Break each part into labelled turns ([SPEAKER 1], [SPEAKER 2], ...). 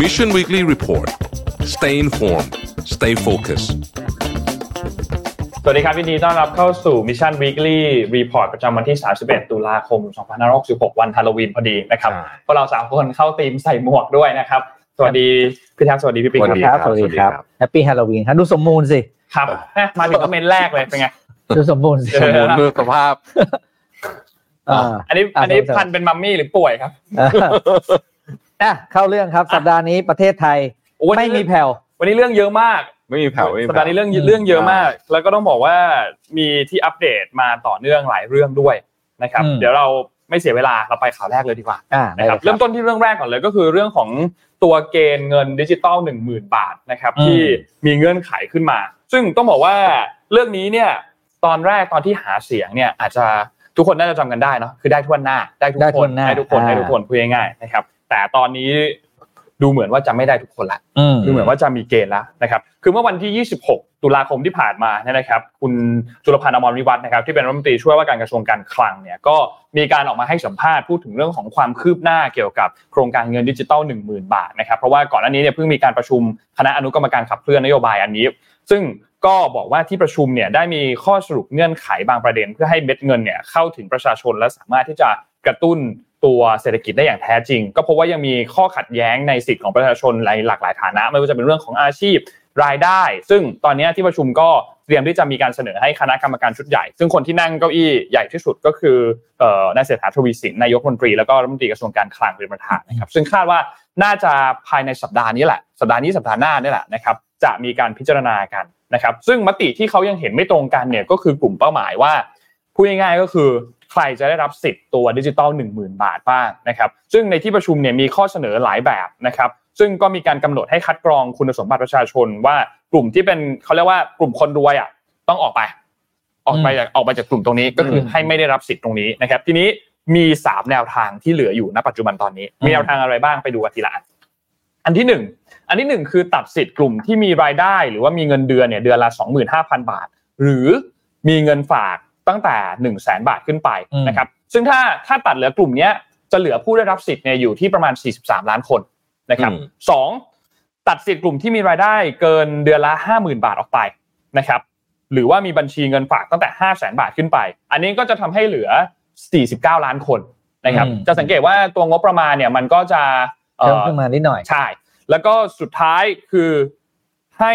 [SPEAKER 1] Mission Weekly Report. Stay informed. Stay focused.
[SPEAKER 2] สวัสดีครับยินดีต้อนรับเข้าสู่ Mission Weekly Report ประจำวันที่ 31 ตุลาคม 2566 วันฮาโลวีนพอดีนะครับ
[SPEAKER 3] ใช่
[SPEAKER 2] พวกเราสามคนเข้าทีมใส่หมวกด้วยนะครับ สวัสดีพี่แท็บสวัสดีพี่ปิ๊กครับ
[SPEAKER 4] ครับ สวัสดีครับ แฮปปี้ฮาโลวีนครับ ดูสมบูรณ์สิ
[SPEAKER 2] ครับแม่มาถึงคอมเมนต์แรกเลยเป็นไง
[SPEAKER 4] ดูสมบูรณ์สิ
[SPEAKER 2] เออ
[SPEAKER 3] สมบูรณ์ด้วยสภาพ
[SPEAKER 4] เออ
[SPEAKER 2] อันนี้
[SPEAKER 4] อ่ะ
[SPEAKER 2] อันนี้
[SPEAKER 4] ครับ
[SPEAKER 2] พันเป็นมัมมี่หรือป่วยครับ
[SPEAKER 4] เออ อ่ะเข้าเรื่องครับ สัปดาห์นี้ประเทศไทย
[SPEAKER 2] โอ้วัน
[SPEAKER 4] ไม่
[SPEAKER 2] นี้
[SPEAKER 4] มีแผ่ว
[SPEAKER 2] วันนี้เรื่องเยอะมาก
[SPEAKER 3] ไม่มีแผ่วไม่มี
[SPEAKER 2] สัป
[SPEAKER 3] แผ่
[SPEAKER 2] ดาว ห์นี้เรื่อง
[SPEAKER 4] อืม
[SPEAKER 2] เรื่องเยอะมาก แล้วก็ต้องบอกว่ามีที่อัปเดตมาต่อเนื่องหลายเรื่องด้วยนะครับ เดี๋ยวเราไม่เสียเวลาเราไปข่าวแรกเลยดีกว่า
[SPEAKER 4] อ่าได้
[SPEAKER 2] นะ
[SPEAKER 4] ล
[SPEAKER 2] ค
[SPEAKER 4] ย
[SPEAKER 2] รับเริ่มต้นที่เรื่องแรกก่อนเลยก็คือเรื่องของตัวเกณฑ์เงินดิจิตอล1 0,000 บาทนะครับ
[SPEAKER 3] อืม
[SPEAKER 2] ที่มีเงื่อนไขขึ้นมา ซึ่งต้องบอกว่าเรื่องนี้เนี่ยตอนแรกตอนที่หาเสียงเนี่ยอาจจะทุกคนน่าจะจำกันได้เนาะคือได้ทั่วหน้าได้ทุก
[SPEAKER 4] ได้
[SPEAKER 2] ค
[SPEAKER 4] ทุ
[SPEAKER 2] น
[SPEAKER 4] นหน้า
[SPEAKER 2] ได้ทุกคนได้ทุกคนพูดง่ายๆนะครับแต่ตอนนี้ดูเหมือนว่าจะไม่ได้ทุกคนละ
[SPEAKER 4] อืม
[SPEAKER 2] คือเหมือนว่าจะมีเกณฑ์แล้วนะครับ คือเมื่อวันที่ 26 ตุลาคมที่ผ่านมาเนี่ยนะครับ คุณจุลพันธ์อมรวิวัฒน์นะครับ ที่เป็นรัฐมนตรีช่วยว่าการกระทรวงการคลังเนี่ย ก็มีการออกมาให้สัมภาษณ์พูดถึงเรื่องของความคืบหน้าเกี่ยวกับโครงการเงินดิจิตอล10,000 บาทนะครับ เพราะว่าก่อนหน้านี้เนี่ยเพิ่งมีการประชุมคณะอนุกรรมการขับเคลื่อนนโยบายอันนี้ ซึ่งก็บอกว่าที่ประชุมเนี่ยได้มีข้อสรุปเงื่อนไขบางประเด็น เพื่อให้เม็ดเงินเนี่ยเข้าถึงประชาชนและสามารถที่จะกระตุ้นตัวเศรษฐกิจได้อย่างแท้จริง ก็เพราะว่ายังมีข้อขัดแย้งในสิทธิของประชาชนในหลากหลายฐานะ ไม่ว่าจะเป็นเรื่องของอาชีพรายได้ ซึ่งตอนนี้ที่ประชุมก็เตรียมที่จะมีการเสนอให้คณะกรรมการชุดใหญ่ ซึ่งคนที่นั่งเก้าอี้ใหญ่ที่สุดก็คือเอ่อนายเศรษฐาทวีสินนายกรัฐมนตรีแล้วก็รัฐมนตรีกระทรวงการคลังเป็นประธานนะครับซึ่งคาดว่าน่าจะภายในสัปดาห์นี้แหละสัปดาห์นี้สัปดาห์หน้าเนี่ยแหละนะครับจะมีการพิจารณากันนะครับ ซึ่งมติที่เขายังเห็นไม่ตรงกันเนี่ยก็คือกลุ่มเป้าหมายว่า พูดง่ายๆก็คือใครจะได้รับสิทธิ์ตัวดิจิตอล10,000 บาทบ้างนะครับซึ่งในที่ประชุมเนี่ยมีข้อเสนอหลายแบบนะครับซึ่งก็มีการกำหนดให้คัดกรองคุณสมบัติประชาชนว่ากลุ่มที่เป็นเขาเรียกว่ากลุ่มคนรวยอ่ะต้องออกไป ออกไปจากออกไปจากกลุ่มตรงนี้ก็คืออ
[SPEAKER 4] ม
[SPEAKER 2] ให้ไม่ได้รับสิทธิ์ตรงนี้นะครับทีนี้มีสามแนวทางที่เหลืออยู่ณปัจจุบันตอนนี้ มีแนวทางอะไรบ้างไปดูกันทีละอันอันที่หนึ่งอันที่หนึ่งคือตัดสิทธิ์กลุ่มที่มีรายได้ หรือว่ามีเงินเดือนเนี่ยเดือนละ25,000 บาท หรือมีเงินฝากตั้งแต่1นึ่งแสนบาทขึ้นไป
[SPEAKER 4] อืม
[SPEAKER 2] นะครับ ซึ่งถ้าถ้าตัดเหลือกลุ่มเนี้ยจะเหลือผู้ได้รับสิทธิ์เนี่ยอยู่ที่ประมาณ 43 ล้านคนนะครับ
[SPEAKER 3] อืม
[SPEAKER 2] สองตัดสิทธิ์กลุ่มที่มีรายได้เกินเดือนละ50,000 บาทออกไปนะครับ หรือว่ามีบัญชีเงินฝากตั้งแต่ 5 0 0แสนบาทขึ้นไป อันนี้ก็จะทำให้เหลือ 49 ล้านคนนะครับ
[SPEAKER 4] อืม
[SPEAKER 2] จะสังเกตว่าตัวงบประมาณเนี่ยมันก็จะเอ่
[SPEAKER 4] เพิ่ม
[SPEAKER 2] อ
[SPEAKER 4] ขึ้นมานิดหน่อย
[SPEAKER 2] ใช่ แล้วก็สุดท้ายคือให้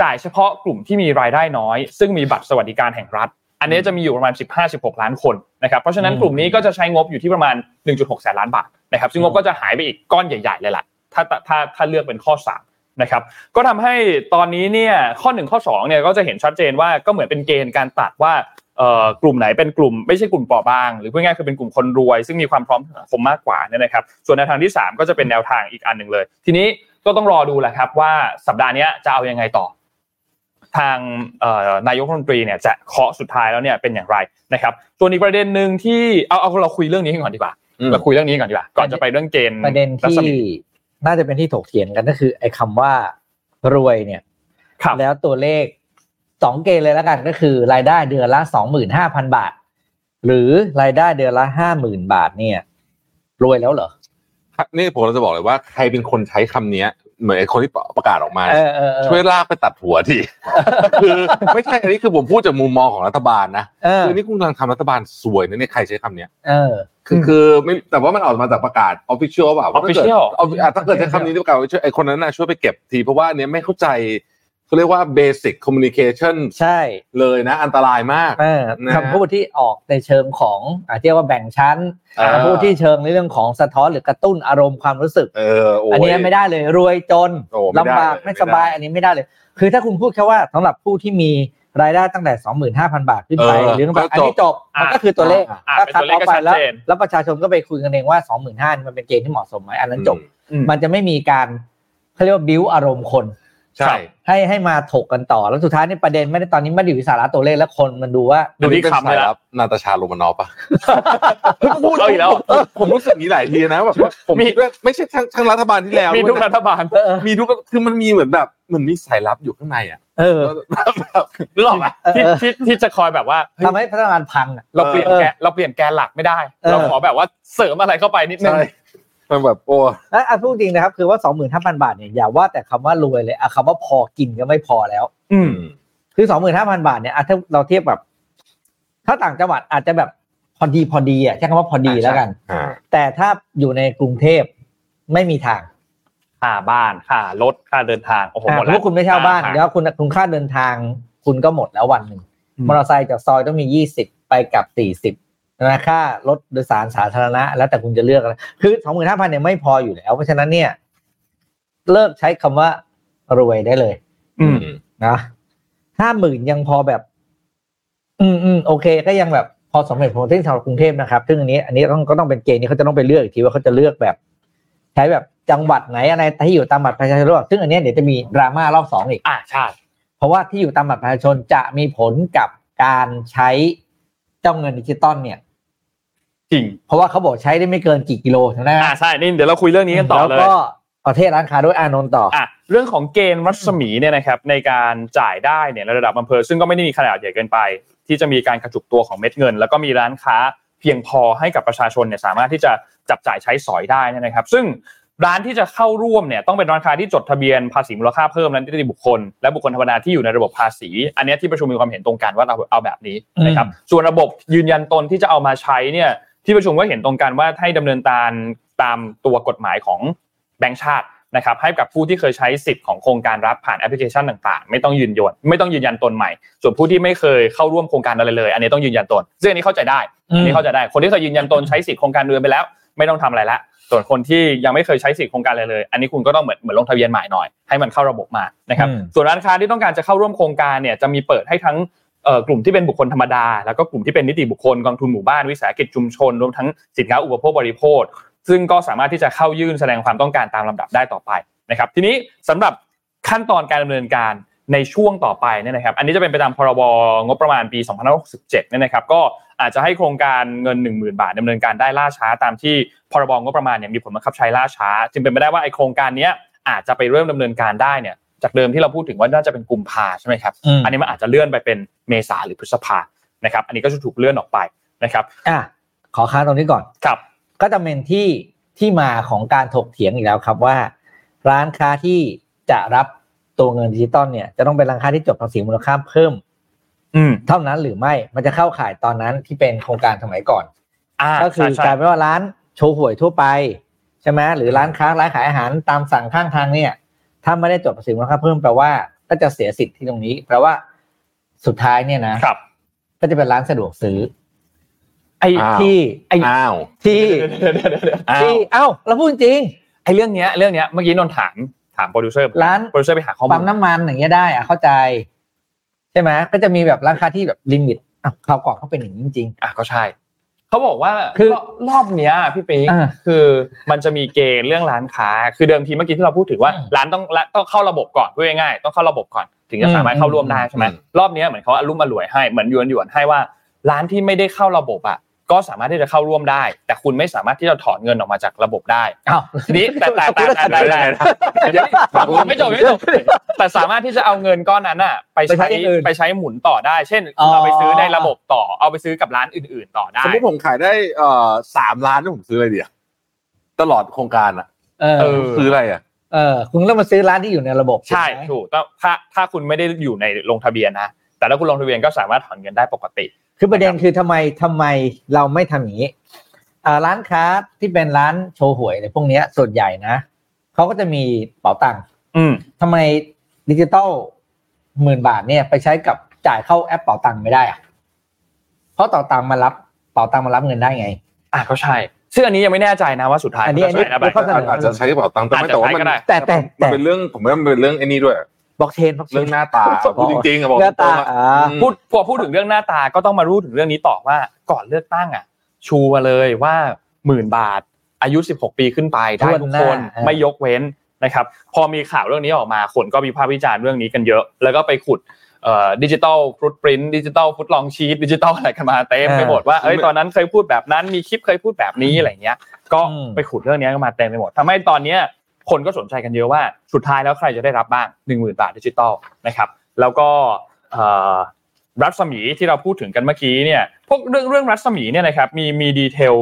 [SPEAKER 2] จ่ายเฉพาะกลุ่มที่มีรายได้น้อย ซึ่งมีบัตรสวัสดิการแห่งรัฐ อันนี้จะมีอยู่ประมาณ 15-16 ล้านคนนะครับ เพราะฉะนั้น
[SPEAKER 4] อืม
[SPEAKER 2] กลุ่มนี้ก็จะใช้งบอยู่ที่ประมาณ 1.6 แสนล้านบาทนะครับ ซึ่งงบก็จะหายไปอีกก้อนใหญ่ๆเลยล่ะ ถ้าถ้าถ้าถ้าเลือกเป็นข้อสามนะครับ ก็ทำให้ตอนนี้เนี่ยข้อหนึ่งข้อสองเนี่ยก็จะเห็นชัดเจนว่าก็เหมือนเป็นเกณฑ์การตัดว่าเอ่อกลุ่มไหนเป็นกลุ่มไม่ใช่กลุ่มเปราะบาง หรือพูดง่ายๆคือเป็นกลุ่มคนรวย ซึ่งมีความพร้อมทางสังคมมากกว่าเนี่ยนะครับ ส่วนแนวทางที่ 3 ก็จะเป็นแนวทางอีกอันหนึ่งเลย ทีนี้ก็ต้องรอดูแหละครับว่าสัปดาห์เนี้ยจะเอายังไงต่อ ทางเอ่อนายกรัฐมนตรีเนี่ยจะเคาะสุดท้ายแล้วเนี่ยเป็นอย่างไรนะครับส่วนอีกประเด็นหนึ่งที่เอาเอาเราคุยเรื่องนี้กันก่อนดีกว่า
[SPEAKER 3] อืม
[SPEAKER 2] เราคุยเรื่องนี้ก่อนดีกว่าก่อนจะไปเรื่องเกณฑ์
[SPEAKER 4] ประเด็น
[SPEAKER 2] รัศ
[SPEAKER 4] ที่
[SPEAKER 2] มี
[SPEAKER 4] น่าจะเป็นที่ถกเถียงกันก็คือ ไอ้คำว่ารวยเนี่ย
[SPEAKER 2] ครับ
[SPEAKER 4] แล้วตัวเลขสองเกณฑ์เลยแล้วกันก็คือ รายได้เดือนละสองหมื่นห้าพันบาท หรือรายได้เดือนละห้าหมื่นบาทเนี่ย รวยแล้วเหรอ
[SPEAKER 3] ครับนี่ผมจะบอกเลยว่าใครเป็นคนใช้คำเนี้ย เหมือนไอ้คนที่ประกาศออกมา
[SPEAKER 4] เออเออเออ
[SPEAKER 3] ช่วย ลากไปตัดหัวที คือไม่ใช่อันนี้คือผมพูดจากมุมมองของรัฐบาลนะ
[SPEAKER 4] เออ
[SPEAKER 3] คือนี่คุณกำลังทำรัฐบาลสวยนะเนี่ยใครใช้คำเนี้ย
[SPEAKER 4] เออ
[SPEAKER 3] คือคือไม่แต่ว่ามันออกมาจากประกาศออฟฟิเชียลเปล่า
[SPEAKER 2] Official
[SPEAKER 3] ถ้าเกิด offi- ถ้าเกิดใช้คำนี้ในประกาศ official ไอ้คนนั้นน่ะช่วยไปเก็บที เพราะว่าอันเนี้ยไม่เข้าใจเขาเรียกว่าเบสิ c คอมมิวนิเคชัน
[SPEAKER 4] ใช่
[SPEAKER 3] เลยนะ อันตรายมาก
[SPEAKER 4] เออ
[SPEAKER 3] นะ
[SPEAKER 4] คำพูดที่ออกในเชิงของอาจจะว่าแบ่งชั้น
[SPEAKER 2] อ่า
[SPEAKER 4] คำพูดที่เชิงในเรื่องของสะท้อนหรือกระตุ้นอารมณ์ความรู้สึก
[SPEAKER 3] เออโอ้ย
[SPEAKER 4] อันเนี้ยไม่ได้เลยรวยจน
[SPEAKER 3] โอ้ไม่ได้
[SPEAKER 4] ลำบาก
[SPEAKER 3] เลย
[SPEAKER 4] ไม่
[SPEAKER 3] ไม่
[SPEAKER 4] สบาย
[SPEAKER 3] ได้
[SPEAKER 4] อันนี้ไม่ได้เลย คือถ้าคุณพูดแค่ว่าสำหรับผู้ที่มีรายได้ตั้งแต่ 25,000 บาทขึ้นไป
[SPEAKER 3] เออ
[SPEAKER 4] หรือ
[SPEAKER 3] ก็
[SPEAKER 4] แบบอัน
[SPEAKER 3] จบ
[SPEAKER 4] นี้จบ
[SPEAKER 2] อ่ะ
[SPEAKER 4] มันก็คือตัวเลข
[SPEAKER 2] อ่ะ
[SPEAKER 4] ก็คัด
[SPEAKER 2] เป็นตัวเลขก็
[SPEAKER 4] เอาไป
[SPEAKER 2] ชัด
[SPEAKER 4] แล้ว
[SPEAKER 2] เจน
[SPEAKER 4] แล้วประชาชนก็ไปคุยกันเองว่า 25,000มันเป็นเกณฑ์ที่เหมาะสมไหมอันนั้นจบ
[SPEAKER 2] อืม
[SPEAKER 4] มันจะไม่มีการเขาเรียกว่าบิ้วอารมณ์คน
[SPEAKER 3] ใช่
[SPEAKER 4] ให้ให้มาถกกันต่อแล้วสุดท้ายนี่ประเด็นไม่ได้ตอนนี้ไม่ได้อยู่ที่สาระตัวเลขแล้วคนมันดูว่า
[SPEAKER 2] เดี๋ยวนี้ขำเลยละ
[SPEAKER 3] นาตาชาโรมานอฟปะ
[SPEAKER 2] พูดเอาอีกแล้ว
[SPEAKER 3] ผมผมรู้สึกอย่างนี้หลายทีนะแบบว่าผม
[SPEAKER 2] มี
[SPEAKER 3] คิดว่าไม่ใช่ทั้งทั้งรัฐบาลที่แล้ว
[SPEAKER 2] มีทุก
[SPEAKER 3] ด้วย
[SPEAKER 2] รัฐบาล
[SPEAKER 4] เออ
[SPEAKER 3] นะมีทุกคือมันมีเหมือนแบบเหมันมีสายลับอยู่ข้างในอ่ะ
[SPEAKER 4] เออ
[SPEAKER 3] แบบ
[SPEAKER 2] นึกออกไหม
[SPEAKER 4] เออ
[SPEAKER 2] ที่
[SPEAKER 4] เออ
[SPEAKER 2] ที่ที่จะคอยแบบว่าเฮ้ย
[SPEAKER 4] ทำให้พนักงานพังอะ
[SPEAKER 2] เราเปลี่ยนแกนเราเปลี่ยนแกนหลักไม่ได้ เรา
[SPEAKER 4] เออ
[SPEAKER 2] ขอแบบว่าเสริมอะไรเข้าไปนิดนึง
[SPEAKER 3] ใช่มันแบบโอ้
[SPEAKER 4] แล้วอ่ะพูดจริงนะครับ คือว่าสองหมื่นห้าพันบาทเนี่ยอย่าว่าแต่คำว่ารวยเลยอะคำว่าพอกินก็ไม่พอแล้ว
[SPEAKER 2] อืม
[SPEAKER 4] คือสองหมื่นห้าพันบาทเนี่ยอ่ะถ้าเราเทียบแบบถ้าต่างจังหวัดอาจจะแบบพอดีพอดีอ่ะใช้คำว่าพอดีแล้วกัน
[SPEAKER 3] อ่า
[SPEAKER 4] แต่ถ้าอยู่ในกรุงเทพไม่มีทาง
[SPEAKER 2] ค่าบ้านค่ารถค่าเดินทางโอ้โห
[SPEAKER 4] อ่ะ
[SPEAKER 2] หมด
[SPEAKER 4] เพ
[SPEAKER 2] แล้ว
[SPEAKER 4] ราะคุณไม่เช่าบ้าน
[SPEAKER 2] ค่ทง
[SPEAKER 4] แล้วคุณคุณค่าเดินทางคุณก็หมดแล้ววันหนึ่ง
[SPEAKER 2] อืม
[SPEAKER 4] มอเตอร์ไซค์จากซอยต้องมียี่สิบไปกลับสี่สิบนะค่ารถโดยสารสาธารณะ แล้วแต่คุณจะเลือกนะคือสองหมื่นห้าพันเนี่ยไม่พออยู่แล้ว เพราะฉะนั้นเนี่ย เลิกใช้คำว่ารวยได้เลย
[SPEAKER 2] อืม
[SPEAKER 4] นะห้าหมื่นยังพอแบบ อืมอืมโอเค ก็ยังแบบพอสมเหตุผลที่สำหรับกรุงเทพนะครับ ซึ่งอันนี้ อันนี้ต้องก็ต้องเป็นเกณฑ์ที่เขาจะต้องไปเลือกอีกทีว่าเขาจะเลือกแบบ ใช้แบบจังหวัดไหนอะไรที่อยู่ตามบัตรประชาชนหรือเปล่าซึ่งอันเนี้ยเดี๋ยวจะมีดราม่ารอบสองอีก
[SPEAKER 2] อ่าใช่
[SPEAKER 4] เพราะว่าที่อยู่ตามบัตรประชาชนจะมีผลกับการใช้เจ้าเงินดิจิตอลเนี่ย
[SPEAKER 2] จริง
[SPEAKER 4] เพราะว่าเขาบอกใช้ได้ไม่เกินกี่กิโลจำได้ไหม
[SPEAKER 2] อ่าใช่นี่เดี๋ยวเราคุยเรื่องนี้กันต่อ
[SPEAKER 4] แล้ว
[SPEAKER 2] เลย
[SPEAKER 4] ก็ประเทศร้านค้าด้วยอานนท์ต่ออ
[SPEAKER 2] อ่ะเรื่องของเกณฑ์รัศมีเนี่ยนะครับในการจ่ายได้เนี่ยในระดับอำเภอซึ่งก็ไม่ได้มีขนาดใหญ่เกินไป ที่จะมีการกระจุกตัวของเม็ดเงิน แล้วก็มีร้านค้าเพียงพอให้กับประชาชนเนี่ยสามารถที่จะจับจ่ายใช้สอยได้เนยนะครับ ซึ่งร้านที่จะเข้าร่วมเนี่ยต้องเป็นร้านค้าที่จดทะเบียนภาษีมูลค่าเพิ่มและนิติบุคคลและบุคคลธรรมดาที่อยู่ในระบบภาษี อันเนี้ยที่ประชุมมีความเห็นตรงกันว่าเราเอาแบบนี้นะครับส่วนระบบยืนยันตนที่จะเอามาใช้เนี่ยที่ประชุมก็เห็นตรงกันว่าให้ดำเนินการตามตัวกฎหมายของ แบงก์ชาตินะครับให้กับผู้ที่เคยใช้สิทธิ์ของโครงการรับผ่านแอปพลิเคชันต่างๆ ไม่ต้องยืนยันไม่ต้องยืนยันตนใหม่ ส่วนผู้ที่ไม่เคยเข้าร่วมโครงการอะไรเลย อันนี้ต้องยืนยันตนซึ่งอันนี้เข้าใจได้อันนี้เข้าใจได้ คนที่เคยยืนยันตนใช้สิทธิ์โครงการเรือนไปแล้ว ไม่ต้องทำอะไรละส่วนคนที่ยังไม่เคยใช้สิทธิ์โครงการอะไรเลย อันนี้คุณก็ต้องเหมือนเหมือนลงทะเบียนใหม่หน่อยให้มันเข้าระบบมานะครับส่วนร้านค้าที่ต้องการจะเข้าร่วมโครงการเนี่ยจะมีเปิดให้ทั้ง เอ่อกลุ่มที่เป็นบุคคลธรรมดา แล้วก็กลุ่มที่เป็นนิติบุคคลกองทุนหมู่บ้านวิสาหกิจชุมชน รวมทั้งสินค้าอุปโภคบริโภค ซึ่งก็สามารถที่จะเข้ายื่นแสดงความต้องการตามลำดับได้ต่อไปนะครับทีนี้สำหรับขั้นตอนการดำเนินการในช่วงต่อไปเนี่ยนะครับอันนี้จะเป็นไปตามพรบงบประมาณปี2567เนี่ยนะครับก็อาจจะให้โครงการเงิน 10,000 บาทดำเนินการได้ล่าช้าตามที่พรบงบประมาณเนี่ยมีผลบังคับใช้ล่าช้า จึงเป็นไปได้ว่าไอโครงการเนี้ยอาจจะไปเริ่มดำเนินการได้เนี่ยจากเดิมที่เราพูดถึงว่าน่าจะเป็นกุมภาใช่ไหมครับ
[SPEAKER 4] ม
[SPEAKER 2] อันนี้มันอาจจะเลื่อนไปเป็นเมษาหรือพฤษภานะครับ อันนี้ก็จะถูกเลื่อนออกไปนะครับ
[SPEAKER 4] อ่ะขอค้างตรงนี้ก่อน
[SPEAKER 2] ครับ
[SPEAKER 4] ก็จะเป็นที่ที่มาของการถกเถียงอีกแล้วครับว่า ร้านค้าที่จะรับตัวเงินดิจิตอลเนี่ยจะต้องเป็นร้านค้าที่จดภาษีมูลค่าเพิ่ม
[SPEAKER 2] อืม
[SPEAKER 4] เท่านั้นหรือไม่มันจะเข้าข่ายตอนนั้นที่เป็นโครงการสมัยก่อน
[SPEAKER 2] อ่า
[SPEAKER 4] ก็คือ
[SPEAKER 2] ใช่
[SPEAKER 4] กลา
[SPEAKER 2] ใช่
[SPEAKER 4] ยเป็นว่าร้านโชว์หวยทั่วไปใช่ไหมหรือร้านค้าร้านขายอาหารตามสั่งข้างทางเนี่ย ถ้าไม่ได้จดภาษีมูลค่าเพิ่มแปลว่าก็จะเสียสิทธิ์ที่ตรงนี้แปลว่าสุดท้ายเนี่ยนะครับ ก็จะเป็นร้านสะดวกซื้อ
[SPEAKER 2] ไอ้
[SPEAKER 3] อ้าว
[SPEAKER 4] ที่ไอ้
[SPEAKER 3] อ้าว
[SPEAKER 4] ที่
[SPEAKER 2] เดี๋ยวเดี๋ยวเดี๋ยวเดี๋ยว
[SPEAKER 3] อ้า
[SPEAKER 4] ที่
[SPEAKER 3] ว
[SPEAKER 4] เอ้าเราพูดจริง
[SPEAKER 2] ไอ้เรื่องเนี้ยเรื่องเนี้ยเมื่อกี้นนท์ถามถามโปรดิวเซอร์
[SPEAKER 4] ร้าน
[SPEAKER 2] โปรดิวเซอร์ไปหาข้อมู
[SPEAKER 4] ปั๊
[SPEAKER 2] ล
[SPEAKER 4] มน้ำมันอย่างเงี้ยได้อะเข้าใจ ใช่ไหมก็จะมีแบบร้านค้าที่แบบลิมิตอ่ะคราวก่อนเขาเป็นอย่างนี้จริง
[SPEAKER 2] อ่ะก็ใช่เขาบอกว่า
[SPEAKER 4] คือ
[SPEAKER 2] รบรอบเนี้ยพี่ปิ๊ก
[SPEAKER 4] อ่า
[SPEAKER 2] คือมันจะมีเกณฑ์เรื่องร้านค้า คือเดิมทีเมื่อกี้ที่เราพูดถึงว่า
[SPEAKER 4] อืม
[SPEAKER 2] ร้านต้องละต้องเข้าระบบก่อนพูดง่ายๆต้องเข้าระบบก่อนถึงจะ
[SPEAKER 4] อืม
[SPEAKER 2] สามารถเข้าร่วมได้ใช่ไหมรอบเนี้ยเหมือนเขาอารมณ์อร่วยให้เหมือนยวนยวนๆให้ว่าร้านที่ไม่ได้เข้าระบบอ่ะก็สามารถที่จะเข้าร่วมได้ แต่คุณไม่สามารถที่จะถอนเงินออกมาจากระบบได้
[SPEAKER 4] อ้าว
[SPEAKER 2] ทีนี้แต่แต่แต่แต่แต่แต่แต่ไม่จบไม่จบแต่สามารถที่จะเอาเงินก้อนนั้นอ่ะไป
[SPEAKER 4] ไปใช้
[SPEAKER 2] ใช้
[SPEAKER 4] อย่างอื่น
[SPEAKER 2] ไปใช้หมุนต่อได้ เช่น
[SPEAKER 4] อ๋อ
[SPEAKER 2] เราไปซื้อในระบบต่อเอาไปซื้อกับร้านอื่น ๆ ต่อได้
[SPEAKER 3] สมมติผมขายได้เอ่อสามล้านที่ผมซื้ออะไรเดียวตลอดโครงการอ่ะ
[SPEAKER 4] เออ
[SPEAKER 2] เออ
[SPEAKER 3] ซื้ออะไรอ่ะ
[SPEAKER 4] เออ คุณต้องมาซื้อร้านที่อยู่ในระบบ
[SPEAKER 2] ใช่
[SPEAKER 4] ไหม
[SPEAKER 2] ถูกต้องถ้าถ้าคุณไม่ได้อยู่ในลงทะเบียนนะ แต่ถ้าคุณลงทะเบียนก็สามารถถอนเงินได้ปกติ
[SPEAKER 4] คือประเด็นคือทำไมทำไมเราไม่ทำอย่างนี้อ่าร้านค้าที่เป็นร้านโชว์หวยอะไรพวกเนี้ยส่วนใหญ่นะเขาก็จะมีเป๋าตังค์
[SPEAKER 2] อืม
[SPEAKER 4] ทำไมดิจิตอลหมื่นบาทเนี่ย ไปใช้กับจ่ายเข้าแอปเป๋าตังค์ไม่ได้อะเพราะเป๋าตังค์มารับเป๋าตังค์มารับเงินได้ไง
[SPEAKER 2] อ่ะก็ใช่ซึ่งอันนี้ยังไม่แน่ใจนะว่าสุดท้าย
[SPEAKER 4] อันนี้
[SPEAKER 2] เขาจะใช้อะไร
[SPEAKER 4] อันนี้ข้อเสน
[SPEAKER 3] อาจจะใช้กระเป๋าตังค์แต่
[SPEAKER 2] อาจ
[SPEAKER 3] ไม่
[SPEAKER 2] จะ
[SPEAKER 3] แต่ว่า
[SPEAKER 2] ใช้
[SPEAKER 3] มัน
[SPEAKER 2] ก็ได้
[SPEAKER 4] แต่แต่
[SPEAKER 3] มัน
[SPEAKER 4] แต่
[SPEAKER 3] เป็นเรื่องผมว่ามันเป็นเรื่องไอ้นี่ด้วย
[SPEAKER 4] บล็อกเชนบล็อกเช
[SPEAKER 3] เรื่อง
[SPEAKER 4] น
[SPEAKER 3] หน้าตาพูดจริงๆอะบอก
[SPEAKER 4] หน้าตา
[SPEAKER 3] ตรงๆอะ
[SPEAKER 4] อ่า
[SPEAKER 3] อืม
[SPEAKER 2] พูดพอพูดถึงเรื่องหน้าตาก็ต้องมารู้ถึงเรื่องนี้ต่อว่าก่อนเลือกตั้งอ่ะ ชูมาเลยว่าหมื่นบาทอายุ 16 ปีขึ้นไปได้ทุก
[SPEAKER 4] ทั่วห
[SPEAKER 2] ค
[SPEAKER 4] น้าน อ่า
[SPEAKER 2] ไม่ยกเว้น นะครับพอมีข่าวเรื่องนี้ออกมาคนก็วิพากษ์วิจารณ์เรื่องนี้กันเยอะ แล้วก็ไปขุดดิจิตอลฟุตปรินต์ดิจิตอลฟุตลองชีตดิจิตอลอะไรกันมาเต็มไปหมดว่าเอ้ยตอนนั้นเคยพูดแบบนั้นมีคลิปเคยพูดแบบนี้อะไรเงี้ย ก็
[SPEAKER 4] อืม
[SPEAKER 2] ไปขุดเรื่องนี้กันมาเต็มไปหมดทำให้ตอนเนี้ยคนก็สนใจกันเยอะว่าสุดท้ายแล้วใครจะได้รับบ้าง 1 0,000 บาทดิจิตอลนะครับแล้วก็เอ่อรัศมีที่เราพูดถึงกันเมื่อกี้เนี่ยพวกเรื่องเรื่องรัศมีเนี่ยนะครับมีมีดีเทล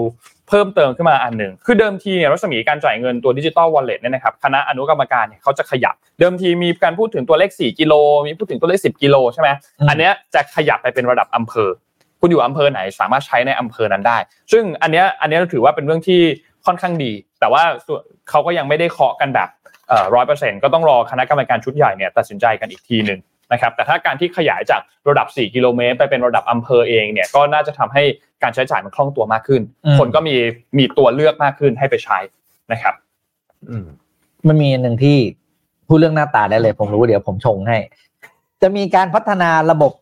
[SPEAKER 2] เพิ่มเติมขึ้นมาอันหนึ่งคือเดิมทีเนี่ยรัศมีการจ่ายเงินตัวดิจิตอลวอลเล็ตเนี่ยนะครับคณะอนุกรรมการเนี่ยเขาจะขยับ เดิมทีมีการพูดถึงตัวเลข 4 กิโล มีพูดถึงตัวเลข 10 กิโลใช่ไหม
[SPEAKER 4] อืม
[SPEAKER 2] อันเนี้ยจะขยับไปเป็นระดับอำเภอ คุณอยู่อำเภอไหนสามารถใช้ในอำเภอนั้นได้ ซึ่งอันเนี้ยอันเนี้ยถือว่าเป็นเรื่องที่ค่อนข้างดี แต่ว่าส่วนเขาก็ยังไม่ได้เคาะกันแบบร้อยเปอร์เซ็นต์ก็ต้องรอคณะกรรมการชุดใหญ่เนี่ยตัดสินใจกันอีกทีหนึ่งนะครับ แต่ถ้าการที่ขยายจากระดับ 4 กิโลเมตรไปเป็นระดับอำเภอเองเนี่ยก็น่าจะทำให้การใช้จ่ายมันคล่องตัวมากขึ้น
[SPEAKER 4] อืม
[SPEAKER 2] คนก็มีมีตัวเลือกมากขึ้นให้ไปใช้นะครับ
[SPEAKER 3] อืม
[SPEAKER 4] มันมีอันหนึ่งที่พูดเรื่องหน้าตาได้เลย ผมรู้เดี๋ยวผมชงให้ จะมีการพัฒนาระบบ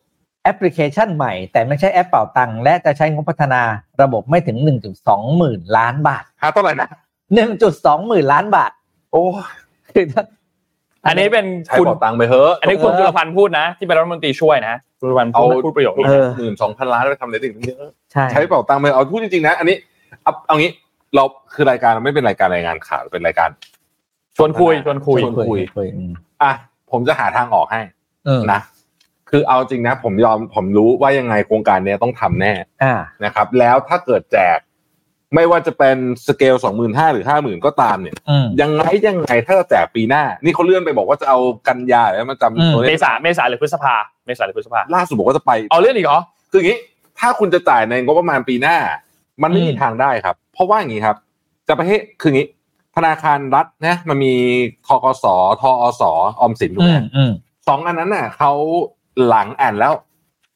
[SPEAKER 4] แอปพลิเคชันใหม่ แต่ไม่ใช่แอปเป่าตังค์และจะใช้งบพัฒนาระบบไม่ถึง 1.2 หมื่นล้านบาท
[SPEAKER 3] หาเท่าไหร่นะ
[SPEAKER 4] 1.2 หมื่นล้านบาท
[SPEAKER 3] โอ้
[SPEAKER 4] คือถ้า
[SPEAKER 2] อันนี้เป็น
[SPEAKER 3] ใช้
[SPEAKER 2] คุณ
[SPEAKER 3] เป่าตังค์ไปเถอะ
[SPEAKER 2] อันนี้คุณจุลพันธ์พูดนะ ที่เป็นรัฐมนตรีช่วยนะจุลพันธ์พูดพูดประโยคนี้
[SPEAKER 4] เออ
[SPEAKER 3] หมื่นสองพันล้านไปทำอะไรติ่งเยอะ
[SPEAKER 4] ใช่
[SPEAKER 3] ใช้เป่าตังค์ไปเอาพูดจริงๆนะ อันนี้เอาเอางี้เราคือรายการเราไม่เป็นรายการรายงานข่าวเป็นรายการ
[SPEAKER 2] ชวนคุยชวนคุย
[SPEAKER 3] ชวน
[SPEAKER 4] คุยคุย
[SPEAKER 3] อ่ะผมจะหาทางออกให้
[SPEAKER 4] อืม
[SPEAKER 3] นะคือเอาจริงนะ ผมยอมผมรู้ว่ายังไงโครงการเนี้ยต้องทำแน่
[SPEAKER 4] อ่า
[SPEAKER 3] นะครับ แล้วถ้าเกิดแจก ไม่ว่าจะเป็นสเกลสองหมื่นห้าหรือห้าหมื่นก็ตามเนี่ย
[SPEAKER 4] อืม
[SPEAKER 3] ยังไงยังไงถ้าจะแจกปีหน้า นี่เขาเลื่อนไปบอกว่าจะเอากันยาแล้วมันจำตัวเล
[SPEAKER 2] เม
[SPEAKER 3] ข
[SPEAKER 2] ษาเมษาหรือพฤษภาเมษาหรือพฤษภา
[SPEAKER 3] ล่าสุดบอกว่าจะไป
[SPEAKER 2] เอาเรื่องอีกเหรอ
[SPEAKER 3] คืออย่างนี้ถ้าคุณจะจ่ายในงบประมาณปีหน้า มันไม่มี
[SPEAKER 4] อืม
[SPEAKER 3] ทางได้ครับ เพราะว่าอย่างนี้ครับ จะไปให้คืออย่างนี้ ธนาคารรัฐนะมันมีทกสทอสออมสินถูก
[SPEAKER 4] อื
[SPEAKER 3] ไหม
[SPEAKER 4] มอืม
[SPEAKER 3] สองอันนั้นน่ะเขาหลังอ่านแล้ว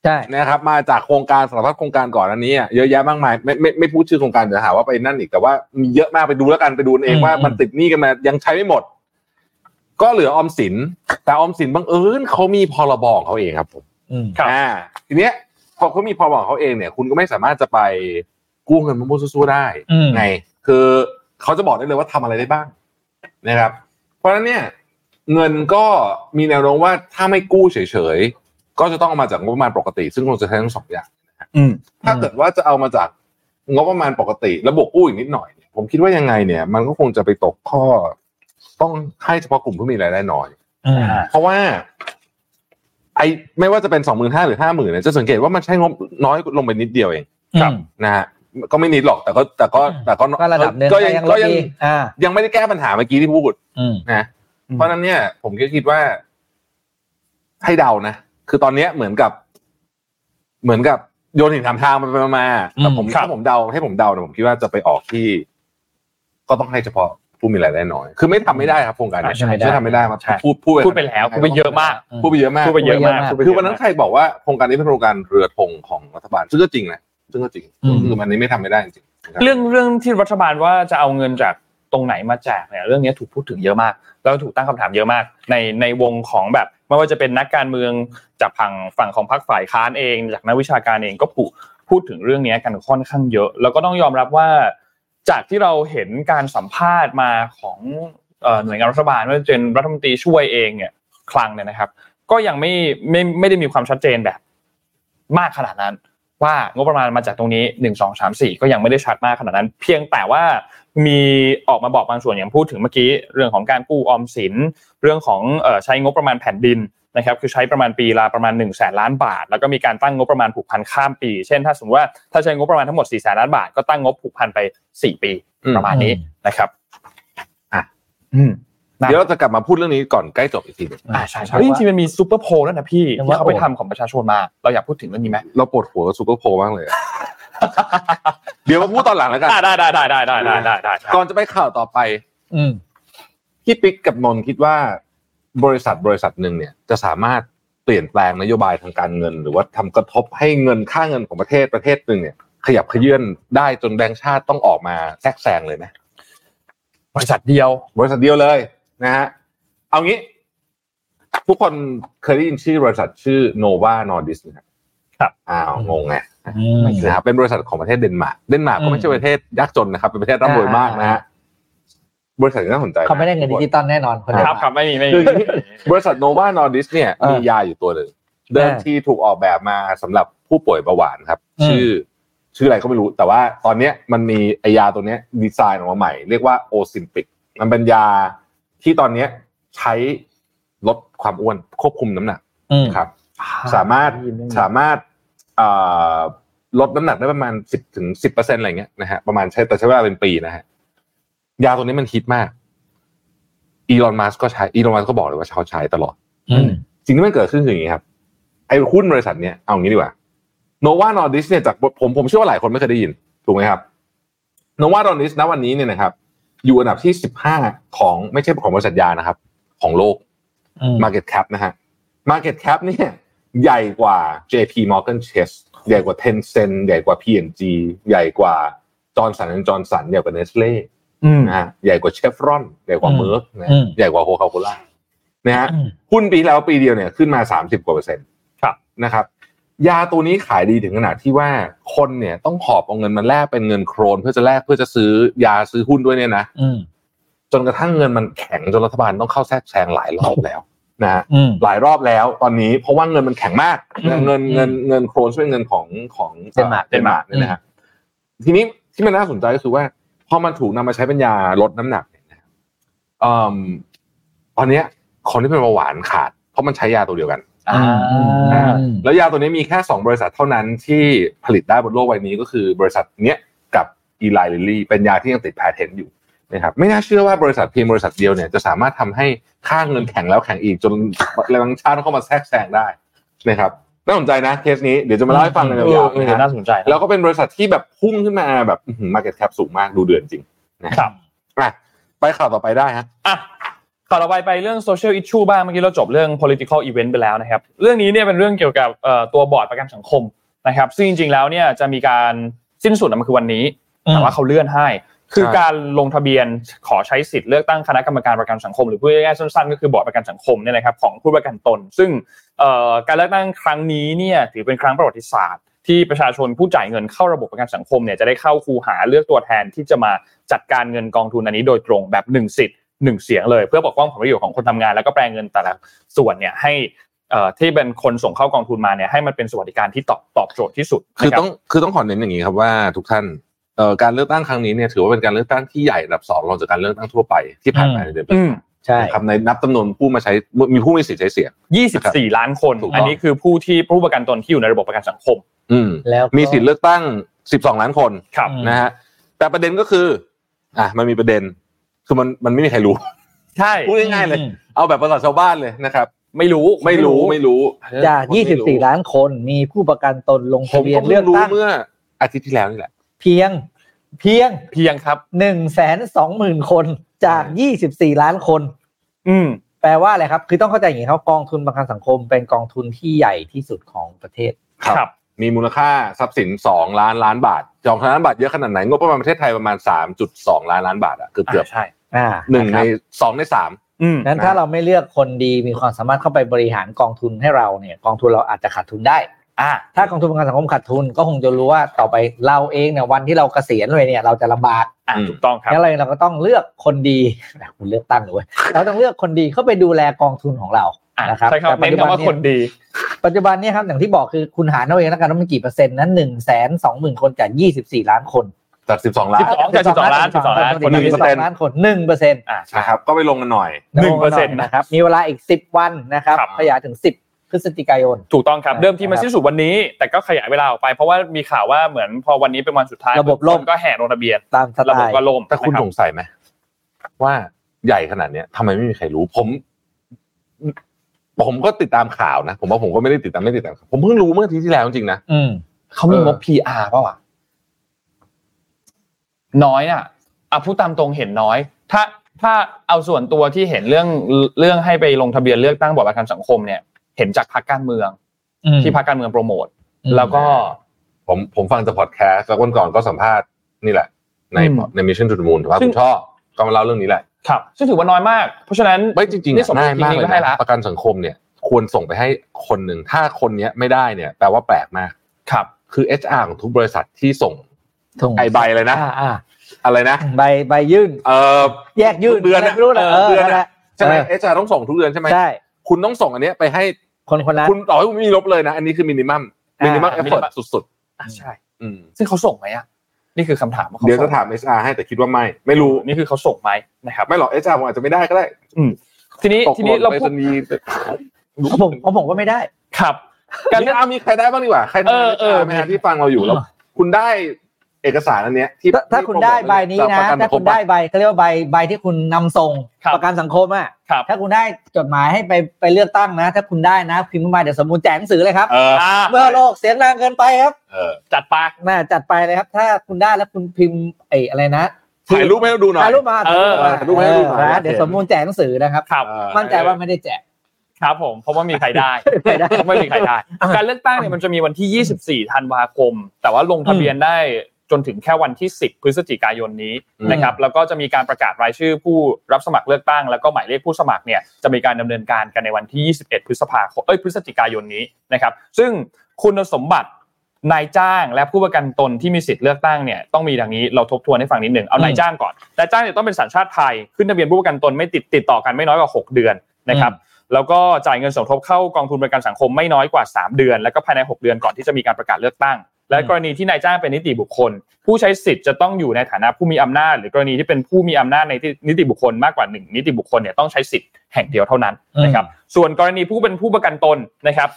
[SPEAKER 4] ใช่
[SPEAKER 3] นะครับ มาจากโครงการสารพัดโครงการก่อนอันนี้อ่ะเยอะแยะมากมายไม่ไม่ไม่พูดชื่อโครงการจะหาว่าไปนั่นอีกแต่ว่ามีเยอะมากไปดูแล้วกันไปดูเอง
[SPEAKER 4] อืม
[SPEAKER 3] ว่า
[SPEAKER 4] อืม
[SPEAKER 3] มันติดหนี้กันมายังใช้ไม่หมด ก็เหลือออมสิน แต่ออมสินบังเอิญเขามีพรบของเขาเองครับผม
[SPEAKER 4] อืม
[SPEAKER 2] ครับ
[SPEAKER 3] อ่าทีเนี้ยพอเขามีพรบของเขาเองเนี่ย คุณก็ไม่สามารถจะไปกู้เงินมั่วๆซั่วๆได้
[SPEAKER 4] อืม
[SPEAKER 3] ไง คือเขาจะบอกได้เลยว่าทำอะไรได้บ้างนะครับ เพราะฉะนั้นเนี่ย เงินก็มีแนวโน้มว่าถ้าไม่กู้เฉยๆ ก็จะต้องเอามาจากงบประมาณปกติ ซึ่งคงจะใช้ทั้งสองอย่างนะฮะ
[SPEAKER 2] อืม
[SPEAKER 3] ถ้าเกิดว่าจะเอามาจากงบประมาณปกติแล้วบวกกู้อีกนิดหน่อยเนี่ยผมคิดว่ายังไงเนี่ย มันก็คงจะไปตกข้อ ต้องให้เฉพาะกลุ่มผู้มีรายได้น้อย
[SPEAKER 4] อืม
[SPEAKER 3] เพราะว่า ไอไม่ว่าจะเป็นสองหมื่นห้าหรือห้าหมื่นเนี่ยจะสังเกตว่ามันใช้งบน้อยลงไปนิดเดียวเอง
[SPEAKER 4] ครับ
[SPEAKER 3] นะฮะก็ไม่นิดหรอกแต่ก็แต่ก็แต่ก็
[SPEAKER 4] ก็ระดับหนึ่ง
[SPEAKER 3] ก็ยัง
[SPEAKER 4] ล
[SPEAKER 3] ก็
[SPEAKER 4] ด
[SPEAKER 3] ยัง
[SPEAKER 4] ดีอ่า
[SPEAKER 3] ยังไม่ได้แก้ปัญหาเมื่อกี้ที่พูด
[SPEAKER 4] อืม
[SPEAKER 3] นะ
[SPEAKER 2] อืม
[SPEAKER 3] เพราะฉะนั้นเนี่ย ผมก็คิดว่า ให้เดานะ คือตอนเนี้ยเหมือนกับ เหมือนกับโยนหินถามทางไปไปมาๆแต่ผม
[SPEAKER 2] อืมครับ
[SPEAKER 3] ถ้าผมเดาให้ผมเดาเนี่ยผมคิดว่าจะไปออกที่ ก็ต้องให้เฉพาะผู้มีรายได้น้อย คือไม่ทำไม่ได้ครับโครงการเนี้ย
[SPEAKER 4] ใช่ไม่ได้
[SPEAKER 3] ทำไม่ได้ครับพูดพูด
[SPEAKER 2] พูดไปแล้วพูดไปเยอะมาก
[SPEAKER 3] พูดไปเยอะมาก
[SPEAKER 2] พูดไปเยอะมากพูดไป
[SPEAKER 3] คื
[SPEAKER 2] เย
[SPEAKER 3] อ
[SPEAKER 2] อะมาก
[SPEAKER 3] วันนั้นใครบอกว่าโครงการนี้เป็นโครงการเรือธงของรัฐบาล ซึ่งก็จริงนะ ซึ่งก็จริง
[SPEAKER 4] อืม
[SPEAKER 3] คือมันนี้ไม่ทำไม่ได้จริงๆนะครับ
[SPEAKER 2] เรื่องเรื่องที่รัฐบาลว่าจะเอาเงินจากตรงไหนมาแจกเนี่ยเรื่องนี้ถูกพูดถึงเยอะมาก แล้วถูกตั้งคำถามเยอะมาก ในในวงของแบบไม่ว่าจะเป็นนักการเมืองจากฝั่งฝั่งของพรรคฝ่ายค้านเอง จากนักวิชาการเองก็พูดพูดถึงเรื่องนี้กันค่อนข้างเยอะ แล้วก็ต้องยอมรับว่า จากที่เราเห็นการสัมภาษณ์มาของเอ่อหน่วยงานรัฐบาลไม่ว่าจะเป็นรัฐมนตรีช่วยเองเนี่ยคลังเนี่ยนะครับ ก็ยังไม่ไม่ไม่ได้มีความชัดเจนแบบ มากขนาดนั้น ว่างบประมาณมาจากตรงนี้หนึ่งสองสามสี่ก็ยังไม่ได้ชัดมากขนาดนั้น เพียงแต่ว่ามีออกมาบอกบางส่วนอย่างพูดถึงเมื่อกี้เรื่องของการกู้ออมสิน เรื่องของเอ่อใช้งบประมาณแผ่นดินนะครับคือใช้ประมาณปีละประมาณ1นึ่งแสนล้านบาท แล้วก็มีการตั้งงบประมาณผูกพันข้ามปี เช่นถ้าสมมติว่าถ้าใช้งบประมาณทั้งหมด4ี่แสนล้านบาทก็ตั้งงบผูกพันไป 4 ปี
[SPEAKER 3] อืม
[SPEAKER 2] ประมาณนี้นะครับ
[SPEAKER 3] อ่ะ
[SPEAKER 2] อืม
[SPEAKER 3] เดี๋ยวเราจะกลับมาพูดเรื่องนี้ก่อนใกล้จบอีกทีหนึ่ง
[SPEAKER 2] อ่าใช่ใช่เฮ้ยจริงๆมันมีซูเปอร์โพลแล้วนะพี่ที่เขาไปทำของประชาชนมาเราอยากพูดถึงเรื่องนี้ไหม
[SPEAKER 3] เราปวดหัวกับซูเปอร์โพลมากเลยอะ เดี๋ยวมาพูดตอนหลังแล้วกัน
[SPEAKER 2] อ่ะได้ได้ได้ได้ได้ได้ได้ได้ได้
[SPEAKER 3] ก่อนจะไปข่าวต่อไป
[SPEAKER 4] อืม
[SPEAKER 3] พี่ปิ๊กกับนนท์คิดว่า บริษัทบริษัทหนึ่งเนี่ย จะสามารถเปลี่ยนแปลงนโยบายทางการเงิน หรือว่าทำกระทบให้เงินค่าเงินของประเทศประเทศหนึ่งเนี่ย ขยับขยื่นได้จนแบงก์ชาติต้องออกมาแทรกแซงเลยไหม
[SPEAKER 2] บริษัทเดียว
[SPEAKER 3] บริษัทเดียวเลยนะฮะ เอางี้ ทุกคนเคยได้ยินชื่อบริษัทชื่อ Nova Nordis นะครับ อ้าว
[SPEAKER 4] อืม
[SPEAKER 3] งงไง
[SPEAKER 4] อืม
[SPEAKER 3] นะครับเป็นบริษัทของประเทศเดนมาร์กเดนมาร์ก
[SPEAKER 4] อื
[SPEAKER 3] ก็
[SPEAKER 4] ม
[SPEAKER 3] ไม่ใช่ประเทศยากจนนะครับ เป็นประเทศร่ำรวยมากนะฮะ บริษัทนี้น่าสนใจนะ
[SPEAKER 4] เขาไม่ได้เงินดิจิตอลแน่นอนคนเดีย
[SPEAKER 2] ครับ
[SPEAKER 4] ว
[SPEAKER 2] ครับไม่มีไม่
[SPEAKER 3] คื
[SPEAKER 2] มี
[SPEAKER 3] ออย่างนี้บริษัทโนวานอร์ดิสเนี่ย
[SPEAKER 4] เออ
[SPEAKER 3] มียาอยู่ตัวหนึ่งเดิม
[SPEAKER 4] เออ
[SPEAKER 3] ที่ถูกออกแบบมาสำหรับผู้ป่วยเบาหวานครับ
[SPEAKER 4] อืม
[SPEAKER 3] ชื่อ ชื่ออะไรก็ไม่รู้ แต่ว่าตอนเนี้ยมันมีไอยาตัวเนี้ยดีไซน์ออกมาใหม่ เรียกว่าโอซิมปิกมันเป็นยาที่ตอนเนี้ยใช้ลดความอ้วนควบคุมน้ำหนัก
[SPEAKER 4] อืม
[SPEAKER 3] ครับ สามารถสามารถเอ่อลดน้ำหนักได้ประมาณสิบถึงสิบเปอร์เซ็นอะไรเงี้ยนะฮะประมาณใช้แต่ใช้เวลาเป็นปีนะฮะยาตัวนี้มันฮิตมากอีลอนมัสก็ใช้อีลอนมัสก็บอกเลยว่าเขาใช้ตลอด
[SPEAKER 4] อืม
[SPEAKER 3] สิ่งที่มันเกิดขึ้นคืออย่างนี้ครับ ไอ้หุ้นบริษัทเนี้ยเอางี้ดีกว่าโนวานอร์ดิสเนี่ยจากผมผมเชื่อว่าหลายคนไม่เคยได้ยิน ถูกไหมครับโนวานอร์ดิสณวันนี้เนี่ยนะครับ อยู่อันดับที่สิบห้าของไม่ใช่ของบริษัทยานะครับ ของโลก
[SPEAKER 4] อืม
[SPEAKER 3] Market Cap นะฮะ Market Cap เนี่ยใหญ่กว่า JP Morgan Chase ใหญ่กว่า Tencent ใหญ่กว่า P&G ใหญ่กว่า Johnson Johnson ใหญ่กว่า Nestle
[SPEAKER 2] อืม
[SPEAKER 3] นะฮะใหญ่กว่า Chevron ใหญ่กว่า
[SPEAKER 4] อืม
[SPEAKER 3] Merck นะ
[SPEAKER 4] อืม
[SPEAKER 3] ใหญ่กว่า Coca-Cola นะฮะ
[SPEAKER 4] อืม
[SPEAKER 3] หุ้นปีที่แล้วปีเดียวเนี่ยขึ้นมา 30 กว่าเปอร์เซ็นต์
[SPEAKER 2] ครับ
[SPEAKER 3] นะครับ ยาตัวนี้ขายดีถึงขนาดที่ว่าคนเนี่ยต้องหอบเอาเงินมาแลกเป็นเงินโครน เพื่อจะแลกเพื่อจะซื้อยาซื้อหุ้นด้วยเนี่ยนะ
[SPEAKER 4] อืม
[SPEAKER 3] จนกระทั่งเงินมันแข็งจนรัฐบาลต้องเข้าแทรกแซงหลายรอบแล้วนะฮะ
[SPEAKER 4] อืม
[SPEAKER 3] หลายรอบแล้วตอนนี้เพราะว่าเงินมันแข็งมากนะเงินเงินเงินโครนซึ่งเป็นเงินของของ
[SPEAKER 4] เดนมาร์ก
[SPEAKER 3] เดนมาร์กเนี่ยนะฮะทีนี้ที่มันน่าสนใจก็คือว่าพอมันถูกนำมาใช้เป็นยาลดน้ำหนักเนี่ยนะเอิ่มตอนเนี้ยคนที่เป็นเบาหวานขาด เพราะมันใช้ยาตัวเดียวกัน
[SPEAKER 4] อืมอืม
[SPEAKER 3] อ่า
[SPEAKER 4] อืม
[SPEAKER 3] แล้วยาตัวนี้มีแค่ 2 บริษัทเท่านั้นที่ผลิตได้บนโลกใบนี้ก็คือบริษัทเนี้ยกับอีไลลิลี่เป็นยาที่ยังติดแพเทนต์อยู่นะครับไม่น่าเชื่อว่าบริษัทเพียงบริษัทเดียวเนี่ยจะสามารถทำให้ค่าเงินแข็งแล้วแข็งอีกจนแรงชาติเข้ามาแทรกแซงได้นะครับน่าสนใจนะเคสนี้เดี๋ยวจะมาเล่าให้ฟังกัน
[SPEAKER 2] เออย
[SPEAKER 3] าวๆ
[SPEAKER 2] เออ
[SPEAKER 3] นะฮะ
[SPEAKER 2] น่าสนใจนะ
[SPEAKER 3] แล้วก็เป็นบริษัทที่แบบพุ่งขึ้นมาแบบมาเก็ตแคปสูงมากดูเดือนจริงนะครับ อ่ะไปข่าวต่อไปได้ฮะ
[SPEAKER 2] อ่ะข่าวต่อไปไปเรื่อง social issue บ้างเมื่อกี้เราจบเรื่อง political event ไปแล้วนะครับ เรื่องนี้เนี่ยเป็นเรื่องเกี่ยวกับเอ่อตัวบอร์ดประกันสังคมนะครับซึ่งจริงๆแล้วเนี่ยจะมีการสิ้นสุดนะมันคือวันนี้ แต่ว่าเขาเลื่อนให้ คือ
[SPEAKER 3] ใช่
[SPEAKER 2] การลงทะเบียนขอใช้สิทธิ์เลือกตั้งคณะกรรมการประกันสังคม หรือพูดง่ายๆสั้นๆ ก็คือบอร์ดประกันสังคมเนี่ยนะครับของผู้ประกันตน ซึ่งเอ่อการเลือกตั้งครั้งนี้เนี่ยถือเป็นครั้งประวัติศาสตร์ ที่ประชาชนผู้จ่ายเงินเข้าระบบประกันสังคมเนี่ยจะได้เข้าคูหาเลือกตัวแทนที่จะมาจัดการเงินกองทุนอันนี้โดยตรงแบบหนึ่งสิทธิ์หนึ่งเสียงเลย เพื่อปกป้องผลประโยชน์ของคนทำงานแล้วก็แปลงเงินแต่ละส่วนเนี่ยให้เอ่อที่เป็นคนส่งเข้ากองทุนมาเนี่ยให้มันเป็นสวัสดิการที่ตอบตอบโจทย์ที่สุด
[SPEAKER 3] คือ
[SPEAKER 2] นะครับ
[SPEAKER 3] ต้องคือต้องขอเน้นอย่างนี้ครับว่าทุกท่านเอ่อการเลือกตั้งครั้งนี้เนี่ยถือว่าเป็นการเลือกตั้งที่ใหญ่ระดับสองรองจากการเลือกตั้งทั่วไปที่ผ่านมาในเดือนพฤษ
[SPEAKER 2] อืม
[SPEAKER 4] ใช่
[SPEAKER 3] ภาคมนะครับในนับจำนวนผู้มาใช้มีผู้มีสิทธิ์ใช้เสียง นะครับ
[SPEAKER 2] 24 ล้านคน
[SPEAKER 3] ถูกต้อง
[SPEAKER 2] อันนี้คือผู้ที่ผู้ประกันตนที่อยู่ในระบบประกันสังคม
[SPEAKER 3] อืม
[SPEAKER 4] แล้วก็
[SPEAKER 3] มีสิทธิ์เลือกตั้ง 12 ล้านคน
[SPEAKER 2] ครับ
[SPEAKER 4] อืม
[SPEAKER 3] นะฮะแต่ประเด็นก็คืออ่ะมันมีประเด็น คือมันมันไม่มีใครรู้
[SPEAKER 2] ใช่
[SPEAKER 3] พูดง่ายๆเลย เอาแบบภาษาชาวบ้านเลยนะครับ
[SPEAKER 2] ไม่รู้
[SPEAKER 3] ไม่รู้ไม่รู้
[SPEAKER 4] จาก
[SPEAKER 3] คนไม่รู้
[SPEAKER 4] 24 ล้านคนมีผู้ประกันตนลง
[SPEAKER 3] ผ
[SPEAKER 4] ทะ
[SPEAKER 3] ม
[SPEAKER 4] เบีย
[SPEAKER 3] ก็
[SPEAKER 4] น
[SPEAKER 3] เลื
[SPEAKER 4] เลื
[SPEAKER 3] อ
[SPEAKER 4] อก ก
[SPEAKER 3] รู้
[SPEAKER 4] ตั้ง
[SPEAKER 3] เมื่ออาทิตย์ที่แล้วนี่แหละ
[SPEAKER 4] เพียง เพียง
[SPEAKER 2] เพียงครับ
[SPEAKER 4] 1,20,000 คนจาก
[SPEAKER 3] ใช่
[SPEAKER 4] 24 ล้านคน
[SPEAKER 2] อืม
[SPEAKER 4] แปลว่าอะไรครับ คือต้องเข้าใจอย่างนี้ครับกองทุนประกันสังคมเป็นกองทุนที่ใหญ่ที่สุดของประเทศ
[SPEAKER 3] ครับ มีมูลค่าทรัพย์สิน 2 ล้านล้านบาทสองล้านล้านบาทเยอะขนาดไหนงบประมาณประเทศไทยประมาณ 3.2 ล้านล้านบาทอะเกือบเกือบ
[SPEAKER 2] ใช่
[SPEAKER 4] อ่า
[SPEAKER 3] หนึ่งในสองในสาม
[SPEAKER 2] อืม
[SPEAKER 4] นั้นถ้าเราไม่เลือกคนดีมีความสามารถเข้าไปบริหารกองทุนให้เราเนี่ย กองทุนเราอาจจะขาดทุนได้
[SPEAKER 2] อ่า
[SPEAKER 4] ถ้ากองทุนประกันสังคมขาดทุนก็คงจะรู้ว่าต่อไปเราเองเนี่ยวันที่เราเกษียณเลยเนี่ยเราจะลำบาก
[SPEAKER 2] อ่า
[SPEAKER 3] อืม
[SPEAKER 2] ถูกต้องครับ
[SPEAKER 4] งั้นเราเราก็ต้องเลือกคนดีนะคุณเลือกตั้งเลยเว้ยเราต้องเลือกคนดีเข้าไปดูแลกองทุนของเรา
[SPEAKER 2] อ่ะ
[SPEAKER 4] นะครับ
[SPEAKER 2] ใช่ครับ
[SPEAKER 4] แต่ปัจ
[SPEAKER 2] เน้น
[SPEAKER 4] จุบั
[SPEAKER 2] คำว่า
[SPEAKER 4] เย
[SPEAKER 2] คนดี
[SPEAKER 4] ปัจจุบันเนี่ยครับอย่างที่บอกคือคุณหารเอาเองแล้วกันว่ามันกี่เปอร์เซ็นต์นั้นหนึ่งแสนสองหมื่นคนจากยี่สิบสี่ล้านคน
[SPEAKER 3] จาก12 ล้าน
[SPEAKER 2] 12จาก12ล้าน12ล้านคนหนึ่ง
[SPEAKER 4] สิบสองล้านคนหนึ่งเปอร์เซ็นต์
[SPEAKER 2] อ่าใช่
[SPEAKER 3] นะครับ ก็ไปลงกันหน่อย
[SPEAKER 2] 1%
[SPEAKER 4] นะครับ มีเวลาอีกสิบวันนะครับ
[SPEAKER 2] ครับ
[SPEAKER 4] ขยายถึงสิบพฤศจิกายน
[SPEAKER 2] ถูกต้องครับ
[SPEAKER 4] นะครับ
[SPEAKER 2] เดิมทีมันสิ้นสุดวันนี้ แต่ก็ขยายเวลาออกไป เพราะว่ามีข่าวว่าเหมือนพอวันนี้เป็นวันสุดท้าย
[SPEAKER 4] ระบบล่ม
[SPEAKER 2] คนก็แห่ลงทะเบียน
[SPEAKER 4] ตามสไต
[SPEAKER 2] ระบบ
[SPEAKER 4] ล์
[SPEAKER 2] ก็ล่ม
[SPEAKER 3] แต่คุณ
[SPEAKER 2] นะ
[SPEAKER 3] ส
[SPEAKER 2] รับ
[SPEAKER 3] งสัยไหมว่าใหญ่ขนาดเนี้ยทำไมไม่มีใครรู้ ผม ผมก็ติดตามข่าวนะ ผมว่าผมก็ไม่ได้ติดตามไม่ได้ติดตามข่าวผมเพิ่งรู้เมื่ออาทีที่แล้วจริงๆนะ
[SPEAKER 4] อืม
[SPEAKER 2] เขามี
[SPEAKER 3] เออ
[SPEAKER 2] งบ PR เปล่าวะน้อยอ่ะอ่ะพูดตามตรงเห็นน้อย ถ้าถ้าเอาส่วนตัวที่เห็นเรื่องเรื่องให้ไปลงทะเบียนเลือกตั้งบอร์ดประกันสังคมเนี่ย เห็นจากพรรคการเมือง ที่พรรคการเมืองโปรโมท
[SPEAKER 4] อืม
[SPEAKER 2] แล้วก็
[SPEAKER 3] ผมผมฟังจากพอดแคสต์แล้ววันก่อนก็สัมภาษณ์นี่แหละ ใน
[SPEAKER 2] อืม
[SPEAKER 3] ในมิชชั่นจุดมูลถือว่า
[SPEAKER 2] ซึ่
[SPEAKER 3] คุ
[SPEAKER 2] ง
[SPEAKER 3] ณชอบก็มาเล่าเรื่องนี้แหละ
[SPEAKER 2] ครับซึ่งถือว่าน้อยมาก เพราะฉะนั้น
[SPEAKER 3] ไม่จริงๆ
[SPEAKER 2] นี่
[SPEAKER 3] อะ
[SPEAKER 2] สม
[SPEAKER 3] ง่ายมากเลย
[SPEAKER 2] จริงๆก็ให้ละ
[SPEAKER 3] นะประกันสังคมเนี่ย ควรส่งไปให้คนหนึ่งถ้าคนเนี้ยไม่ได้เนี่ยแปลว่าแปลกมาก
[SPEAKER 2] ครับ
[SPEAKER 3] คือ HR ของทุกบริษัทที่ส่ง
[SPEAKER 4] ถุง
[SPEAKER 3] ไอใบเลยนะ
[SPEAKER 4] อ่าอ่า
[SPEAKER 3] ไอ อะไรนะ
[SPEAKER 4] ใบใบยื่น
[SPEAKER 3] เออ
[SPEAKER 4] แยกยื่น
[SPEAKER 3] เดือน
[SPEAKER 4] อะไรไม่รู้แหละ
[SPEAKER 3] เออ
[SPEAKER 4] เออ
[SPEAKER 3] เดือน
[SPEAKER 4] นั่นแหละ
[SPEAKER 3] ใช่ไหม
[SPEAKER 4] เอ
[SPEAKER 3] เอชาต้องส่งทุกเดือนใช่ไหม
[SPEAKER 4] อใช่
[SPEAKER 3] คุณต้องส่งอันเนี้ยไปให้
[SPEAKER 4] คนคนนั้น
[SPEAKER 3] คุณต่อให้คุณไม่มีลบเลยนะ อันนี้คือมินิมัมมินิมัมเอฟเฟอร์สุด
[SPEAKER 2] อ่ะใช่
[SPEAKER 3] ๆอืม
[SPEAKER 2] ซึ่งเขาส่งไหมอ่ะนี่คือคำถามว่าเขา
[SPEAKER 3] เดี๋ยวจะ
[SPEAKER 2] ส่ง
[SPEAKER 3] ถาม HR ให้แต่คิดว่าไม่ ไม่รู้
[SPEAKER 2] นี่คือเขาส่งไหมนะครับ
[SPEAKER 3] ไม่หรอก HR ผมอาจจะไม่ได้ก็ได้
[SPEAKER 2] ทีนี้
[SPEAKER 3] ตก
[SPEAKER 2] ที
[SPEAKER 3] ห
[SPEAKER 2] นี้
[SPEAKER 3] ล่น
[SPEAKER 2] เรา
[SPEAKER 3] ไป
[SPEAKER 2] พู
[SPEAKER 3] ส
[SPEAKER 2] ด
[SPEAKER 3] นีย์
[SPEAKER 4] ของผมของผมก็ไม่ได้
[SPEAKER 2] ครับ กา
[SPEAKER 3] การ ร
[SPEAKER 2] เลือก
[SPEAKER 3] เอามีใครได้บ้างดีกว่า ใครทำ
[SPEAKER 2] เออเออ
[SPEAKER 3] งาน HR ไหมฮะที่ฟังเราอยู่แล้ว คุณได้เอกสารอันเนี้ยที่
[SPEAKER 4] ถ้าถ้า
[SPEAKER 3] ที่
[SPEAKER 4] คุณได้ใบนี้
[SPEAKER 3] ป
[SPEAKER 4] นะ
[SPEAKER 3] รกั
[SPEAKER 4] ถ้าคุณได้ใบเขาเรียกว่าใบใบที่คุณนำส่ง
[SPEAKER 2] ครับ
[SPEAKER 4] ประกันสังคมอ่ะ
[SPEAKER 2] ครับ
[SPEAKER 4] ถ้าคุณได้จดหมายให้ไปไปเลือกตั้งนะ ถ้าคุณได้นะพิมพ์มาเดี๋ยวสมมูลแจกหนังสือเลยครับ
[SPEAKER 3] เออ
[SPEAKER 2] อ่า
[SPEAKER 4] เมื่อโลกเสียงดังเกินไปครับ
[SPEAKER 3] เออ
[SPEAKER 2] จัดไป
[SPEAKER 4] น่าจัดไปเลยครับ ถ้าคุณได้แล้วคุณพิมพ์ไอ้อะไรนะ
[SPEAKER 3] ถ่ายรูปให้เราดูหน่อย
[SPEAKER 4] ถ่ายรูปมา
[SPEAKER 2] เออ
[SPEAKER 3] ถ่ายรูปให้ดูหน่อย
[SPEAKER 4] เออนะเดี๋ยวสมมูลแจกหนังสือนะครับ
[SPEAKER 2] ครับ
[SPEAKER 3] เออ
[SPEAKER 4] มั่นใจว่าไม่ได้แจก
[SPEAKER 2] ครับผมเพราะว่ามีใครได้
[SPEAKER 4] ไม่ได้
[SPEAKER 2] ไม่มีใครได้ การเลือกตั้งเนี่ยมันจะมีวันที่ 24 ธันวาคม แต่ว่าลงทะเบียนได้จนถึงแค่วันที่ 10 พฤศจิกายนนี้
[SPEAKER 3] อืม
[SPEAKER 2] นะครับ แล้วก็จะมีการประกาศรายชื่อผู้รับสมัครเลือกตั้ง แล้วก็หมายเลขผู้สมัครเนี่ยจะมีการดำเนินการกันในวันที่ 21 พฤษภาคม เอ้ย พฤศจิกายนนี้นะครับ ซึ่งคุณสมบัตินายจ้างและผู้ประกันตนที่มีสิทธิ์เลือกตั้งเนี่ยต้องมีดังนี้เราทบทวนให้ฟังนิดหนึ่งเอานายจ้างก่อนนายจ้างเนี่ยต้องเป็นสัญชาติไทยขึ้นทะเบียนผู้ประกันตนไม่ติดติดต่อกันไม่น้อยกว่า 6 เดือนนะครับ แล้วก็จ่ายเงินสมทบเข้ากองทุนประกันสังคมไม่น้อยกว่า 3 เดือน แล้วก็ภายใน 6 เดือนก่อนที่จะมีการประกาศเลือกตั้ง และกรณีที่นายจ้างเป็นนิติบุคคล ผู้ใช้สิทธิ์จะต้องอยู่ในฐานะผู้มีอำนาจ หรือกรณีที่เป็นผู้มีอำนาจในนิติบุคคลมากกว่า 1 นิติบุคคลเนี่ยต้องใช้สิทธิ์แห่งเดียวเท่านั้นนะครับส่วนกรณีผู้เป็นผู้ประกันตนนะครับ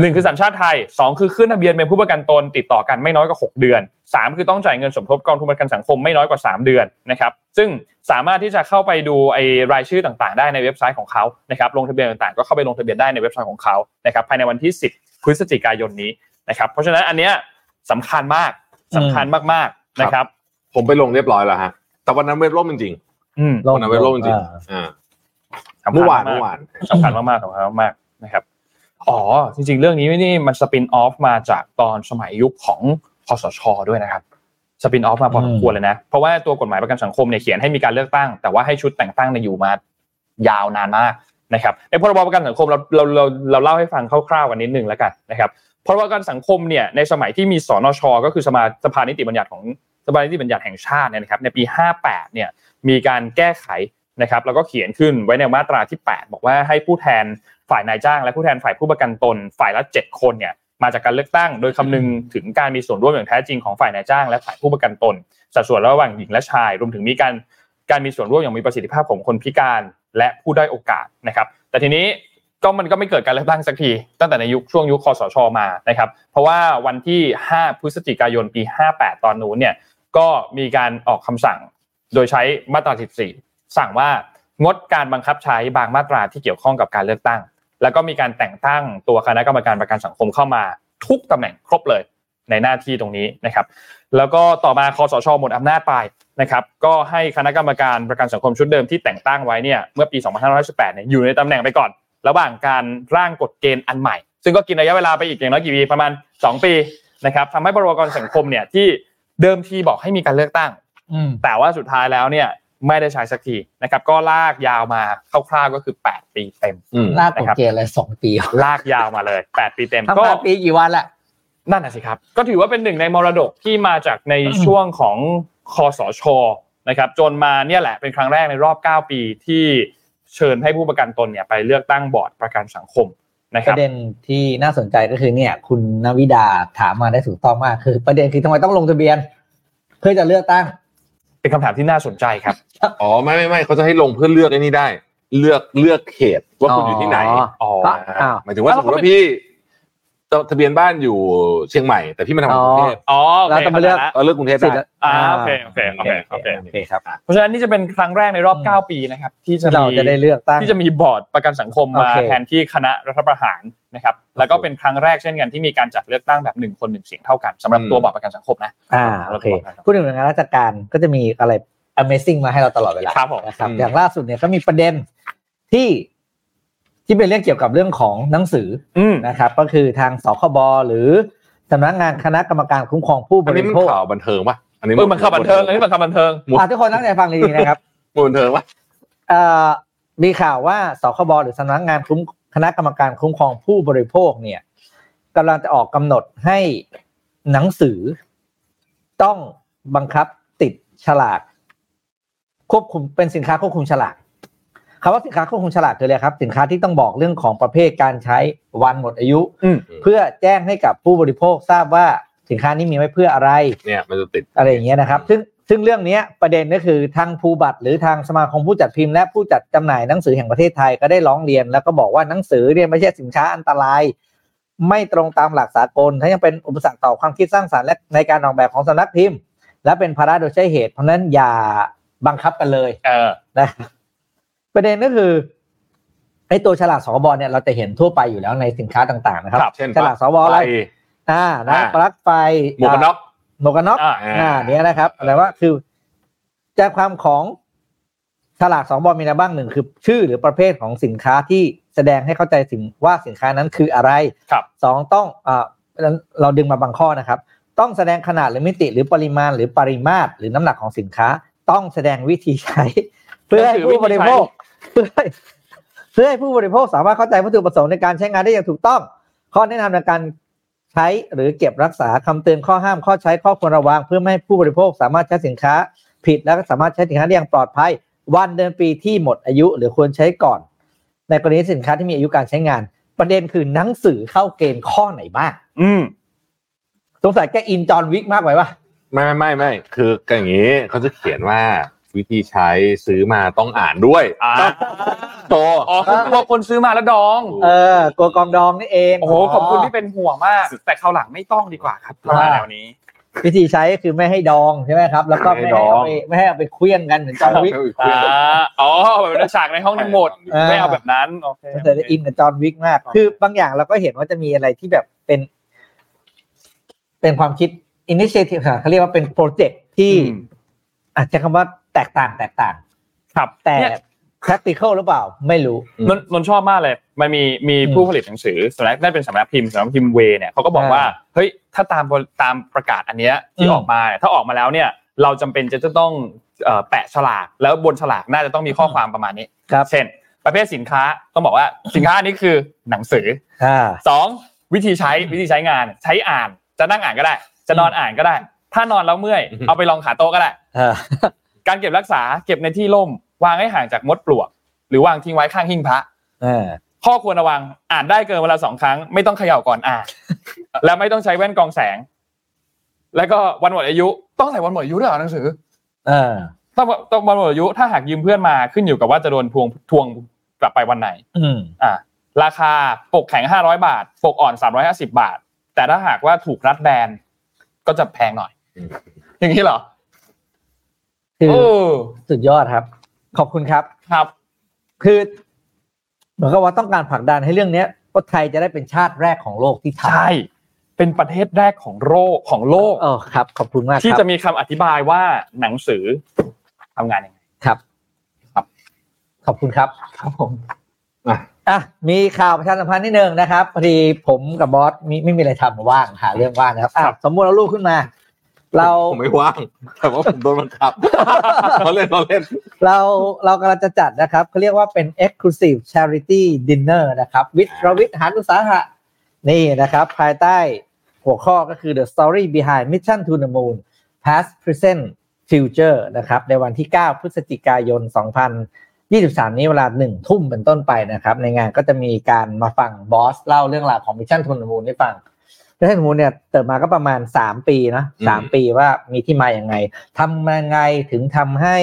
[SPEAKER 2] หนึ่งคือสัญชาติไทยสองคือขึ้นทะเบียนเป็นผู้ประกันตน ติดต่อกันไม่น้อยกว่า 6 เดือนสามคือต้องจ่ายเงินสมทบกองทุนประกันสังคมไม่น้อยกว่า 3 เดือนนะครับซึ่งสามารถที่จะเข้าไปดูไอ้รายชื่อต่างๆ ได้ในเว็บไซต์ของเขานะครับลงทะเบียนต่างๆ ก็เข้าไปลงทะเบียนได้ในเว็บไซต์ของเขานะครับภายในวันที่ 10 พฤศจิกายนนี้นะครับเพราะฉะนั้นอันเนี้ยสำคัญมากสำคัญมากๆนะครับ
[SPEAKER 3] ผมไปลงเรียบร้อยแล้วฮะแต่วันนั้นเว็บล่มจริง
[SPEAKER 2] อืม
[SPEAKER 3] ๆวันนั้นเว็บล่มจริง
[SPEAKER 4] อ่า
[SPEAKER 3] ๆอ่า
[SPEAKER 2] สำคัญ
[SPEAKER 3] เมื่อวาน
[SPEAKER 2] กๆ
[SPEAKER 3] เมื่อวาน
[SPEAKER 2] สำคัญมากๆสำคัญมากๆนะครับ อ๋อ จริง ๆ เรื่องนี้นี่มันสปินออฟมาจากตอนสมัยยุคของคอสชด้วยนะครับ สปินออฟมาพอสมควรเลยนะ เพราะว่าตัวกฎหมายประกันสังคมเนี่ยเขียนให้มีการเลือกตั้ง แต่ว่าให้ชุดแต่งตั้งเนี่ยอยู่มายาวนานมากนะครับในพรบประกันสังคมเราเราเราเราเล่าให้ฟังคร่าวๆกันนิดนึงแล้วกันนะครับพรบประกันสังคมเนี่ยในสมัยที่มีสนช ก็คือสมาสภานิติบัญญัติของสภานิติบัญญัติแห่งชาติเนี่ยนะครับในปี 58เนี่ย มีการแก้ไขนะครับแล้วก็เขียนขึ้นไว้ในมาตราที่ 8 บอกว่าให้ผู้แทนฝ่ายนายจ้าง และผู้แทนฝ่ายผู้ประกันตน ฝ่ายละ 7 คนเนี่ยมาจากการเลือกตั้ง โดยคำนึงถึงการมีส่วนร่วมอย่างแท้จริงของฝ่ายนายจ้างและฝ่ายผู้ประกันตน สัดส่วนระหว่างหญิงและชาย รวมถึงมีการการมีส่วนร่วมอย่างมีประสิทธิภาพของคนพิการและผู้ด้อยโอกาสนะครับ แต่ทีนี้ก็มันก็ไม่เกิดการเลือกตั้งสักที ตั้งแต่ในยุคช่วงยุคคอสชมานะครับ เพราะว่าวันที่ 5 พฤศจิกายนปี 58 ตอนนู้นเนี่ยก็มีการออกคำสั่ง โดยใช้มาตรา 14 สั่งว่างดการบังคับใช้บางมาตราที่เกี่ยวข้องกับการเลือกตั้ง แล้วก็มีการแต่งตั้งตัวคณะกรรมการประกันสังคมเข้ามาทุกตำแหน่งครบเลยในหน้าที่ตรงนี้นะครับ แล้วก็ต่อมาคอสชหมดอำนาจไปนะครับ ก็ให้คณะกรรมการประกันสังคมชุดเดิมที่แต่งตั้งไว้เนี่ยเมื่อปี 2518เนี่ยอยู่ในตำแหน่งไปก่อน ระหว่างการร่างกฎเกณฑ์อันใหม่ ซึ่งก็กินระยะเวลาไปอีกอย่างน้อยกี่ปีประมาณ 2 ปีนะครับทำให้พรบการสังคมเนี่ยที่เดิมทีบอกให้มีการเลือกตั้ง
[SPEAKER 4] อืม
[SPEAKER 2] แต่ว่าสุดท้ายแล้วเนี่ยไม่ได้ใช้สักทีนะครับก็ลากยาวมาคร่าวๆก็คือ 8 ปีเต็ม
[SPEAKER 3] อืม
[SPEAKER 4] ลากก
[SPEAKER 2] นะ
[SPEAKER 4] ฎ
[SPEAKER 2] ครับ
[SPEAKER 4] เกณฑ์เลยสองปี
[SPEAKER 2] ลากยาวมาเลย 8 ปีเต็ม
[SPEAKER 4] ทำ
[SPEAKER 2] ก็
[SPEAKER 4] งานปีกี่วันละ
[SPEAKER 2] นั่นน่ะสิครับ ก็ถือว่าเป็นหนึ่งในมรดกที่มาจากในช่วงของคอสชนะครับจนมาเนี่ยแหละเป็นครั้งแรกในรอบ 9 ปีที่เชิญให้ผู้ประกันตนเนี่ยไปเลือกตั้งบอร์ดประกันสังคมนะค
[SPEAKER 4] ป
[SPEAKER 2] รับ
[SPEAKER 4] ระเด็นที่น่าสนใจก็คือเนี่ย คุณนวิดาถามมาได้ถูกต้องมากคือ ประเด็นคือทำไมต้องลงทะเบียน เพื่อจะเลือกตั้ง
[SPEAKER 2] เป็นคำถามที่น่าสนใจครับ
[SPEAKER 3] อ๋อไม่ไม่ไม่เขาจะให้ลงเพื่อเลือกไอ้นี่ได้ เลือกเลือกเขตว่าคุณอยู่ที่ไหน
[SPEAKER 2] อ๋อ
[SPEAKER 3] อ่า
[SPEAKER 4] อ้าว
[SPEAKER 3] หมายถึงว่าส
[SPEAKER 4] แล้
[SPEAKER 3] ม
[SPEAKER 4] ว
[SPEAKER 3] มติว่าพี่ทะเบียนบ้านอยู่เชียงใหม่ แต่พี่มาทำงานกรุงเทพ
[SPEAKER 2] อ๋อโค
[SPEAKER 4] เราต้องมาเลือก
[SPEAKER 2] ข้ใจละ
[SPEAKER 3] เราเลือกกรุงเทพ
[SPEAKER 4] สิทธิ์
[SPEAKER 3] ได้
[SPEAKER 2] อ่าโอเคโอเคโอเคโอเค
[SPEAKER 4] โอเคครับ
[SPEAKER 2] เพราะฉะนั้นนี่จะเป็นครั้งแรกในรอบ
[SPEAKER 4] อืม
[SPEAKER 2] 9 ปีนะครับที่จะมี
[SPEAKER 4] เราจะได้เลือกตั้ง
[SPEAKER 2] ที่จะมีบอร์ดประกันสังคมมา
[SPEAKER 4] โอเค
[SPEAKER 2] แทนที่คณะรัฐประหารนะครับ แล้วก็เป็นครั้งแรกเช่นกันที่มีการจัดเลือกตั้งแบบหนึ่งคนหนึ่งเสียงเท่ากันสำหรับตัวบอร์ดประกันสังคมนะ
[SPEAKER 4] อ่าโอเคพูดถึงหน่วยงานราชการก็จะมีอะไร Amazing มาให้เราตลอดเวลา
[SPEAKER 2] ครับผม
[SPEAKER 4] นะครับอย่างล่าสุดเนี่ยก็มีประเด็นที่ที่เป็นเรื่องเกี่ยวกับเรื่องของหนังสือ
[SPEAKER 2] อืม
[SPEAKER 4] นะครับก็คือทางสคบหรือสำนักงานคณะกรรมการคุ้มครองผู้บ
[SPEAKER 3] อันนี้
[SPEAKER 4] ริ
[SPEAKER 3] มัน
[SPEAKER 4] โภค
[SPEAKER 3] ข่าวบันเทิงป่ะอันนี้
[SPEAKER 2] เออมันข่าวบันเทิงอันนี้มันข่าวบันเทิง
[SPEAKER 4] อ่ะทุกคนตั้งใจฟังดีๆนะครับ
[SPEAKER 3] มันบันเทิงป่ะ
[SPEAKER 4] เอ่อมีข่าวว่าสคบหรือสำนักงานคุ้มคณะกรรมการคุ้มครองผู้บริโภคเนี่ยกำลังจะออกกำหนดให้หนังสือ ต้องบังคับติด ฉลาก ควบคุมเป็นสินค้าควบคุมฉลากคำว่าสินค้าควบคุมฉลากคืออะไรครับ สินค้าที่ต้องบอกเรื่องของประเภทการใช้วันหมดอายุ
[SPEAKER 2] อืม
[SPEAKER 4] เพื่อแจ้งให้กับผู้บริโภคทราบว่าสินค้านี้มีไว้เพื่ออะไร
[SPEAKER 3] เนี่ยมันจะติด
[SPEAKER 4] อะไรอย่างเงี้ยนะครับ ซึ่งซึ่งเรื่องเนี้ยประเด็นก็คือทางภูบัตรหรือทางสมาคมผู้จัดพิมพ์และผู้จัดจำหน่ายหนังสือแห่งประเทศไทยก็ได้ร้องเรียน แล้วก็บอกว่าหนังสือเนี่ยไม่ใช่สินค้าอันตราย ไม่ตรงตามหลักสากลทั้งยังเป็นอุปสรรคต่อความคิดสร้างสรรค์และในการออกแบบของสำนักพิมพ์ และเป็นภาระโดยใช่เหตุ เพราะฉะนั้นอย่าบังคับกันเลย
[SPEAKER 2] เออ
[SPEAKER 4] นะประเด็นก็คือไอ้ตัวฉลากสวเนี่ยเราจะเห็นทั่วไปอยู่แล้วในสินค้าต่างๆ นะครับ
[SPEAKER 2] ครับ
[SPEAKER 3] เช่น
[SPEAKER 4] ฉลากสวอะไรอ่านะ
[SPEAKER 3] อ่า
[SPEAKER 4] ปลั๊กไฟ
[SPEAKER 3] หมวกกันน็อก
[SPEAKER 4] หมวกกันน็อก
[SPEAKER 2] อ่า
[SPEAKER 4] อ่าเนี้ยนะครับแต่ว่าคือใจความของฉลากสองบอลมีอะไรบ้างหนึ่งคือ ชื่อหรือประเภทของสินค้าที่แสดงให้เข้าใจถึงว่าสินค้านั้นคืออะไร
[SPEAKER 2] ครับ
[SPEAKER 4] สองต้องอ่าเราดึงมาบางข้อนะครับ ต้องแสดงขนาดหรือมิติหรือปริมาณหรือปริมาตรหรือน้ำหนักของสินค้า ต้องแสดงวิธีใช้ เพื่อให้ผู้บริโภคเพื่อให้เพื่อให้ผู้บริโภคสามารถเข้าใจวัตถุประสงค์ในการใช้งานได้อย่างถูกต้อง ข้อแนะนำในการใช้หรือเก็บรักษาคำเตือนข้อห้ามข้อใช้ข้อควรระวัง เพื่อไม่ให้ผู้บริโภคสามารถใช้สินค้า ผิดและก็สามารถใช้สินค้าได้อย่างปลอดภัย วันเดือนปีที่หมดอายุหรือควรใช้ก่อน ในกรณีสินค้าที่มีอายุการใช้งาน ประเด็นคือหนังสือเข้าเกณฑ์ข้อไหนบ้าง
[SPEAKER 2] อืม
[SPEAKER 4] สงสัยแกอินจอห์นวิกมากไปปะ
[SPEAKER 3] ไม่ไม่ไม่ไม่คืออย่างนี้เขาจะเขียนว่าวิธีใช้ซื้อมาต้องอ่านด้วย
[SPEAKER 2] อ่า
[SPEAKER 3] โต
[SPEAKER 2] อ๋อคือกลัวคนซื้อมาแล้วดอง
[SPEAKER 4] เออกลัวกองดองนี่เอง
[SPEAKER 2] โอ้โห ขอบคุณที่เป็นห่วงมาก แต่คราวหลังไม่ต้องดีกว่าครับประมาณแนวนี้
[SPEAKER 4] วิธีใช้ก็คือไม่ให้ดองใช่ไหมครับ แล้วก็
[SPEAKER 3] ไม่
[SPEAKER 4] ไม่
[SPEAKER 3] ให้
[SPEAKER 4] ให้
[SPEAKER 3] ดอ
[SPEAKER 4] เอา
[SPEAKER 3] ง
[SPEAKER 4] ไปไม่ให้เอาไปเคลี้ยงกันเหมือนจอห์นวิก
[SPEAKER 2] อ่า อ๋อแบบฉากในห้องทั้งหมด
[SPEAKER 4] เออ
[SPEAKER 2] ไม่เอาแบบนั้น โอเค
[SPEAKER 4] เธอจะอินกับจอห์นวิกมาก
[SPEAKER 2] ครับ
[SPEAKER 4] คือบางอย่างเราก็เห็นว่าจะมีอะไรที่แบบเป็น เป็นความคิดอินิเชทีฟเขาเรียกว่าเป็นโปรเจกต์ที่
[SPEAKER 2] อืม
[SPEAKER 4] อาจจะคำว่าแตกต่างแตกต่าง
[SPEAKER 2] ครับ
[SPEAKER 4] แต่
[SPEAKER 2] เนี่ย
[SPEAKER 4] practical หรือเปล่า ไม่รู้
[SPEAKER 2] นนนนชอบมากเลย มันมีมี
[SPEAKER 4] อืม
[SPEAKER 2] ผู้ผลิตหนังสือสำนักนั่นเป็นสำนักพิมพ์สำนักพิมพ์เวเนี่ยเขาก็บอกว่า
[SPEAKER 4] อ่า
[SPEAKER 2] เฮ้ย ถ้าตามบริตามประกาศอันเนี้ยที่
[SPEAKER 4] อืม
[SPEAKER 2] ออกมาเนี่ยถ้าออกมาแล้วเนี่ย เราจำเป็นจะต้องเอ่อแปะฉลาก แล้วบนฉลากน่าจะต้องมีข้อความประมาณนี้
[SPEAKER 4] ครับ
[SPEAKER 2] เช่น ประเภทสินค้าต้องบอกว่าสินค้าอันนี้คือหนังสือ
[SPEAKER 4] อ่า
[SPEAKER 2] สองวิธีใช้วิธีใช้งานใช้อ่านจะนั่งอ่านก็ได้ จะนอนอ่านก็ได้ ถ้านอนแล้วเมื่อย
[SPEAKER 3] อืม
[SPEAKER 2] เอาไปรองขาโต๊ะก็ได้
[SPEAKER 4] เออ
[SPEAKER 2] การเก็บรักษาเก็บในที่ร่ม วางให้ห่างจากมดปลวก หรือวางทิ้งไว้ข้างหิ้งพระ
[SPEAKER 4] เออ
[SPEAKER 2] ข้อควรระวังอ่านได้เกินเวลาสองครั้ง ไม่ต้องเขย่าก่อน อ่าน และไม่ต้องใช้แว่นกรองแสง แล้วก็วันหมดอายุ ต้องใส่วันหมดอายุด้วยเหรอหนังสือ
[SPEAKER 4] เออ
[SPEAKER 2] ต้องต้องวันหมดอายุถ้าหากยืมเพื่อนมาขึ้นอยู่กับว่าจะโดนทวงทวงกลับไปวันไหน
[SPEAKER 4] อืม
[SPEAKER 2] อ่ะราคาปกแข็ง 500 บาท ปกอ่อน 350 บาท แต่ถ้าหากว่าถูกรัดแบนก็จะแพง หน่อย
[SPEAKER 3] อืม
[SPEAKER 2] อย่างนี้เหรอ
[SPEAKER 4] คือ
[SPEAKER 2] โอ้
[SPEAKER 4] สุดยอดครับ ขอบคุณครับ
[SPEAKER 2] ครับ
[SPEAKER 4] คือเหมือนกับว่าต้องการผลักดันให้เรื่องเนี้ยว่าไทยจะได้เป็นชาติแรกของโลกที่ท
[SPEAKER 2] ใช่ เป็นประเทศแรกของโลกของโลก
[SPEAKER 4] ำเออครับ ขอบคุณมาก
[SPEAKER 2] ที่
[SPEAKER 4] ครับ
[SPEAKER 2] จะมีคำอธิบายว่าหนังสือทำงานยังไง
[SPEAKER 4] ครับ
[SPEAKER 2] ครับ
[SPEAKER 4] ขอบคุณครับ
[SPEAKER 2] ครับผม
[SPEAKER 4] อ่ะมีข่าวประชาสัมพันธ์นิดนึงนะครับพอดีผมกับบอสมีไม่มีอะไรทำว่างหาเรื่องว่างนะครับอ่ะสมมติเราลูกขึ้นมา เรา
[SPEAKER 3] ผมไม่ว่าง แต่ว่าผมโดนบังคับ เราเล่นเราเล่น
[SPEAKER 4] เราเรากำลังจะจัดนะครับเขาเรียกว่าเป็น Exclusive Charity Dinner นะครับ วิทรวิทย์หานอุตสาหะ นี่นะครับ ภายใต้หัวข้อก็คือ The Story Behind Mission to the Moon Past Present Future นะครับ ในวันที่ 9 พฤศจิกายน 2023 นี้เวลา 1 ทุ่มเป็นต้นไปนะครับ ในงานก็จะมีการมาฟังบอสเล่าเรื่องราวของ Mission to the Moon ให้ฟัง Mission to the Moon เนี่ยเติบมาก็ประมาณ 3 ปีนะ
[SPEAKER 3] อืม
[SPEAKER 4] 3ปีว่ามีที่มาอย่างไงทำมายังไงถึงทำให้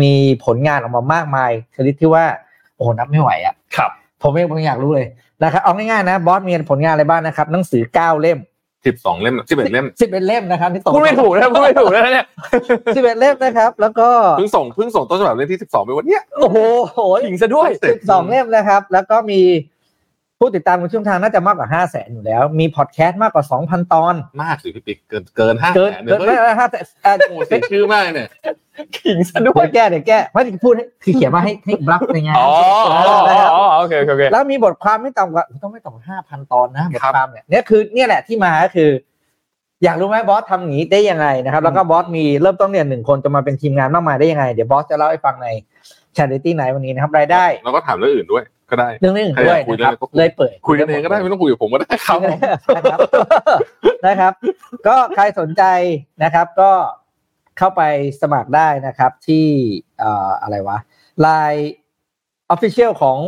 [SPEAKER 4] มีผลงานออกมามากมายชนิดที่ว่าโอ้โหนับไม่ไหวอะ
[SPEAKER 2] ครับ
[SPEAKER 4] ผมเองผมอยากรู้เลยนะครับเอาง่ายๆนะบอสมีผลงานอะไรบ้างนะครับหนังสือเก้าเล่ม
[SPEAKER 3] สิบสองเล่มสิบเอ็ดเล่ม
[SPEAKER 4] สิบเอ็ดเล่มนะครับนี่ต
[SPEAKER 2] พูดไม่ถูกนะพูดไม่ถูกนะเนี่ย
[SPEAKER 4] สิบเอ็ดเล่มนะครับ แล้วก็
[SPEAKER 3] เพิ่งส่งเพิ่งส่งต้นฉบับเล่มที่สิบสองไปวันเนี้ย
[SPEAKER 4] โอ้โหโหย
[SPEAKER 2] ถิงซะด้วย
[SPEAKER 3] เสร็จ
[SPEAKER 4] สิบสองเล่มนะครับ แล้วก็มีผู้ติดตามบนช่วงทางน่าจะมากกว่าห้าแสนอยู่แล้ว มีพอดแคสต์มากกว่าสองพันตอน
[SPEAKER 3] มากสิพี่ปิ๊กเกินเกินห้า
[SPEAKER 4] เกิน
[SPEAKER 3] แสน
[SPEAKER 4] เกิน
[SPEAKER 3] เฮ้ย
[SPEAKER 4] ห้าแสนเอ่อ
[SPEAKER 3] โอ้เสียชื่อมากเนี่ย
[SPEAKER 2] ขิงซะด้วย
[SPEAKER 4] เดี๋ยวแก้เดี๋ยวแก้ไม่ได้พูดให้คือเขียนมาให้ให้รับในงาน
[SPEAKER 2] อ๋ออ๋อ
[SPEAKER 4] นะ
[SPEAKER 2] อ๋
[SPEAKER 4] ครับ
[SPEAKER 2] อโอเคโอเคโอเค
[SPEAKER 4] แล้วมีบทความไม่ต่ำกว่าต้องไม่ต่ำห้าพันตอนนะบท
[SPEAKER 3] ครับ
[SPEAKER 4] ความเนี่ยเนี่ยคือเนี่ยแหละที่มาก็คือ อยากรู้ไหมบอสทำอย่างนี้ได้ยังไงนะครับ แล้วก็บอสมีเริ่มต้นเนี่ยหนึ่งคนจะมาเป็นทีมงานมากมายได้ยังไง เดี๋ยวบอสจะเล่าให้ฟังใน Charity Night วันนี้นะครับรายได้
[SPEAKER 3] แล้วก็ถามเรื่องอื่นด้วยก็ได้
[SPEAKER 4] เรื่องอื่นด้วย
[SPEAKER 3] คุย
[SPEAKER 4] นะ
[SPEAKER 3] ได้
[SPEAKER 4] ครับ
[SPEAKER 3] ก็คุย
[SPEAKER 4] เลยเปิด
[SPEAKER 3] คุยกันเองก็ได้ไม่ต้องคุยกับผมก็ได้
[SPEAKER 2] ครับผม
[SPEAKER 4] นะครับ นะครับ ก็ใครสนใจนะครับ ก็ เข้าไปสมัครได้นะครับที่เอ่ออะไรวะ Line Official ของ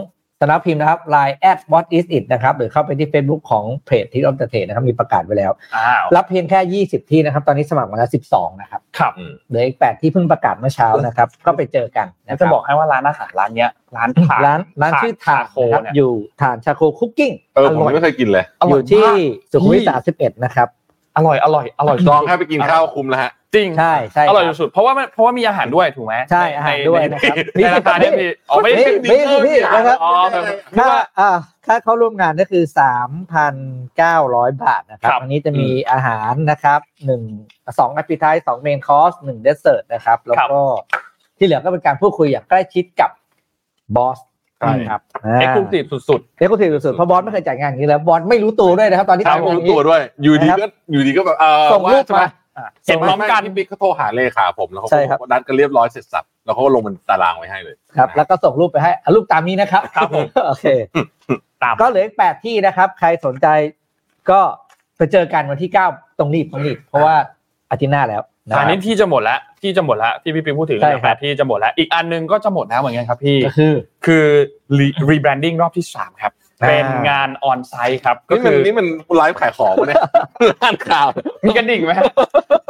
[SPEAKER 4] สำนักพิมพ์นะครับ Line at what is it นะครับ หรือเข้าไปที่ Facebook ของเพจที่ออมเตเทนะครับ มีประกาศไว้แล้ว
[SPEAKER 2] อ้าว
[SPEAKER 4] รับเพียงแค่ 20 ที่นะครับ ตอนนี้สมัครมาแล้ว 12 นะครับ
[SPEAKER 2] ครับ
[SPEAKER 4] เหลืออีก 8 ที่เพิ่งประกาศเมื่อเช้านะครับ ก็ไปเจอกัน
[SPEAKER 2] แล้
[SPEAKER 4] นะ
[SPEAKER 2] ว
[SPEAKER 4] ค
[SPEAKER 2] จะ
[SPEAKER 4] รับ
[SPEAKER 2] บอกให้ว่าร้านอาหารร้านเนี้ยร้านถ่าน
[SPEAKER 4] ร้านร้านชื่อทาน
[SPEAKER 2] โค
[SPEAKER 4] นะครับ
[SPEAKER 2] เนี่ย
[SPEAKER 4] อยู่ทานชาโคคุกกิ้ง
[SPEAKER 3] เออผมยังไม่เคยกินเลย
[SPEAKER 4] อยู่ที่สุขุมวิท
[SPEAKER 2] อร่อยมาก
[SPEAKER 4] 31 นะครับ
[SPEAKER 2] อร่อยอร่อยอร่อย
[SPEAKER 3] ลองแค่ไปกินข้าวคุ้มแล้วฮะ
[SPEAKER 2] จริง
[SPEAKER 4] ใช่ใช่ค
[SPEAKER 2] อบ ร่อยสุดๆเพราะว่ามันเพราะว่ามีอาหารด้วยถูกไหม
[SPEAKER 4] ใช่อาหารด้วยนะครับ
[SPEAKER 2] ในราคาเนี่ยพี่อ๋อไม่ได้
[SPEAKER 4] นี่
[SPEAKER 2] เป็น
[SPEAKER 4] นี่
[SPEAKER 2] ดินเนอร์
[SPEAKER 4] พี่นะครับ
[SPEAKER 2] อ๋อแบบ
[SPEAKER 4] ค่าอ่าค่าเข้าร่วมงานก็คือสามพันเก้าร้อยบาทนะครับ
[SPEAKER 2] ครับ
[SPEAKER 4] อันนี้จะมีอาหารนะครับหนึ่งสองอปิทายสองเมนคอร์สหนึ่งเดสเซอร์นะครับ แล้ว
[SPEAKER 2] ครับ
[SPEAKER 4] ก็ที่เหลือก็เป็นการพูดคุยอย่างใกล้ชิดกับบอส
[SPEAKER 2] ใช่
[SPEAKER 4] ครับ
[SPEAKER 2] เอ็กซ์คลูซีฟสุด
[SPEAKER 4] เอ็กซ์คลูซีฟสุดๆเพราะบอสไม่เคยจ่ายงานอย่างนี้แล้วบอสไม่รู้ตัวด้วยนะครับตอนที่
[SPEAKER 3] ครับ
[SPEAKER 4] ทำ
[SPEAKER 3] ผ
[SPEAKER 4] งาม น
[SPEAKER 3] รู้ตัวด้วย อยู่ดีก็อยู่ดีก็แบบเออ
[SPEAKER 4] ส่งรูป
[SPEAKER 3] ว่
[SPEAKER 4] มา
[SPEAKER 2] ๆอ่ะเห็นพร้อมกัน
[SPEAKER 3] ที่บิ๊กเขาโทรหาเลขาผมแล้วเขา
[SPEAKER 4] ใช่ครับ
[SPEAKER 3] ก็นัดกันเรียบร้อยเสร็จสับแล้วเขาก็ลงเป็นตารางไว้ให้เลย
[SPEAKER 4] ครับ
[SPEAKER 3] นะ
[SPEAKER 4] แล้วก็ส่งรูปไปให้อ่ะรูปตามนี้นะครับ
[SPEAKER 2] ครับผม
[SPEAKER 4] โอเค
[SPEAKER 2] ๆตาม
[SPEAKER 4] ก็เหลืออีกแปดที่นะครับ ใครสนใจก็ไปเจอกันวันที่เก้าตรงรีบตรงรีบเพราะว่าอาทิตย์หน้าแล้วนะค
[SPEAKER 2] อั
[SPEAKER 4] รั
[SPEAKER 2] น
[SPEAKER 4] บ
[SPEAKER 2] นี้ที่จะหมดแล้วที่จะหมดแล้วที่พี่ปิ๊กพูดถึง
[SPEAKER 4] ใช่ครับ
[SPEAKER 2] แปดที่จะหมดแล้ว อีกอันหนึงก็จะหมดแล้วเหมือนกันครับพี่
[SPEAKER 4] ก็คือ
[SPEAKER 2] คือรีแบรนดิ้งรอบที่ 3 ครับ
[SPEAKER 4] อ่า
[SPEAKER 2] เป็นงานออนไซต์ครับ ก็
[SPEAKER 3] นี่มั
[SPEAKER 2] คื
[SPEAKER 3] น
[SPEAKER 2] อ
[SPEAKER 3] นี่มันไลฟ์ขายของปะเนี่ย ร้านข่าว
[SPEAKER 2] มีกระดิ่งไหมฮะ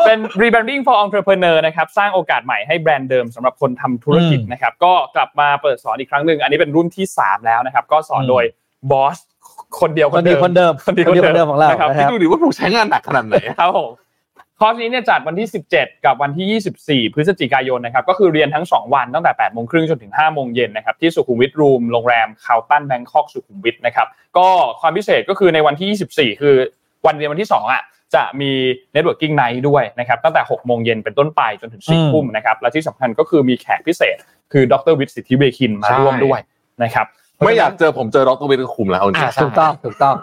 [SPEAKER 2] เป็น rebranding for entrepreneur นะครับ สร้างโอกาสใหม่ให้แบรนด์เดิมสำหรับคนทำธุรกิจ
[SPEAKER 4] อืม
[SPEAKER 2] นะครับ ก็กลับมาเปิดสอนอีกครั้งหนึ่ง อันนี้เป็นรุ่นที่ 3 แล้วนะครับ ก็สอน
[SPEAKER 4] อืม
[SPEAKER 2] โดยบอสคนเดียว
[SPEAKER 4] คนดี
[SPEAKER 2] ม
[SPEAKER 4] คนเดิม
[SPEAKER 2] คนดีคนเดิม
[SPEAKER 4] คนเดิมของเรา
[SPEAKER 2] นะครับ
[SPEAKER 4] นะค
[SPEAKER 3] คิด
[SPEAKER 4] รับ
[SPEAKER 3] ดูดิว่าผูกใช้งานหนักขนาดไหน
[SPEAKER 2] ครับผมคอร์สนี้เนี่ยจัดวันที่ 17 กับวันที่ 24 พฤศจิกายนนะครับ ก็คือเรียนทั้ง 2 วันตั้งแต่8โมงครึ่งจนถึง5โมงเย็นนะครับ ที่สุขุมวิทรูมโรงแรมคาวตันแบงคอกสุขุมวิทนะครับ ก็ความพิเศษก็คือในวันที่ 24 คือวันเรียนวันที่ 2 อ่ะ จะมี Networking Night ด้วยนะครับ ตั้งแต่ 6 โมงเย็นเป็นต้นไปจนถึง
[SPEAKER 4] อืม
[SPEAKER 2] 4 ทุ่มนะครับ และที่สำคัญก็คือมีแขกพิเศษ คือดรวิทย์สิทธิเวคินมาร่วม
[SPEAKER 3] ใช่
[SPEAKER 2] ด้วยนะครับ
[SPEAKER 3] ไม่อยากเจอผมเจอดรวินก็คุ้มแล้วเอาจริง
[SPEAKER 2] อ่า
[SPEAKER 4] ถูกต้องถูกต้อง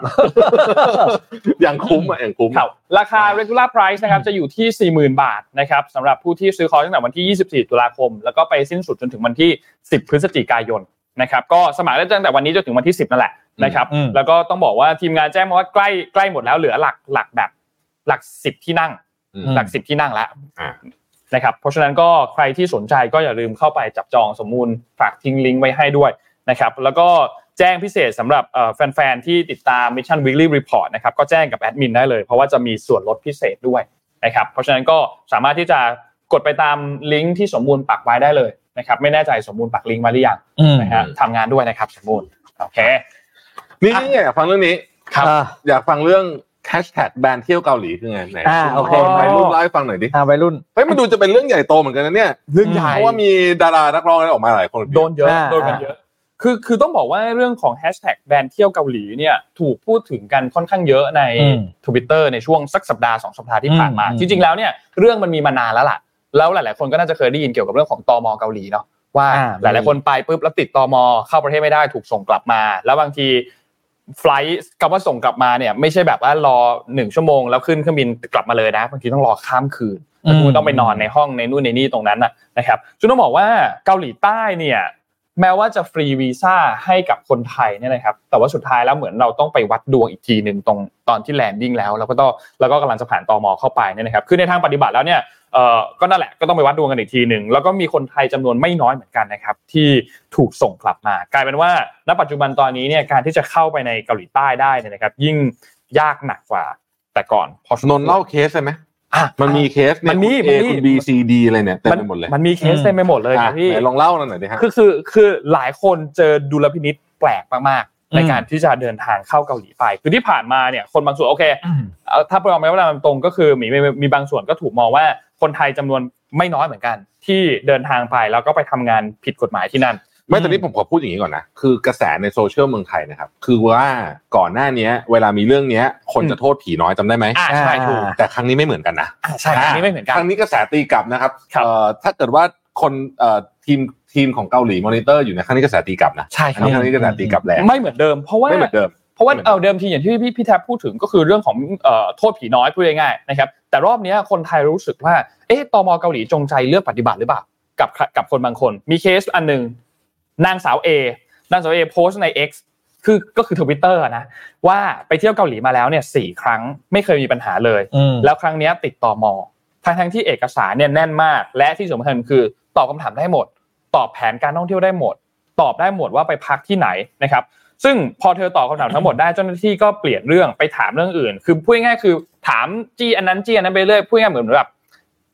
[SPEAKER 3] ยังคุ้มอ่ะยังคุ้ม
[SPEAKER 2] ครับราคา regular price นะครับจะอยู่ที่ 40,000 บาทนะครับสำหรับผู้ที่ซื้อคอร์สตั้งแต่วันที่ 24 ตุลาคม แล้วก็ไปสิ้นสุดจนถึงวันที่ 10 พฤศจิกายนนะครับก็สมัครได้ตั้งแต่วันนี้จนถึงวันที่ 10 นั่นแหละนะครับ
[SPEAKER 4] อืม
[SPEAKER 2] แล้วก็ต้องบอกว่าทีมงานแจ้งมาว่าใกล้ใกล้หมดแล้วเหลือหลักหลักแบบหลัก 10 ที่นั่ง
[SPEAKER 3] อืม
[SPEAKER 2] หลัก 10 ที่นั่งแล้ว
[SPEAKER 3] อ่า
[SPEAKER 2] นะครับเพราะฉะนั้นก็ใครที่สนใจก็อย่าลืมเข้าไปจับจองสมมูลฝากทิ้งลิงก์ไว้ให้ด้วย นะครับแล้วก็แจ้งพิเศษสำหรับเอ่อแฟนๆที่ติดตาม Mission Weekly Report นะครับก็แจ้งกับแอดมินได้เลย เพราะว่าจะมีส่วนลดพิเศษด้วยนะครับเพราะฉะนั้นก็สามารถที่จะกดไปตามลิงก์ที่สมบูรณ์ปักไว้ได้เลยนะครับไม่แน่ใจสมบูรณ์ปักลิงก์ไว้หรือยัง
[SPEAKER 4] อืม
[SPEAKER 2] นะฮะทำงานด้วยนะครับสมบูรณ์โอเค
[SPEAKER 3] นี่นี่อยากฟังเรื่องนี้
[SPEAKER 2] ครับ
[SPEAKER 4] อ่า
[SPEAKER 3] อยากฟังเรื่องแฮชแท็กแบรนด์เที่ยวเกาหลีคือไงไหน
[SPEAKER 4] อ่าโอเค
[SPEAKER 3] ถ่ายรูปไลฟ์ฟังหน่อยดิ
[SPEAKER 4] อ่าวัยรุ่น
[SPEAKER 3] เฮ้ยมันดูจะเป็นเรื่องใหญ่โตเหมือนกันนะเนี่ย
[SPEAKER 2] เรื่องใหญ่
[SPEAKER 3] เพราะว่ามีดารานักร้องอะไรออกมาหลายคน
[SPEAKER 2] โดนเยอะ
[SPEAKER 4] อ่า
[SPEAKER 2] โดนกันเยอะคือคือต้องบอกว่าเรื่องของแฮชแท็กแบรนด์เที่ยวเกาหลีเนี่ยถูกพูดถึงกันค่อนข้างเยอะใน
[SPEAKER 4] อืม
[SPEAKER 2] Twitter ในช่วงสักสัปดาห์สองสัปดาห์ที่ผ่านมา
[SPEAKER 4] อืม
[SPEAKER 2] จริงๆแล้วเนี่ยเรื่องมันมีมานานแล้วล่ะ แล้วหลายๆคนก็น่าจะเคยได้ยินเกี่ยวกับเรื่องของตมเกาหลีเนาะว่า
[SPEAKER 4] อ่า
[SPEAKER 2] หลายๆคนไปปุ๊บแล้วติดตมเข้าประเทศไม่ได้ถูกส่งกลับมา แล้วบางทีไฟล์คำว่าส่งกลับมาเนี่ยไม่ใช่แบบว่ารอหนึ่งชั่วโมงแล้วขึ้นเครื่องบินกลับมาเลยนะบางทีต้องรอข้ามคืน แล้วคุณต้องไปนอนในห้องในนู่นในนี่ตรงนั้นน่ะนะครับจุนต้องบอกว่าเกาหลีใต้เนี่ยแม้ว่าจะฟรีวีซ่าให้กับคนไทยเนี่ยนะครับแต่ว่าสุดท้ายแล้วเหมือนเราต้องไปวัดดวงอีกทีหนึ่งตรงตอนที่แลนดิ้งแล้วแล้วก็ต้องแล้วก็กำลังจะผ่านตมเข้าไปเนี่ยนะครับคือในทางปฏิบัติแล้วเนี่ยเอ่อก็นั่นแหละก็ต้องไปวัดดวงกันอีกทีหนึ่งแล้วก็มีคนไทยจำนวนไม่น้อยเหมือนกันนะครับที่ถูกส่งกลับมา กลายเป็นว่าณปัจจุบันตอนนี้เนี่ยการที่จะเข้าไปในเกาหลีใต้ได้เนี่ยนะครับยิ่งยากหนักกว่าแต่ก่อนพอสม
[SPEAKER 3] นน
[SPEAKER 2] ควร
[SPEAKER 3] ท์เล่าเคสใช่ไหม
[SPEAKER 2] อ่ะ
[SPEAKER 3] มันมีเคส
[SPEAKER 2] มันมี
[SPEAKER 3] เอ
[SPEAKER 2] มันมี
[SPEAKER 3] คุณ B C D อะไรเนี่ยเต็มไปหมดเลย
[SPEAKER 2] มันมีเคส
[SPEAKER 4] อืม
[SPEAKER 2] เต็มไปหมดเลยครับพี่
[SPEAKER 3] อ่ะไหนลองเล่าหน่อยดิฮะ
[SPEAKER 2] คือคือคือหลายคนเจอดุลพินิษแปลกมากๆใน
[SPEAKER 4] อืม
[SPEAKER 2] การที่จะเดินทางเข้าเกาหลีไปคือที่ผ่านมาเนี่ยคนบางส่วนโอเค
[SPEAKER 4] อืม
[SPEAKER 2] เอาถ้าไปมองไปว่าตามตรงก็คือมีมีมีบางส่วนก็ถูกมองว่าคนไทยจำนวนไม่น้อยเหมือนกัน ที่เดินทางไปแล้วก็ไปทำงานผิดกฎหมายที่นั่น
[SPEAKER 3] ไม่แต่นี้ผมขอพูดอย่างนี้ก่อนนะ คือกระแสในโซเชียลเมืองไทยนะครับ คือว่าก่อนหน้าเนี้ย เวลามีเรื่องเนี้ย คน
[SPEAKER 2] อืม
[SPEAKER 3] จะโทษผีน้อยจำได้ไหม
[SPEAKER 2] อ่าใช่ถูก
[SPEAKER 4] อ่า
[SPEAKER 3] แต่ครั้งนี้ไม่เหมือนกันนะ
[SPEAKER 2] อ่าใช่อันนี้ไม่เหมือนกัน
[SPEAKER 3] ครั้งนี้กระแสตีกลับนะครับ
[SPEAKER 2] ครับ
[SPEAKER 3] เอ่อถ้าเกิดว่าคนเอ่อทีมทีมของเกาหลีมอนิเตอร์อยู่เนยครั้งนี้กระแสตีกลับนะ
[SPEAKER 2] ใช่ค
[SPEAKER 3] อัน
[SPEAKER 2] รับ
[SPEAKER 3] นี้ครั้งนี้กระแสตีกลับแรง
[SPEAKER 2] ไม่เหมือนเดิมเพราะว่า
[SPEAKER 3] ไม่เหมือนเดิม
[SPEAKER 2] เพราะว่า
[SPEAKER 3] ใช่ไหม
[SPEAKER 2] เอาเดิมทีอย่างที่พี่พี่แทบพูดถึงก็คือเรื่องของเอ่อโทษผีน้อยพูดง่ายๆนะครับแต่รอบเนี้ยคนไทยรู้สึกว่าเอ๊ะตมเกาหลีจงใจเลือกปฏิบัติหรือเปล่ากับกับคนบางคน มีเคสอันหนึ่งนางสาว A นางสาว A โพสต์ใน X คือก็คือทวิตเตอร์นะว่าไปเที่ยวเกาหลีมาแล้วเนี่ยสี่ครั้งไม่เคยมีปัญหาเลย
[SPEAKER 4] อืม
[SPEAKER 2] แล้วครั้งเนี้ยติดตอม ทั้งทั้งๆที่เอกสารเนี่ยแน่นมาก และที่สำคัญคือตอบคำถามได้หมด ตอบแผนการท่องเที่ยวได้หมด ตอบได้หมดว่าไปพักที่ไหนนะครับ ซึ่งพอเธอตอบคำถามทั้งหมดได้เจ้าหน้าที่ก็เปลี่ยนเรื่องไปถามเรื่องอื่น คือพูดง่ายๆคือถามจี้อันนั้นจี้อันนั้นไปเรื่อยพูดง่ายๆเหมือนแบบ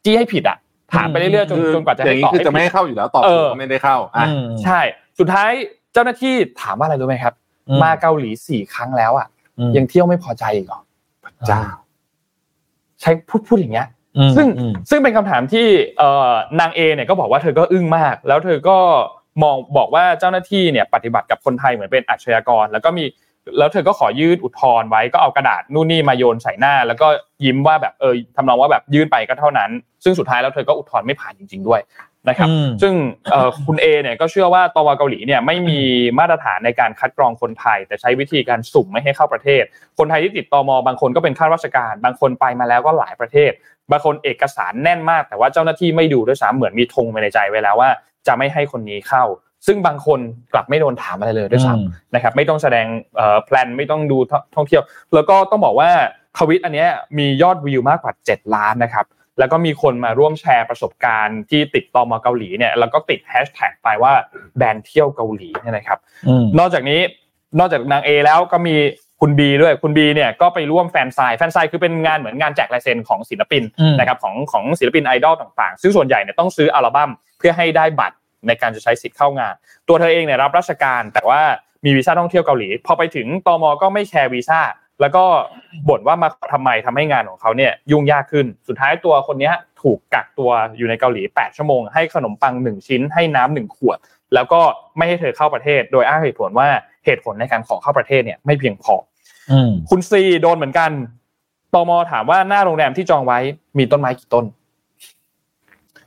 [SPEAKER 2] จี้ให้ผิดอ่ะถามไปเรื่อยๆจนจนกว่าจะ
[SPEAKER 3] อ
[SPEAKER 2] ให้
[SPEAKER 3] ย่างนี้
[SPEAKER 2] ตอบ
[SPEAKER 3] คือจะไม่
[SPEAKER 2] ให้
[SPEAKER 3] ให้
[SPEAKER 2] ผิด
[SPEAKER 3] เข้าอยู่แล้วตอบ
[SPEAKER 2] เออ
[SPEAKER 3] ก็ไม่ได้เข้าอ่ะ
[SPEAKER 4] อืม
[SPEAKER 2] ใช่ สุดท้ายเจ้าหน้าที่ถามว่าอะไรรู้ไหมครับ มาเกาหลีสี่ครั้งแล้วอ่ะ
[SPEAKER 4] อืม
[SPEAKER 2] ยังเที่ยวไม่พอใจอีกเหรอ
[SPEAKER 3] จ้า
[SPEAKER 2] ใช้พูดพูดอย่างเงี้ย
[SPEAKER 4] อืม
[SPEAKER 2] ซึ่ง
[SPEAKER 4] อืม
[SPEAKER 2] ซึ่งเป็นคำถามที่เอ่อนางเอเนี่ยก็บอกว่าเธอก็อึ้งมาก แล้วเธอก็มองบอกว่าเจ้าหน้าที่เนี่ยปฏิบัติกับคนไทยเหมือนเป็นอาชญากร แล้วก็มีแล้วเธอก็ขอยื่นอุทธรณ์ไว้ก็เอากระดาษนู่นนี่มาโยนใส่หน้า แล้วก็ยิ้มว่าแบบเออทำนองว่าแบบยื่นไปก็เท่านั้น ซึ่งสุดท้ายแล้วเธอก็อุทธรณ์ไม่ผ่านจริง ๆด้วยนะครับ
[SPEAKER 4] อืม
[SPEAKER 2] ซึ่งเอ่อคุณเอเนี่ยก็เชื่อว่าตวเกาหลีเนี่ยไม่มีมาตรฐานในการคัดกรองคนไทย แต่ใช้วิธีการสุ่มไม่ให้เข้าประเทศ คนไทยที่ติดตมบางคนก็เป็นข้าราชการ บางคนไปมาแล้วก็หลายประเทศ บางคนเอกสารแน่นมาก แต่ว่าเจ้าหน้าที่ไม่ดูด้วยซ้ำเหมือนมีธงไว้ในใจไว้แล้วว่าจะไม่ให้คนนี้เข้า ซึ่งบางคนกลับไม่โดนถามอะไรเลยด้วยซ้ำ นะครับไม่ต้องแสดงแพลนไม่ต้องดูท่อท่องเที่ยว แล้วก็ต้องบอกว่าทวิตอันเนี้ยมียอดวิวมากกว่า 7 ล้านนะครับ แล้วก็มีคนมาร่วมแชร์ประสบการณ์ที่ติดตอมเกาหลีเนี่ยแล้วก็ติดแฮชแท็กไปว่าแบนเที่ยวเกาหลีเนี่ยนะครับ
[SPEAKER 4] อืม
[SPEAKER 2] นอกจากนี้นอกจากนาง A แล้วก็มีคุณบีด้วยคุณบีเนี่ยก็ไปร่วมแฟนไซน์แฟนไซน์คือเป็นงานเหมือนงานแจกลายเซ็นของศิลปิน
[SPEAKER 4] อืม
[SPEAKER 2] นะครับของของศิลปินไอดอลต่างๆ ซึ่งส่วนใหญ่เนี่ยต้องซื้ออัลบั้มเพื่อให้ได้บัตรในการจะใช้สิทธิ์เข้างาน ตัวเธอเองเนี่ยรับราชการแต่ว่ามีวีซ่าท่องเที่ยวเกาหลี พอไปถึงตมก็ไม่แชร์วีซ่าแล้วก็บ่นว่ามาขอทำไมทำให้งานของเขาเนี่ยยุ่งยากขึ้น สุดท้ายตัวคนเนี้ยถูกกักตัวอยู่ในเกาหลี 8 ชั่วโมง ให้ขนมปังหนึ่งชิ้นให้น้ำหนึ่งขวด แล้วก็ไม่ให้เธอเข้าประเทศ โดยอ้างเหตุผลว่าเหตุผลในการขอเข้าประเทศเนี่ยไม่เพียงพอ
[SPEAKER 4] อืม
[SPEAKER 2] คุณซีโดนเหมือนกันตมถามว่าหน้าโรงแรมที่จองไว้มีต้นไม้กี่ต้น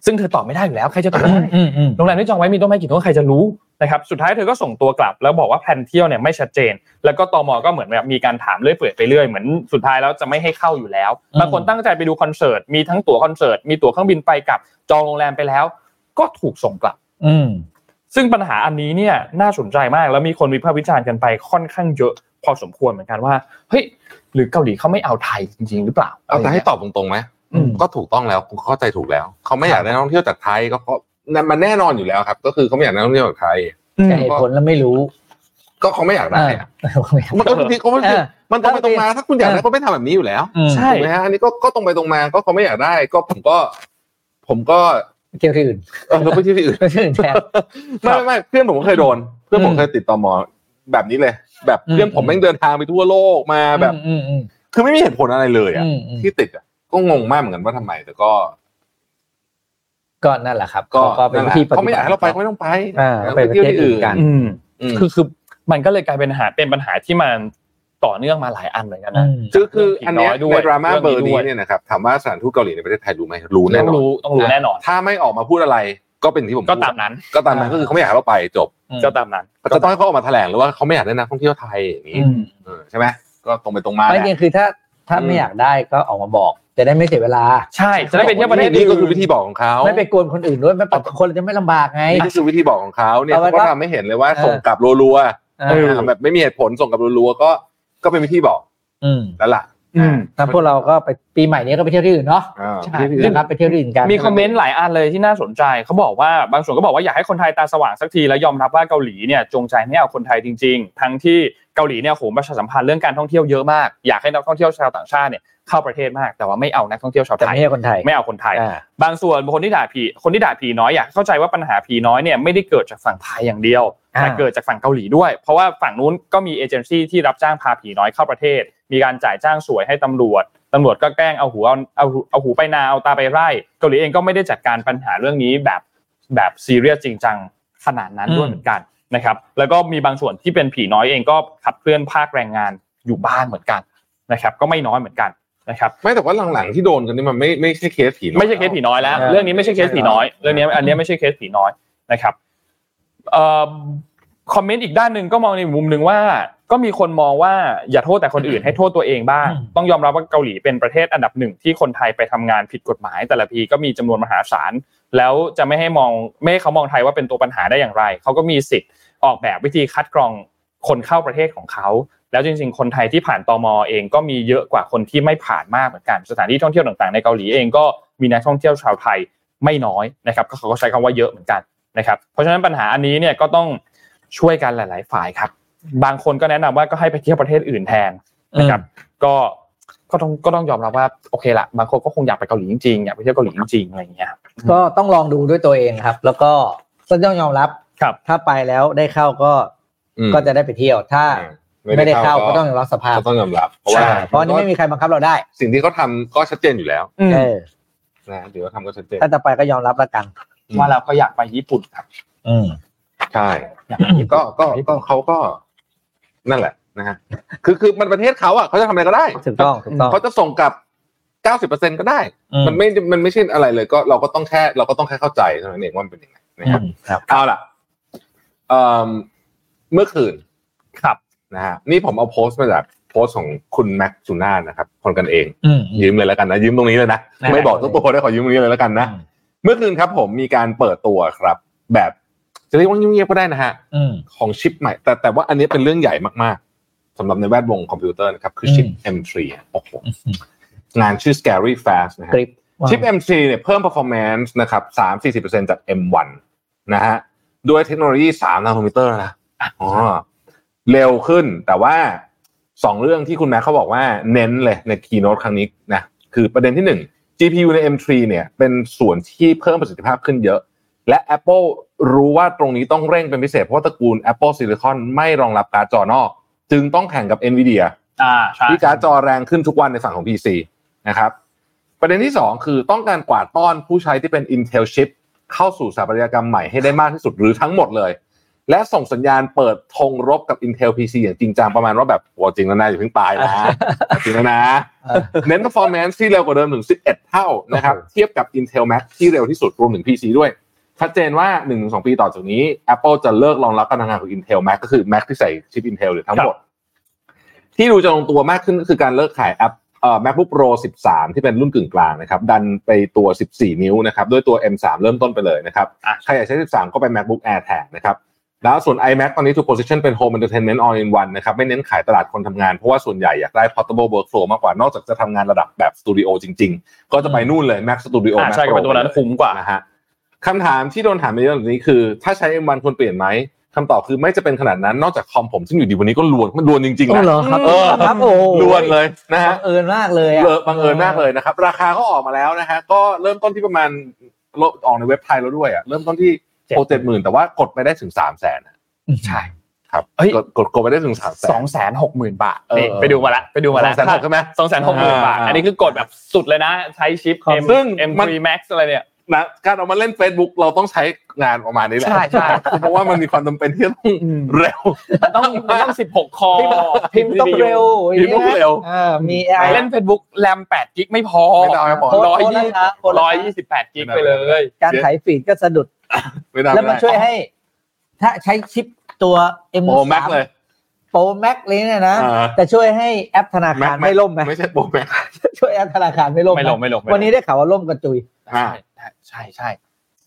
[SPEAKER 2] ซึ่งเธอตอบไม่ได้อยู่แล้วใครจะตอบได้
[SPEAKER 4] อืมอืม
[SPEAKER 2] โรงแรมที่จองไว้มีต้นไม้กี่ต้นใครจะรู้นะครับสุดท้ายเธอก็ส่งตัวกลับ แล้วบอกว่าแผนเที่ยวเนี่ยไม่ชัดเจน แล้วก็ตมก็เหมือนแบบมีการถามเรื่อยเปื่อยไปเรื่อยเหมือนสุดท้ายแล้วจะไม่ให้เข้าอยู่แล้วบางคนตั้งใจไปดูคอนเสิร์ตมีทั้งตั๋วคอนเสิร์ตมีตั๋วเครื่องบินไปกลับจองโรงแรมไปแล้ว ก็ถูกส่งกลับ
[SPEAKER 4] อืม
[SPEAKER 2] ซึ่งปัญหาอันนี้เนี่ยน่าสนใจมากแล้วมีคนวิพากษ์วิจารณ์กันไปค่อนข้างเยอะพอสมควรเหมือนกันว่าเฮ้ยหรือเกาหลีเขาไม่เอาไทยจริง ๆ หรือเปล่า
[SPEAKER 3] เอาแต่ให้ตอบตรงๆไหม
[SPEAKER 2] อืม
[SPEAKER 3] ก็ถูกต้องแล้วเข้าใจถูกแล้ว เขาไม่อยากได้นักท่องเที่ยวจากไทยก็เพราะมันแน่นอนอยู่แล้วครับ ก็คือเขาไม่อยากได้นักท่องเที่ยวจากไทย
[SPEAKER 2] อืม
[SPEAKER 4] แต่เหตุผลเราไม่รู้
[SPEAKER 3] ก็เขาไม่อยากได้อะ
[SPEAKER 4] เออไม่รู้
[SPEAKER 3] มันก็ที่เขาไม่
[SPEAKER 4] เออ
[SPEAKER 3] มันตรงไปตรงมาถ้าคุณอยากได้
[SPEAKER 4] เออ
[SPEAKER 3] ก็ไม่ทำแบบนี้อยู่แล้ว
[SPEAKER 4] อืม
[SPEAKER 2] ใช่
[SPEAKER 3] ถูกไหมฮะอันนี้ก็ก็ตรงไปตรงมาก็เขาไม่อยากได้ ก็ผมก็ ผมก็
[SPEAKER 4] เที่ยวที่อื่น
[SPEAKER 3] เออเราไปที่อื่น
[SPEAKER 4] ไม่ใช่อื่ นแทน
[SPEAKER 3] ไม่ไม่ไม่เพื่อนผมก็เคยโดน เพื่อนผม
[SPEAKER 4] อืม
[SPEAKER 3] เคยติดต่อมอแบบนี้เลย แบบ
[SPEAKER 4] อืม
[SPEAKER 3] เพื่อนผมแม่งเดินทางไปทั่วโลกมาแบบ
[SPEAKER 4] อืมอืม
[SPEAKER 3] คือไม่มีเหตุผลอะไรเลยอ่ะ
[SPEAKER 4] อืมอืม
[SPEAKER 3] ที่ติดอ่ะก็งงมากเหมือนกันว่าทำไมแต่ก็
[SPEAKER 4] ก็นั่นแหละครับ
[SPEAKER 3] ก็
[SPEAKER 4] ก็เป็น
[SPEAKER 3] นั่นแหละ
[SPEAKER 4] ที่ปฏิบั
[SPEAKER 3] เขา
[SPEAKER 4] ติ
[SPEAKER 3] ไม่อยากให้เราไปก็ไม่ต้องไป
[SPEAKER 4] อ่า
[SPEAKER 3] เรา
[SPEAKER 4] ไป
[SPEAKER 3] ไป
[SPEAKER 4] ประ
[SPEAKER 3] เที่ยว
[SPEAKER 4] เทศ
[SPEAKER 3] ที่
[SPEAKER 4] อื่
[SPEAKER 3] อื่
[SPEAKER 4] น
[SPEAKER 3] น
[SPEAKER 4] กัน
[SPEAKER 2] อืม
[SPEAKER 3] อืม
[SPEAKER 2] คือคือมันก็เลยกลายเป็นปัญหาเป็นปัญหาที่มันต่อเนื่องมาหลายอันเหมือนกันนะ
[SPEAKER 3] คือคืออันเนี้ย
[SPEAKER 2] เรื่องผีน้อยด้วย
[SPEAKER 3] ในดราม่าเบอร์
[SPEAKER 2] เรื่องนี้
[SPEAKER 3] นี้
[SPEAKER 2] ด้วย
[SPEAKER 3] เนี่ยนะครับถามว่าสถานทูตเกาหลีในประเทศไทยรู้ไหมรู้แน่
[SPEAKER 2] ต้
[SPEAKER 3] อง
[SPEAKER 2] อน
[SPEAKER 3] น
[SPEAKER 2] รู้ต้องรู้แน่นอน
[SPEAKER 3] ถ้าไม่ออกมาพูดอะไร ก็เป็นที่ผม
[SPEAKER 2] ก็
[SPEAKER 3] พูด
[SPEAKER 2] ตามนั้น
[SPEAKER 3] ก็ตามนั้นก็คือเขาไม่อยากให้เราไปจบ
[SPEAKER 4] อืม
[SPEAKER 2] ก็ตามนั้น
[SPEAKER 3] ก็จะต้องให้เขาออกมาแถลงหรือว่าเขาไม่อยากได้นักท่องเที่ยวไทยอย่างนี้เออใช่ไหมก็ตรงไปตรงมา
[SPEAKER 4] ไม่
[SPEAKER 3] แหละ
[SPEAKER 4] จริงคือถ้าถ้า
[SPEAKER 3] อืม
[SPEAKER 4] ไม่อยากได้ก็ออกมาบอก จะได้ไม่เสียเวลา
[SPEAKER 2] ใช่จะได้ไปเที่ยวประเทศ
[SPEAKER 3] นี่ก็คือวิธีบอกของเขา
[SPEAKER 4] ไม่ไปกวนคนอื่นด้วยไม่ปรับคนจะไม่ลำบากไง
[SPEAKER 3] นี่ก็คือวิธีบอกของเขาเนี่ย
[SPEAKER 4] เอาไว้
[SPEAKER 3] เขา
[SPEAKER 4] ว่า
[SPEAKER 3] ก็ทำให้เห็นเลยว่าส่งกลับรัวๆ
[SPEAKER 4] เออ
[SPEAKER 3] ทำแบบไม่มีเหตุผลส่งกลับรัวๆก็ก็เป็นวิธีบอก
[SPEAKER 4] อืม
[SPEAKER 3] แล้วล่ะ
[SPEAKER 2] อืม
[SPEAKER 4] แล้วพวกเราก็ไปปีใหม่นี้ก็ไปเที่ยวที่อื่นเนาะ
[SPEAKER 3] อ่า
[SPEAKER 4] นะครับไปเที่ยวที่อื่นกัน
[SPEAKER 2] มีคอมเมนต์หลายอันเลยที่น่าสนใจเขาบอกว่าบางส่วนก็บอกว่าอยากให้คนไทยตาสว่างสักทีแล้วยอมรับว่าเกาหลีเนี่ยจงใจไม่เอาคนไทยจริง ๆ ทั้งที่เกาหลีเนี่ยโหประชาสัมพันธ์เรื่องการท่องเที่ยวเยอะมากอยากให้นักท่องเที่ยวชาวต่างชาติเนี่ยเข้าประเทศมากแต่ว่าไม่เอานักท่องเที่ยวชาว
[SPEAKER 4] แต่
[SPEAKER 2] ไท
[SPEAKER 4] ไม่
[SPEAKER 2] ย
[SPEAKER 4] ใช่คนไทย
[SPEAKER 2] ไม่เอาคนไทย
[SPEAKER 4] อ่า
[SPEAKER 2] บางส่วนคนที่ด่าผีคนที่ด่าผีน้อยอยากเข้าใจว่าปัญหาผีน้อยเนี่ยไม่ได้เกิดจากฝั่งไทยอย่างเดียว
[SPEAKER 4] อ่า
[SPEAKER 2] แต่เกิดจากฝั่งเกาหลีด้วย เพราะว่าฝั่งนู้นก็มีเอเจนซี่ที่รับจ้างพาผีน้อยเข้าประเทศ มีการจ่ายจ้างสวยให้ตำรวจตำรวจก็แกล้งเอาหูเอาเอาหูเอาหูไปนาเอาตาไปไร่เกาหลีเองก็ไม่ได้จัดการปัญหาเรื่องนี้แบบแบบซีเรียสจริงจังขนาดนั้นด้วยเหมือนกันนะครับแล้วก็มีบางส่วนที่เป็นผีน้อยเองก็ขับเคลื่อนภาคแรงงานอยู่บ้างเหมือนกันนะครับก็ไม่น้อยเหมือนกันนะครับ
[SPEAKER 3] ไม่แต่ว่าหลังๆที่โดนกันนี่มันไม่ไม่ใช่เคสผีน้อย
[SPEAKER 2] ไม่ใช่เคสผีน้อยแล้ว
[SPEAKER 4] เออ
[SPEAKER 2] เรื่องนี้ไม่ใช่เคสผีน้อย เรื่องนี้อันนี้ไม่ใช่เคสผีน้อยนะครับเอ่อคอมเมนต์อีกด้านหนึ่งก็มองในมุมหนึ่งว่า ก็มีคนมองว่าอย่าโทษแต่คนอื่นให้โทษตัวเองบ้าง
[SPEAKER 4] อืม
[SPEAKER 2] ต้องยอมรับว่าเกาหลีเป็นประเทศอันดับหนึ่งที่คนไทยไปทำงานผิดกฎหมาย แต่ละปีก็มีจำนวนมหาศาล แล้วจะไม่ให้มองไม่ให้เขามองไทยว่าเป็นตัวปัญหาได้อย่างไร เขาก็มีสิทธิ์ออกแบบวิธีคัดกรองคนเข้าประเทศของเขา แล้วจริงๆ คนไทยที่ผ่านตมเองก็มีเยอะกว่าคนที่ไม่ผ่านมากเหมือนกัน สถานที่ท่องเที่ยวต่างๆในเกาหลีเองก็ มีนักท่องเที่ยวชาวไทยไม่น้อยนะครับก็เขาก็ใช้คำว่าเยอะเหมือนกันนะครับเพราะฉะนั้นปัญหาอันนี้เนี่ยก็ต้องช่วยกันหลาย ๆ ฝ่ายครับ บางคนก็แนะนำว่าก็ให้ไปเที่ยวประเทศอื่นแทน นะครับก็ก็ต้องก็ต้องยอมรับว่าโอเคละบางคนก็คงอยากไปเกาหลีจริงๆอยากไปเที่ยวเกาหลีจริงๆอะไรอย่างเงี้ย
[SPEAKER 4] ก็ต้องลองดูด้วยตัวเองครับ แล้วก็ก็ต้องยอมรับ
[SPEAKER 2] ครับ
[SPEAKER 4] ถ้าไปแล้วได้เข้าก็
[SPEAKER 3] อืม
[SPEAKER 4] ก็จะได้ไปเที่ยว ถ้าไม่ได้เข้าก็ต้องยอมรับสภาพ
[SPEAKER 3] ก็ต้องยอมรับ เพราะว่า
[SPEAKER 4] ใช่เพราะอันนี่ไม่มีใครบังคับเราได้
[SPEAKER 3] สิ่งที่เขาทำก็ชัดเจนอยู่แล้ว
[SPEAKER 4] เออ
[SPEAKER 3] นะเดี๋ยวเขาทำก็ชัดเจน
[SPEAKER 4] ถ้าจะไปก็ยอมรับละกัน
[SPEAKER 2] ว่าเราก็อยากไปญี่ปุ่นครับ
[SPEAKER 4] อืม
[SPEAKER 3] ใช่
[SPEAKER 2] อยากไปญี่ปุ่น
[SPEAKER 3] ก็ก็ก็เขาก็นั่นแหละนะฮะคือคือมันประเทศเขาอ่ะเขาจะทำอะไรก็ได้
[SPEAKER 4] ถูกต้องถูกต้อง
[SPEAKER 3] เขาจะส่งกลับ 90%ก็ได้
[SPEAKER 4] อื
[SPEAKER 3] มันไม่มันไม่ใช่อะไรเลยก็เราก็ต้องแค่เราก็ต้องแค่เข้าใจเท่านั้นเองว่ามันเป็นยังไงนะค
[SPEAKER 4] อื
[SPEAKER 3] รับ
[SPEAKER 4] มครับ
[SPEAKER 3] เอาล่ะเอิ่มเมื่อคืน
[SPEAKER 2] ครับ
[SPEAKER 3] นะฮะนี่ผมเอาโพสต์มาจากโพสต์ของคุณแม็กซูน่านะครับ คนกันเอง
[SPEAKER 4] อืม
[SPEAKER 3] ยืมเลยแล้วกันนะยืมตรงนี้เลยนะ
[SPEAKER 4] ได้
[SPEAKER 3] ไม่บอก
[SPEAKER 4] ได้
[SPEAKER 3] ทุกตัวได้ขอยืมตรงนี้เลยแล้วกันนะเมื่อคืนครับ ผมมีการเปิดตัวครับ แบบจะเรียกว่าเงียบๆก็ได้นะฮะ
[SPEAKER 4] อืม
[SPEAKER 3] ของชิปใหม่ แต่แต่ว่าอันนี้เป็นเรื่องใหญ่มากๆสำหรับในแวดวงคอมพิวเตอร์นะครับ คือชิป M3 โอ้โห
[SPEAKER 4] อืม
[SPEAKER 3] งานชื่อ Scary Fast นะฮะ
[SPEAKER 4] กริป
[SPEAKER 3] ชิป M3 เนี่ยเพิ่ม performance นะครับ 3-40%จาก M1 นะฮะ ด้วยเทคโนโลยี 3 นาโนมิเตอร์นะอ๋อเร็วขึ้น แต่ว่า 2 เรื่องที่คุณแม่เขาบอกว่าเน้นเลยใน keynote ครั้งนี้นะ คือประเด็นที่ 1 GPU ใน M3 เนี่ยเป็นส่วนที่เพิ่มประสิทธิภาพขึ้นเยอะ และ Apple รู้ว่าตรงนี้ต้องเร่งเป็นพิเศษ เพราะว่าตระกูล Apple Silicon ไม่รองรับการ์ดจอนอก จึงต้องแข่งกับ Nvidia
[SPEAKER 2] อ่าใช่
[SPEAKER 3] ที่การ์ดจอแรงขึ้นทุกวันในฝั่งของ PC นะครับ ประเด็นที่ 2 คือต้องการกวาดต้อนผู้ใช้ที่เป็น Intel chip เข้าสู่สถาปัตยกรรมใหม่ให้ได้มากที่สุดหรือทั้งหมดเลย และส่งสัญญาณเปิดธงรบกับ Intel PC อย่างจริงจังประมาณว่าแบบโอ้จริงแล้วนะอย่าเพิ่งตาย นะจริงแล้วนะ
[SPEAKER 4] เออ
[SPEAKER 3] เน้น performance ที่เร็วกว่าเดิมถึง 11 เท่านะครับ
[SPEAKER 4] โอ้โห
[SPEAKER 3] เทียบกับ Intel Max ที่เร็วที่สุดรวมถึง PC ด้วย ชัดเจนว่า 1-2 ปีต่อจากนี้ Apple จะเลิกรองรับการทำงานของ Intel Max ก็คือ Max ที่ใส่ชิป Intel หรือทั้งหมด ที่ดูจะลงตัวมากขึ้นก็คือการเลิกขายแอปเอ่อ MacBook Pro 13 ที่เป็นรุ่นกึ่งกลางนะครับ ดันไปตัว 14 นิ้วนะครับด้วยตัว M3 เริ่มต้นไปเลยนะครับ ใครอยากใช้ 13 ก็ไป MacBook Air แทนนะครับ แล้วส่วน iMac ตอนนี้ถูก position เป็น Home Entertainment All in One นะครับ ไม่เน้นขายตลาดคนทำงาน เพราะว่าส่วนใหญ่อยากได้ portable workflow มากกว่า นอกจากจะทำงานระดับแบบสตูดิโอจริงๆ ก็จะไปนู่นเลย Mac Studio
[SPEAKER 2] อ่า
[SPEAKER 3] Mac
[SPEAKER 2] ใช่ก็
[SPEAKER 3] Pro
[SPEAKER 2] เป็นตัวนั้นคุ้มกว่า
[SPEAKER 3] นะฮะคำถามที่โดนถามมาเยอะแบบนี้คือ ถ้าใช้ M1 ควรเปลี่ยนไหมคำตอบคือไม่จะเป็นขนาดนั้น นอกจากคอมผมซึ่งอยู่ดีวันนี้ก็ลวนมันลวนจริงๆ
[SPEAKER 4] โอ้
[SPEAKER 3] นะ
[SPEAKER 4] เหรอครับ
[SPEAKER 3] เออ
[SPEAKER 4] ครับโอ้โห
[SPEAKER 3] ลวนเลยนะ
[SPEAKER 4] บั
[SPEAKER 3] ฮะ
[SPEAKER 4] งเอิญมากเลยอะ
[SPEAKER 3] เออบังเอิญมากเลยนะครับ ราคาก็ออกมาแล้วนะฮะก็เริ่มต้นที่ประมาณลดออกในเว็บไทยแล้วด้วยอ่ะเริ่มต้นที่
[SPEAKER 2] เจ็ด
[SPEAKER 3] โอเจ็ดหมื่นแต่ว่ากดไปได้ถึงสามแสน
[SPEAKER 2] ใช่
[SPEAKER 3] ครับ
[SPEAKER 2] เฮ้ย
[SPEAKER 3] กดกดกดไปได้ถึงสามแส
[SPEAKER 2] สอน งแสนหกหมื่นบาท
[SPEAKER 3] เออ
[SPEAKER 2] นี่ไปดูมาละไปดูมา
[SPEAKER 3] ส
[SPEAKER 2] ละ
[SPEAKER 3] องแสนหกใช่ไหม
[SPEAKER 2] สองแสนหกหมื่นบาท
[SPEAKER 3] อ่า
[SPEAKER 2] อันนี้คือกดแบบสุดเลยนะ ใช้ชิป M
[SPEAKER 3] ซึ่งมัน
[SPEAKER 2] M3 Max อะไรเนี่ย
[SPEAKER 3] นะการเอามาเล่น Facebook เราต้องใช้งานประมาณนี้แหละ
[SPEAKER 2] ใช่ใช่
[SPEAKER 3] เพราะว่ามันมีความจำเป็นที่ต้องเร็ว
[SPEAKER 2] มันต้องมันต้องสิบหกคอ
[SPEAKER 4] พิมพ์ต้องเร็ว
[SPEAKER 3] พิมพ์ต้องเร็ว
[SPEAKER 4] อ่ามี AI
[SPEAKER 2] เล่น Facebook แรม8กิกไม่พอ
[SPEAKER 3] ไม่ได้เอาไม่พอ
[SPEAKER 2] ร้อยยี่
[SPEAKER 4] โพสต์โพสต์นะคะโพสต์นะคะ
[SPEAKER 2] ร้อยยี่สิบแปดกิกไปเลย
[SPEAKER 4] การถ่ายฟีดก็สะดุด
[SPEAKER 3] ไม่ได้
[SPEAKER 4] แล้วมัน
[SPEAKER 3] ไได้
[SPEAKER 4] ช่วยให้ ถ้าใช้ชิปตัว M3
[SPEAKER 3] โปรแม็กเลย
[SPEAKER 4] โปรแม็กเลยเนี่ยนะ
[SPEAKER 3] อ่า
[SPEAKER 4] จะช่วยให้แอปธนาคาร
[SPEAKER 3] แก
[SPEAKER 4] ไม่ล่มไหม
[SPEAKER 3] ไม่ใช่โปรแม็ก
[SPEAKER 4] ช่วยแอปธนาคารไม่ล่มห
[SPEAKER 2] ไม่ลงไม่ลงไม่ลง
[SPEAKER 4] วันนี้ได้ข่าวว่าล่มกระจุย
[SPEAKER 3] อ่า
[SPEAKER 2] ใช่ใช่ใช่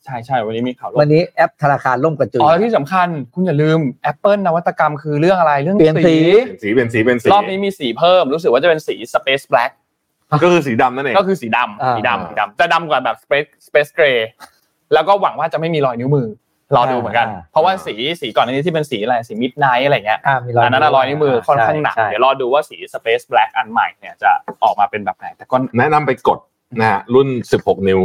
[SPEAKER 2] ใช่ใช่วันนี้มีข่าวลบ
[SPEAKER 4] วันนี้แอปธนาคารล่มกระจุย
[SPEAKER 2] อ๋อที่สำคัญคุณอย่าลืม Apple นวัตกรรมคือเรื่องอะไรเรื่อง
[SPEAKER 4] เปลี่ยนสี
[SPEAKER 3] เป็นสีเป็นสีเป็นสี
[SPEAKER 2] รอบนี้มีสีเพิ่มรู้สึกว่าจะเป็นสี Space Black
[SPEAKER 3] ก็คือสีดำนั่นเอง
[SPEAKER 2] ก็คือสีดำ
[SPEAKER 4] อ่า
[SPEAKER 2] สีดำสีดำจะดำกว่าแบบ Space Space Gray แล้วก็หวังว่าจะไม่มีรอยนิ้วมือรอดูเหมือนกัน
[SPEAKER 4] อ่า
[SPEAKER 2] เพราะว่า
[SPEAKER 3] อ่า
[SPEAKER 2] สีสีก่อนอันนี้ที่เป็นสีอะไรสี Midnight อะไรเงี้ย
[SPEAKER 4] อ่ามีรอย
[SPEAKER 2] อันนั้นนะรอยนิ้วมือค่อนข้างหนัก
[SPEAKER 4] ใช่
[SPEAKER 2] เดี๋ยวรอดูว่าสี Space Black อันใหม่เนี่ยจะออกมาเป็นแบบไหนแต่ก็
[SPEAKER 3] แนะนำไปกดนะฮะรุ่น 16 นิ้ว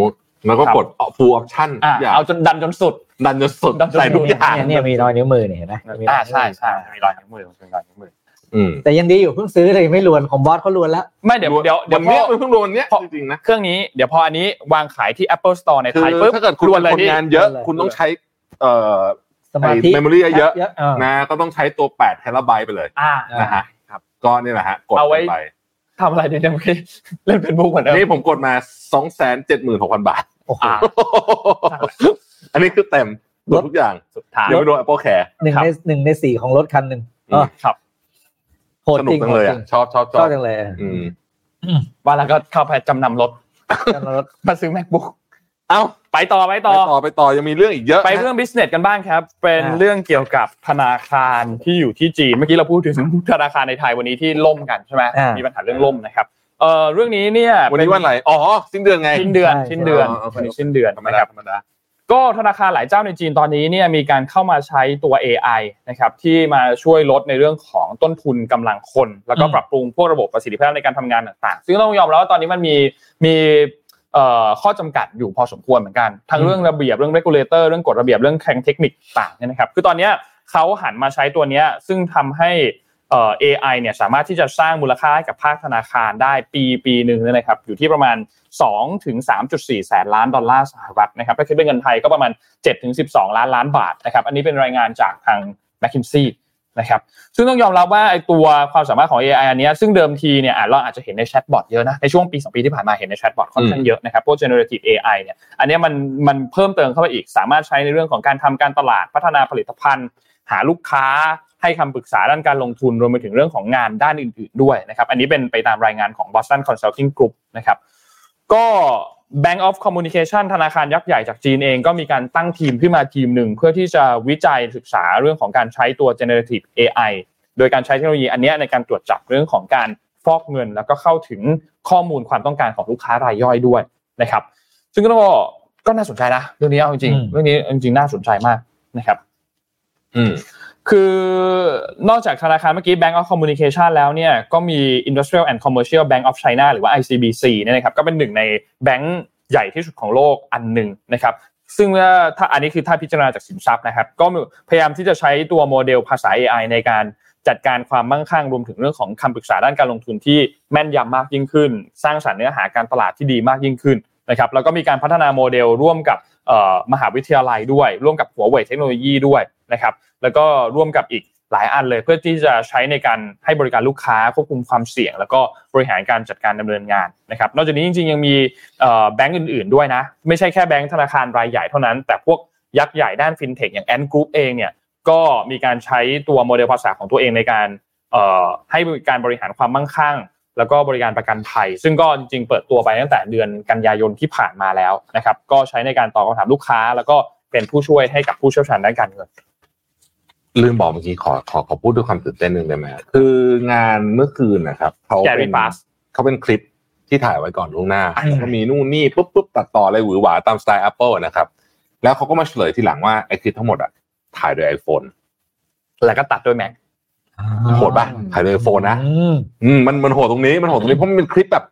[SPEAKER 3] แล้วก็
[SPEAKER 2] ครับ
[SPEAKER 3] กด full option
[SPEAKER 2] อ่า
[SPEAKER 3] ทุกอย่าง
[SPEAKER 2] เอาจนดันจนสุด
[SPEAKER 3] ดันจนสุด
[SPEAKER 2] ดันจนสุด
[SPEAKER 3] ใส่ทุกอย่าง
[SPEAKER 4] เนี่ยเนี่ยมีรอยนิ้วมือเนี่ยเห็นไหมมีร
[SPEAKER 2] อ่าย
[SPEAKER 4] นิ้วมื
[SPEAKER 2] ใช่ใช่มีรอยนิ้วมือมีรอยนิ้วมือ
[SPEAKER 3] อืม
[SPEAKER 4] แต่ยังดีอยู่เพิ่งซื้อเลยไม่รวนของบอสเขารวนแล้ว
[SPEAKER 2] ไม่เดี๋ยวเดี๋ยวเดี๋
[SPEAKER 3] วัเนี้ย
[SPEAKER 2] ยวน พอ
[SPEAKER 3] มันเพิ่งโดนเนี้ย
[SPEAKER 2] เพราะ
[SPEAKER 3] จริงๆนะ
[SPEAKER 2] เครื่องนี้เดี๋ยวพออันนี้วางขายที่ Apple Store ใน
[SPEAKER 3] คือ
[SPEAKER 2] ไทยปุ๊บ
[SPEAKER 3] ถ้าเกิดคุณ
[SPEAKER 2] รว
[SPEAKER 3] เป็น น
[SPEAKER 2] เลย
[SPEAKER 3] คน
[SPEAKER 2] นี่
[SPEAKER 3] งานเยอะ
[SPEAKER 4] รวนเลย
[SPEAKER 3] คุณต้องใช้เอ่อ
[SPEAKER 4] สมาธิ
[SPEAKER 3] เมมโมรี่เยอะ
[SPEAKER 4] เออ
[SPEAKER 3] ๆนะก็ต้องใช้ตัว 8 เทราไบต์ไปเลย
[SPEAKER 2] อ่า
[SPEAKER 3] นะฮะ
[SPEAKER 2] ครับ
[SPEAKER 3] ก็นี่แหละฮะกด
[SPEAKER 2] เอาไว้
[SPEAKER 3] ไป
[SPEAKER 2] ทำอะไรดีเนี่ยเมื่อกี้เล่นเป็นบุ๊กเหมือนเดิม
[SPEAKER 3] นี่ผมกดมา 276,000 บาท
[SPEAKER 4] โอ้โห
[SPEAKER 2] อ่า
[SPEAKER 3] อันนี้คือเต็มกดทุกอย่าง
[SPEAKER 2] สุดท้าย
[SPEAKER 3] เดี๋ยวไปโดน Apple Care
[SPEAKER 4] หนึ่ง
[SPEAKER 2] ครับ
[SPEAKER 4] ในหนึ่งในสี่ของรถคันหนึ่ง
[SPEAKER 3] อืม
[SPEAKER 2] ครับ
[SPEAKER 4] โหด
[SPEAKER 3] สนุก
[SPEAKER 4] จริง
[SPEAKER 3] จัง
[SPEAKER 4] โห
[SPEAKER 3] เล
[SPEAKER 4] ด
[SPEAKER 3] ย
[SPEAKER 4] จริ
[SPEAKER 3] อะ
[SPEAKER 4] ง
[SPEAKER 3] ชอบชอบช
[SPEAKER 4] ช
[SPEAKER 3] อ
[SPEAKER 4] อ
[SPEAKER 3] บบ
[SPEAKER 4] จังเลย
[SPEAKER 3] อืม
[SPEAKER 2] ว่าแล้วก็เข้าไปจำนำรถ
[SPEAKER 4] จำนำรถ
[SPEAKER 2] มาซื้อ MacBook
[SPEAKER 3] เอ้า
[SPEAKER 2] ไปต่อไป
[SPEAKER 3] ไป
[SPEAKER 2] ต่อ
[SPEAKER 3] ต่อไปต่อยังมีเรื่องอีกเยอะ
[SPEAKER 2] ไปเรื่อง business กันบ้างครับ เป็นเรื่องเกี่ยวกับธนาคาร ที่อยู่ที่จีน เมื่อกี้เราพูดถึงธนาคารในไทยวันนี้ที่ล่มกันใช่ไหมมีปัญหาเรื่องล่มนะครับ เอ่อเรื่องนี้เนี่ย
[SPEAKER 3] วันนี้วันไหนอ๋อสิ้นเดือนไง
[SPEAKER 2] สิ้นเดือน
[SPEAKER 4] ใช่
[SPEAKER 2] สิ้นเดือน
[SPEAKER 3] อ๋ออ๋อ
[SPEAKER 2] วันนี้สิ้นเดือน
[SPEAKER 3] ธรรม
[SPEAKER 2] นะ
[SPEAKER 3] ดา
[SPEAKER 2] ครับ
[SPEAKER 3] ธรรมดา
[SPEAKER 2] ก็ธนาคารหลายเจ้าในจีนตอนนี้เนี่ยมีการเข้ามาใช้ตัว AI นะครับที่มาช่วยลดในเรื่องของต้นทุนกำลังคน แล้วก็
[SPEAKER 4] อืม
[SPEAKER 2] ปรับปรุงพวกระบบประสิทธิภาพในการทำงานต่างๆ ซึ่งต้องยอมรับว่าตอนนี้มันมีมีเอ่อข้อจำกัดอยู่พอสมควรเหมือนกัน ทั้งเรื่องระเบียบเรื่อง regulator เรื่องกฎระเบียบเรื่องแข่งเทคนิคต่างเนี่ยนะครับคือตอนเนี้ยเขาหันมาใช้ตัวเนี้ยซึ่งทำให้เอ่อ AI เนี่ยสามารถที่จะสร้างมูลค่าให้กับภาคธนาคารได้ปีปีหนึ่งเนี่ยนะครับอยู่ที่ประมาณ 2 ถึง 3.4 แสนล้านดอลลาร์สหรัฐนะครับถ้าคิดเป็นเงินไทยก็ประมาณ 7 ถึง 12 ล้านล้านบาทนะครับอันนี้เป็นรายงานจากทาง m c k i n s e y นะครับซึ่งต้องยอมรับว่าไอตัวความสามารถของ AI อันเนี้ยซึ่งเดิมทีเนี่ยอ่ะเราอาจจะเห็นในแชทบอทเยอะนะในช่วงปี 2 ปีที่ผ่านมาเห็นในแชทบอทค่อนข้างเยอะนะครับพวก generative AI เนี่ยอันเนี้ยมันมันเพิ่มเติมเข้าไปอีก สามารถใช้ในเรื่องของการทำการตลาดพัฒนาผลิตภัณฑ์ หาลูกค้าให้คำปรึกษาด้านการลงทุนรวมไปถึงเรื่องของงานด้านอื่น ๆ ด้วยนะครับอันนี้เป็นไปตามรายงานของ Boston Consulting Group นะครับ ก็ Bank of Communication ธนาคารยักษ์ใหญ่จากจีนเองก็มีการตั้งทีมขึ้นมาทีมหนึ่ง เพื่อที่จะวิจัยศึกษาเรื่องของการใช้ตัว generative AI โดยการใช้เทคโนโลยีอันเนี้ยในการตรวจจับเรื่องของการฟอกเงิน แล้วก็เข้าถึงข้อมูลความต้องการของลูกค้ารายย่อยด้วยนะครับ ซึ่งก็ต้องบอกก็น่าสนใจนะเรื่องนี้เอาจริง
[SPEAKER 4] อืม
[SPEAKER 2] เรื่องนี้เอาจริงน่าสนใจมากนะครับ
[SPEAKER 3] อืม
[SPEAKER 2] คือนอกจากธนาคารเมื่อกี้ Bank of Communication แล้วเนี่ยก็มี Industrial and Commercial Bank of China หรือว่า ICBC เนี่ยนะครับก็เป็นหนึ่งในแบงก์ใหญ่ที่สุดของโลกอันหนึ่งนะครับซึ่งว่าถ้าอันนี้คือถ้าพิจารณาจากสินทรัพย์นะครับก็พยายามที่จะใช้ตัวโมเดลภาษา AI ในการจัดการความมั่งคั่งรวมถึงเรื่องของคำปรึกษาด้านการลงทุนที่แม่นยำมากยิ่งขึ้น สร้างสรรค์เนื้อหาการตลาดที่ดีมากยิ่งขึ้นนะครับแล้วก็มีการพัฒนาโมเดลร่วมกับเอ่อมหาวิทยาลัยด้วย ร่วมกับหัวเว่ยเทคโนโลยีด้วยนะครับ แล้วก็ร่วมกับอีกหลายอันเลยเพื่อที่จะใช้ในการให้บริการลูกค้าควบคุมความเสี่ยง แล้วก็บริหารการจัดการดำเนินงานนะครับนอกจากนี้จริงๆยังมีเอ่อแบงก์อื่นๆด้วยนะ ไม่ใช่แค่แบงก์ธนาคารรายใหญ่เท่านั้น แต่พวกยักษ์ใหญ่ด้านฟินเทคอย่างแอนกรุ๊ปเองเนี่ยก็มีการใช้ตัวโมเดลภาษาของตัวเองในการเอ่อให้บริการบริหารความมั่งคั่ง แล้วก็บริการประกันภัย ซึ่งก็จริงๆเปิดตัวไปตั้งแต่เดือนกันยายนที่ผ่านมาแล้วนะครับก็ใช้ในการตอบคำถามลูกค้า แล้วก็เป็นผู้ช่วยให้กับผู้เชี่ยวชาญด้านการเงิน
[SPEAKER 3] ลืมบอกเมื่อกี้ขอขอขอพูดด้วยความตื่นเต้นหนึ่งได้ไหมฮะคืองานเมื่อคืนนะครับเขาเป็น
[SPEAKER 2] Gary Pass
[SPEAKER 3] เขาเป็นคลิปที่ถ่ายไว้ก่อนล่วงหน้า
[SPEAKER 2] อ่า
[SPEAKER 3] แล้วก็มีนู่นนี่ปุ๊บปุ๊บตัดต่ออะไรหวือหวาตามสไตล์ Apple นะครับ แล้วเขาก็มาเฉลยทีหลังว่าไอ้คลิปทั้งหมดอ่ะถ่ายโดย iPhone
[SPEAKER 2] แล้วก็ตัดด้วยแม็ก
[SPEAKER 3] โหดป่ะถ่ายโดย iPhone นะ
[SPEAKER 4] อืม
[SPEAKER 3] อืมมันมันโหดตรงนี้มันโหดตรงนี้เพราะมันเป็นคลิปแบบ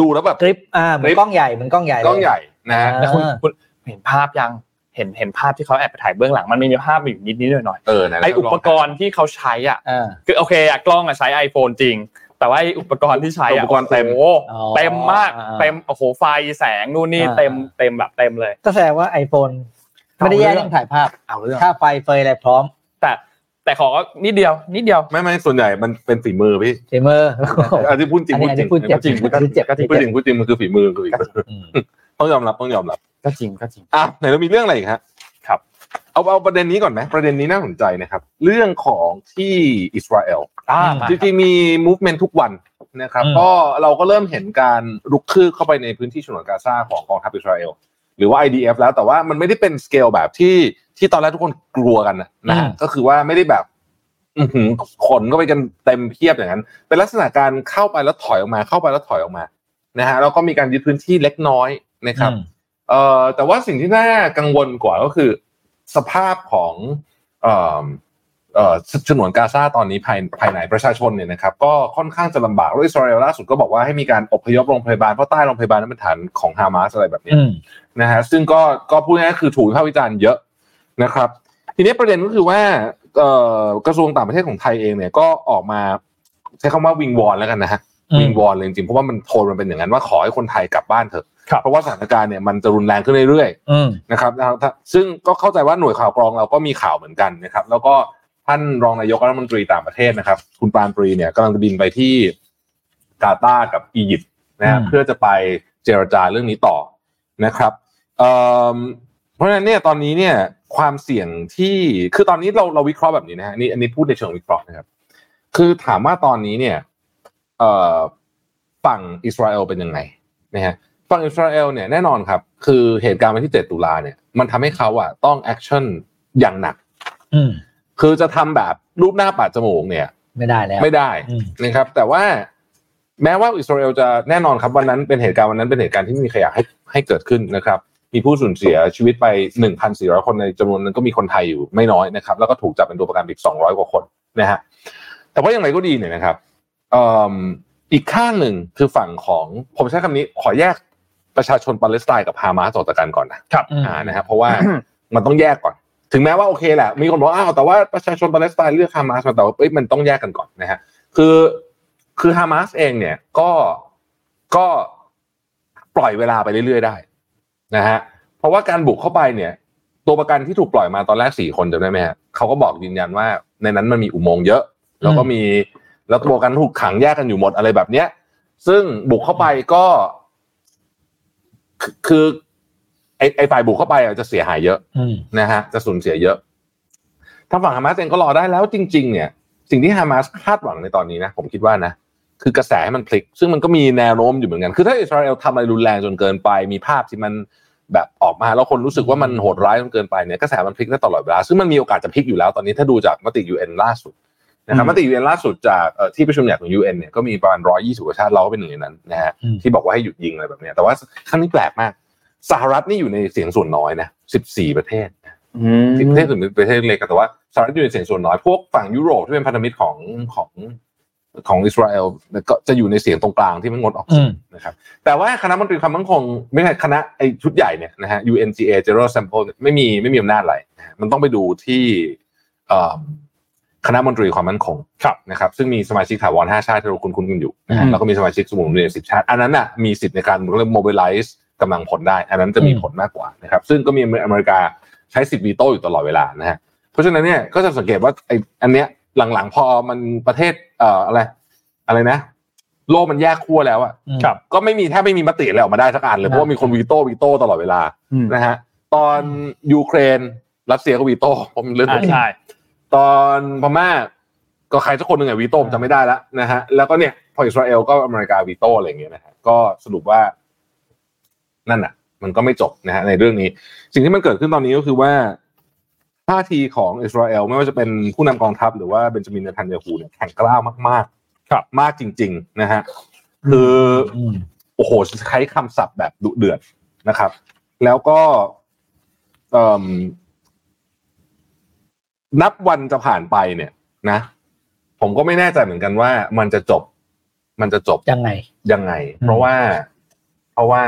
[SPEAKER 3] ดูแล้วแบบ
[SPEAKER 4] คลิปอ่าเหมือ
[SPEAKER 3] คลิป
[SPEAKER 4] นกล้องใหญ่เหมือนกล้องใหญ่
[SPEAKER 3] กล้องใหญ่นะฮะ
[SPEAKER 2] แล้วคุณคุณเห็นภาพยังเห็นเห็นภาพที่เขาแอบไปถ่ายเบื้องหลังมันมีภาพอยู่นิดนิดหน่อยหน่อย
[SPEAKER 3] เออนะ
[SPEAKER 2] ๆไออุปกรณ์ที่เขาใช้อ่ะ
[SPEAKER 4] อ่า
[SPEAKER 2] คือโอเคอะกล้องอะใช้ iPhone จริง แต่ว่าไอ้อุปกรณ์ที่ใช้
[SPEAKER 3] อุ
[SPEAKER 2] อะ
[SPEAKER 3] ปกรณ์เต็ม
[SPEAKER 2] โอ้โห
[SPEAKER 4] อ๋อ
[SPEAKER 2] เต็มมาก
[SPEAKER 4] อ่า
[SPEAKER 2] เต็มโอ้โหไฟแสงนู่นนี่
[SPEAKER 4] อ่า
[SPEAKER 2] เต็มเต็มแบบเต็มเลย
[SPEAKER 4] ก็แสดงว่า iPhone ไม่ได้แย่เรื่องถ่ายภาพ
[SPEAKER 2] เอาเรื่อง
[SPEAKER 4] ค่าไฟเฟยอะไรพร้อม
[SPEAKER 2] แต่แต่ขอนิดเดียวนิดเดียว
[SPEAKER 3] ไม่ไม่ส่วนใหญ่มันเป็นฝีมือพี่
[SPEAKER 4] เจมเมอร์
[SPEAKER 3] อันที่พูดจริง
[SPEAKER 4] อันนี้อันนี้
[SPEAKER 3] พูด
[SPEAKER 4] พูดจริง
[SPEAKER 3] พูดจริงพู
[SPEAKER 4] พูดจริง
[SPEAKER 3] ดจริงพูดจริงมันคือฝีมือคือฝีมือ
[SPEAKER 4] อืม
[SPEAKER 3] ต้องยอมรับต้องยอมรับ
[SPEAKER 2] ก็จริงก็จริง
[SPEAKER 3] อ่ะไหนเรามีเรื่องอะไรอีกฮะ
[SPEAKER 2] ครับ
[SPEAKER 3] เอาเอาประเด็นนี้ก่อนไหมประเด็นนี้น่าสนใจนะครับ เรื่องของที่อิสราเอล
[SPEAKER 2] อ่า
[SPEAKER 4] อืม
[SPEAKER 2] มา
[SPEAKER 3] จริงๆมี movement ทุกวันนะครับ
[SPEAKER 4] อืม
[SPEAKER 3] ก็เราก็เริ่มเห็นการรุกคืบเข้าไปในพื้นที่ฉนวนกาซาของกองทัพอิสราเอลหรือว่า IDF แล้วแต่ว่ามันไม่ได้เป็นสเกลแบบที่ที่ตอนแรกทุกคนกลัวกันนะนะฮะก็คือว่าไม่ได้แบบ อื้อหือขนก็ไปกันเต็มเพียบอย่างนั้น เป็นลักษณะการเข้าไปแล้วถอยออกมา เข้าไปแล้วถอยออกมานะฮะแล้วก็มีการยึดพื้นที่เล็กน้อยนะครับ เอ่อแต่ว่าสิ่งที่น่ากังวลกว่าก็คือ สภาพของเอ่อเอ่อฉนวนกาซาตอนนี้ภายภายในประชาชนเนี่ยนะครับก็ค่อนข้างจะลำบากแล้วอิสราเอลล่าสุดก็บอกว่าให้มีการอพยพโรงพยาบาลเพราะใต้โรงพยาบาลนั้นเป็นฐานของฮามาสอะไรแบบเนี้ย
[SPEAKER 4] อืม
[SPEAKER 3] นะฮะซึ่งก็ก็พูดง่ายๆคือถูกวิพากษ์วิจารณ์เยอะนะครับ ทีนี้ประเด็นก็คือว่าเอ่อกระทรวงต่างประเทศของไทยเองเนี่ยก็ออกมาใช้คำว่าวิงวอนแล้วกันนะฮะ
[SPEAKER 4] อืม
[SPEAKER 3] วิงวอนเลยจริงๆเพราะว่ามันโทนมันเป็นอย่างนั้นว่าขอให้คนไทยกลับบ้านเถอะ
[SPEAKER 2] ครับ
[SPEAKER 3] เพราะว่าสถานการณ์เนี่ยมันจะรุนแรงขึ้นเรื่อยๆ
[SPEAKER 4] อืม
[SPEAKER 3] นะครับแล้วถ้าซึ่งก็เข้าใจว่าหน่วยข่าวกรองเราก็มีข่าวเหมือนกันนะครับ แล้วก็ท่านรองนายกรัฐมนตรีต่างประเทศนะครับ คุณปรานปรีเนี่ยกำลังจะบินไปที่กาตาร์กับอียิปต์นะฮะ
[SPEAKER 4] อืม
[SPEAKER 3] เพื่อจะไปเจรจาเรื่องนี้ต่อนะครับเอิ่มเพราะฉะนั้นเนี่ยตอนนี้เนี่ยความเสี่ยงที่คือตอนนี้เราเราวิเคราะห์แบบนี้นะฮะนี่อันนี้พูดในเชิงวิเคราะห์นะครับ คือถามว่าตอนนี้เนี่ยเอ่อฝั่งอิสราเอลเป็นยังไงนะฮะ ฝั่งอิสราเอลเนี่ยแน่นอนครับ คือเหตุการณ์วันที่ 7 ตุลาเนี่ยมันทำให้เขาอ่ะต้องแอคชั่นอย่างหนัก
[SPEAKER 4] อืม
[SPEAKER 3] คือจะทำแบบรูปหน้าปาดจมูกเนี่ย
[SPEAKER 4] ไม่ได้แล้ว
[SPEAKER 3] ไม่ได้
[SPEAKER 4] อืม
[SPEAKER 3] นะครับ แต่ว่า แม้ว่าอิสราเอลจะแน่นอนครับวันนั้นเป็นเหตุการณ์วันนั้นเป็นเหตุการณ์ที่ไม่มีใครอยากให้ให้เกิดขึ้นนะครับ มีผู้สูญเสียชีวิตไป 1,400 คนในจำนวนนั้นก็มีคนไทยอยู่ไม่น้อยนะครับ แล้วก็ถูกจับเป็นตัวประกันอีก200 กว่าคนนะฮะแต่ว่าอย่างไรก็ดีเนี่ยนะครับเอิ่มอีกข้างหนึ่งคือฝั่งของผมใช้คำนี้ขอแยกประชาชนปาเลสไตน์กับฮามาสออกจากกันก่อนนะ
[SPEAKER 4] อืม
[SPEAKER 3] อ่านะครับเพราะว่า มันต้องแยกก่อน ถึงแม้ว่าโอเคแหละ มีคนบอกว่าอ้าวแต่ว่าประชาชนปาเลสไตน์เลือกฮามาสมาแต่ว่าเอ้ยมันต้องแยกกันก่อนนะฮะคือคือฮามาสเองเนี่ยก็ก็ปล่อยเวลาไปเรื่อยๆได้นะฮะเพราะว่าการบุกเข้าไปเนี่ย ตัวประกันที่ถูกปล่อยมาตอนแรกสี่คนจำได้ไหมฮะเขาก็บอกยืนยันว่า ในนั้นมันมีอุโมงค์เยอะ แล้วก็มีแล้วตัวประกันถูกขังแยกกันอยู่หมดอะไรแบบเนี้ย ซึ่งบุกเข้าไปก็ คือคือไอไอฝ่ายบุกเข้าไปอ่ะจะเสียหายเยอะ
[SPEAKER 4] อืม
[SPEAKER 3] นะฮะจะสูญเสียเยอะทางฝั่งฮามาสเองก็รอได้แล้วจริง ๆ เนี่ย สิ่งที่ฮามาสคาดหวังในตอนนี้นะ ผมคิดว่านะ คือกระแสให้มันพลิก ซึ่งมันก็มีแนวโน้มอยู่เหมือนกัน คือถ้าอิสราเอลทำอะไรรุนแรงจนเกินไป มีภาพที่มันแบบออกมาแล้วคนรู้สึกว่ามันโหดร้ายจนเกินไปเนี่ยกระแสมันพลิกได้ตลอดเวลา ซึ่งมันมีโอกาสจะพลิกอยู่แล้วตอนนี้ถ้าดูจากมติยูเอ็นล่าสุดนะครับ
[SPEAKER 2] อืม
[SPEAKER 3] มติยูเอ็นล่าสุดจากเอ่อที่ประชุมใหญ่ของยูเอ็นเนี่ยก็มีประมาณร้อยยี่สิบกว่าชาติเราก็เป็นหนึ่งในนั้นนะฮะ
[SPEAKER 4] อืม
[SPEAKER 3] ที่บอกว่าให้หยุดยิงอะไรแบบเนี้ยแต่ว่าครั้งนี้แปลกมากสหรัฐนี่อยู่ในเสียงส่วนน้อยนะสิบสี่ประเทศ ที่ประเทศอื่นเป็นประเทศเล็กกันแต่ว่าสหรัฐอยู่ในเสียงส่วนน้อยพวกฝั่งยุโรปที่เป็นพันธมิตรของของของอิสราเอลก็จะอยู่ในเสียงตรงกลางที่มันงดออกเสียงนะครับแต่ว่าคณะมนตรีความมั่นคงไม่ใช่คณะไอชุดใหญ่เนี่ยนะฮะ UNGA General Sample เนี่ยไม่มีไม่มีอำนาจอะไรนะฮะมันต้องไปดูที่เอ่อคณะมนตรีความมั่นคง
[SPEAKER 2] ครับ
[SPEAKER 3] นะครับซึ่งมีสมาชิกถาวรห้าชาติที่เราคุ้นๆกันอยู่นะฮะ
[SPEAKER 2] อืม
[SPEAKER 3] แล้วก็มีสมาชิกสมุนเรียนสิบชาติ อันนั้นน่ะมีสิทธิ์ในการเรียก mobilize กำลังผลได้ อันนั้นจะมีผลมากกว่านะครับซึ่งก็มีอเมริกา ใช้สิทธิ์วีโต้อยู่ตลอดเวลานะฮะ เพราะฉะนั้นเนี่ยก็จะสังเกตว่าไออันเนี้ยหลังๆพอมันประเทศเอ่ออะไร อะไรนะ โลกมันแยกขั้วแล้วอะ
[SPEAKER 4] อืม
[SPEAKER 2] ครับ
[SPEAKER 3] ก็ไม่มีแทบไม่มีมติอะไรออกมาได้สักอันเลย
[SPEAKER 4] ครับ
[SPEAKER 3] เพราะว่ามีคนวีโต้วีโต้ตลอดเวลา
[SPEAKER 2] อืม
[SPEAKER 3] นะฮะตอนยูเครนรัสเซียก็วีโต้ผมนเลือก
[SPEAKER 2] อ่าใช่
[SPEAKER 3] ตอนพม่าก็ใครสักคนหนึ่งอะวีโต้ผมจำไม่ได้แล้วนะฮะแล้วก็เนี่ยพออิสราเอลก็อเมริกาวีโต้อะไรอย่างเงี้ยนะฮะก็สรุปว่า นั่นน่ะ มันก็ไม่จบนะฮะในเรื่องนี้ สิ่งที่มันเกิดขึ้นตอนนี้ก็คือว่าท่าทีของอิสราเอลไม่ว่าจะเป็นผู้นำกองทัพหรือว่าเบนจามินเนทันยาฮูเนี่ยแข็งกล้าวมากๆ
[SPEAKER 2] ครับ
[SPEAKER 3] มากจริง ๆ นะฮะคืออ
[SPEAKER 4] อืม
[SPEAKER 3] โอ้โหใช้คำศัพท์แบบดุเดือดนะครับ แล้วก็เอิ่มนับวันจะผ่านไปเนี่ย นะ ผมก็ไม่แน่ใจเหมือนกันว่า มันจะจบ มันจะจบ
[SPEAKER 4] ยังไง
[SPEAKER 3] ยังไง
[SPEAKER 4] อืม
[SPEAKER 3] เพราะว่า เพราะว่า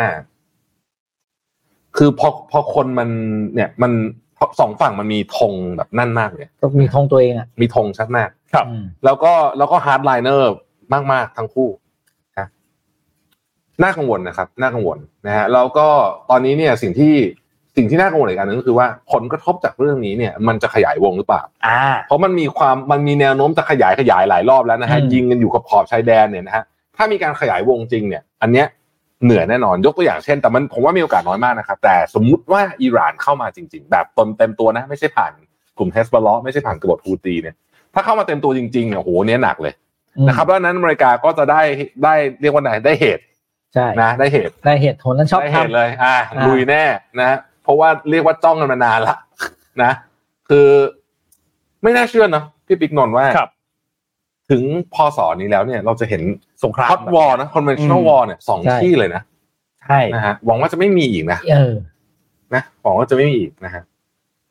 [SPEAKER 3] คือพอพอคนมัน เนี่ย มันพอสองฝั่งมันมีธงแบบนั่นมากเลย
[SPEAKER 4] ต้องมีทองตัวเองอ่ะ
[SPEAKER 3] มีธงชัดมาก
[SPEAKER 2] ครับ
[SPEAKER 4] อืม
[SPEAKER 3] แล้วก็แล้วก็ฮาร์ดไลเนอร์มาก ๆ ทั้งคู่นะน่ากังวลนะครับ น่ากังวลนะฮะแล้วก็ตอนนี้เนี่ย สิ่งที่สิ่งที่น่ากังวลอีกอันหนึงก็คือว่าผลกระทบจากเรื่องนี้เนี่ย มันจะขยายวงหรือเปล่า
[SPEAKER 2] อ่า
[SPEAKER 3] เพราะมันมีความมันมีแนวโน้มจะขยายขยายหลายรอบแล้วนะฮะ
[SPEAKER 4] อืม
[SPEAKER 3] ยิงกันอยู่กับขอบชายแดนเนี่ยนะฮะถ้ามีการขยายวงจริงเนี่ย อันเนี้ยเหนื่อยแน่นอนยกตัวอย่างเช่น แต่มันผมว่ามีโอกาสน้อยมากนะครับ แต่สมมุติว่าอิหร่านเข้ามาจริง ๆ แบบเต็มเต็มตัวนะ ไม่ใช่ผ่านกลุ่มเฮสบอลลอไม่ใช่ผ่านกบฏฮูตีเนี่ยถ้าเข้ามาเต็มตัวจริงๆเนี่ยโอ้โหเนี่ยหนักเลยนะครับแล้วนั้นอเมริกาก็จะได้ได้เรียกว่าไหนได้เหตุ
[SPEAKER 4] ใช่
[SPEAKER 3] นะได้เหตุ
[SPEAKER 4] ในเหตุผลนั้นชอบ
[SPEAKER 3] ได้
[SPEAKER 4] ท
[SPEAKER 3] เห็นเลยอ่า
[SPEAKER 4] อ่า
[SPEAKER 3] ลุยแน่นะฮะเพราะว่าเรียกว่าจ้องกันมานานละนะ คือไม่น่าเชื่อเนอะพี่ปิ๊กนนท์ว่า
[SPEAKER 2] ครับ
[SPEAKER 3] ถึงพศนี้แล้วเนี่ย เราจะเห็น
[SPEAKER 2] สงคราม
[SPEAKER 3] ฮอตวอลนะคอนเวนชั่น a ล
[SPEAKER 2] อืม
[SPEAKER 3] วอลเนี่ยสอง
[SPEAKER 4] ใช่
[SPEAKER 3] ที่เลยนะ
[SPEAKER 2] ใช่
[SPEAKER 3] นะฮะหวังว่าจะไม่มีอีกนะ
[SPEAKER 4] ำเออ
[SPEAKER 3] นะหวังว่าจะไม่มีอีกนะฮะ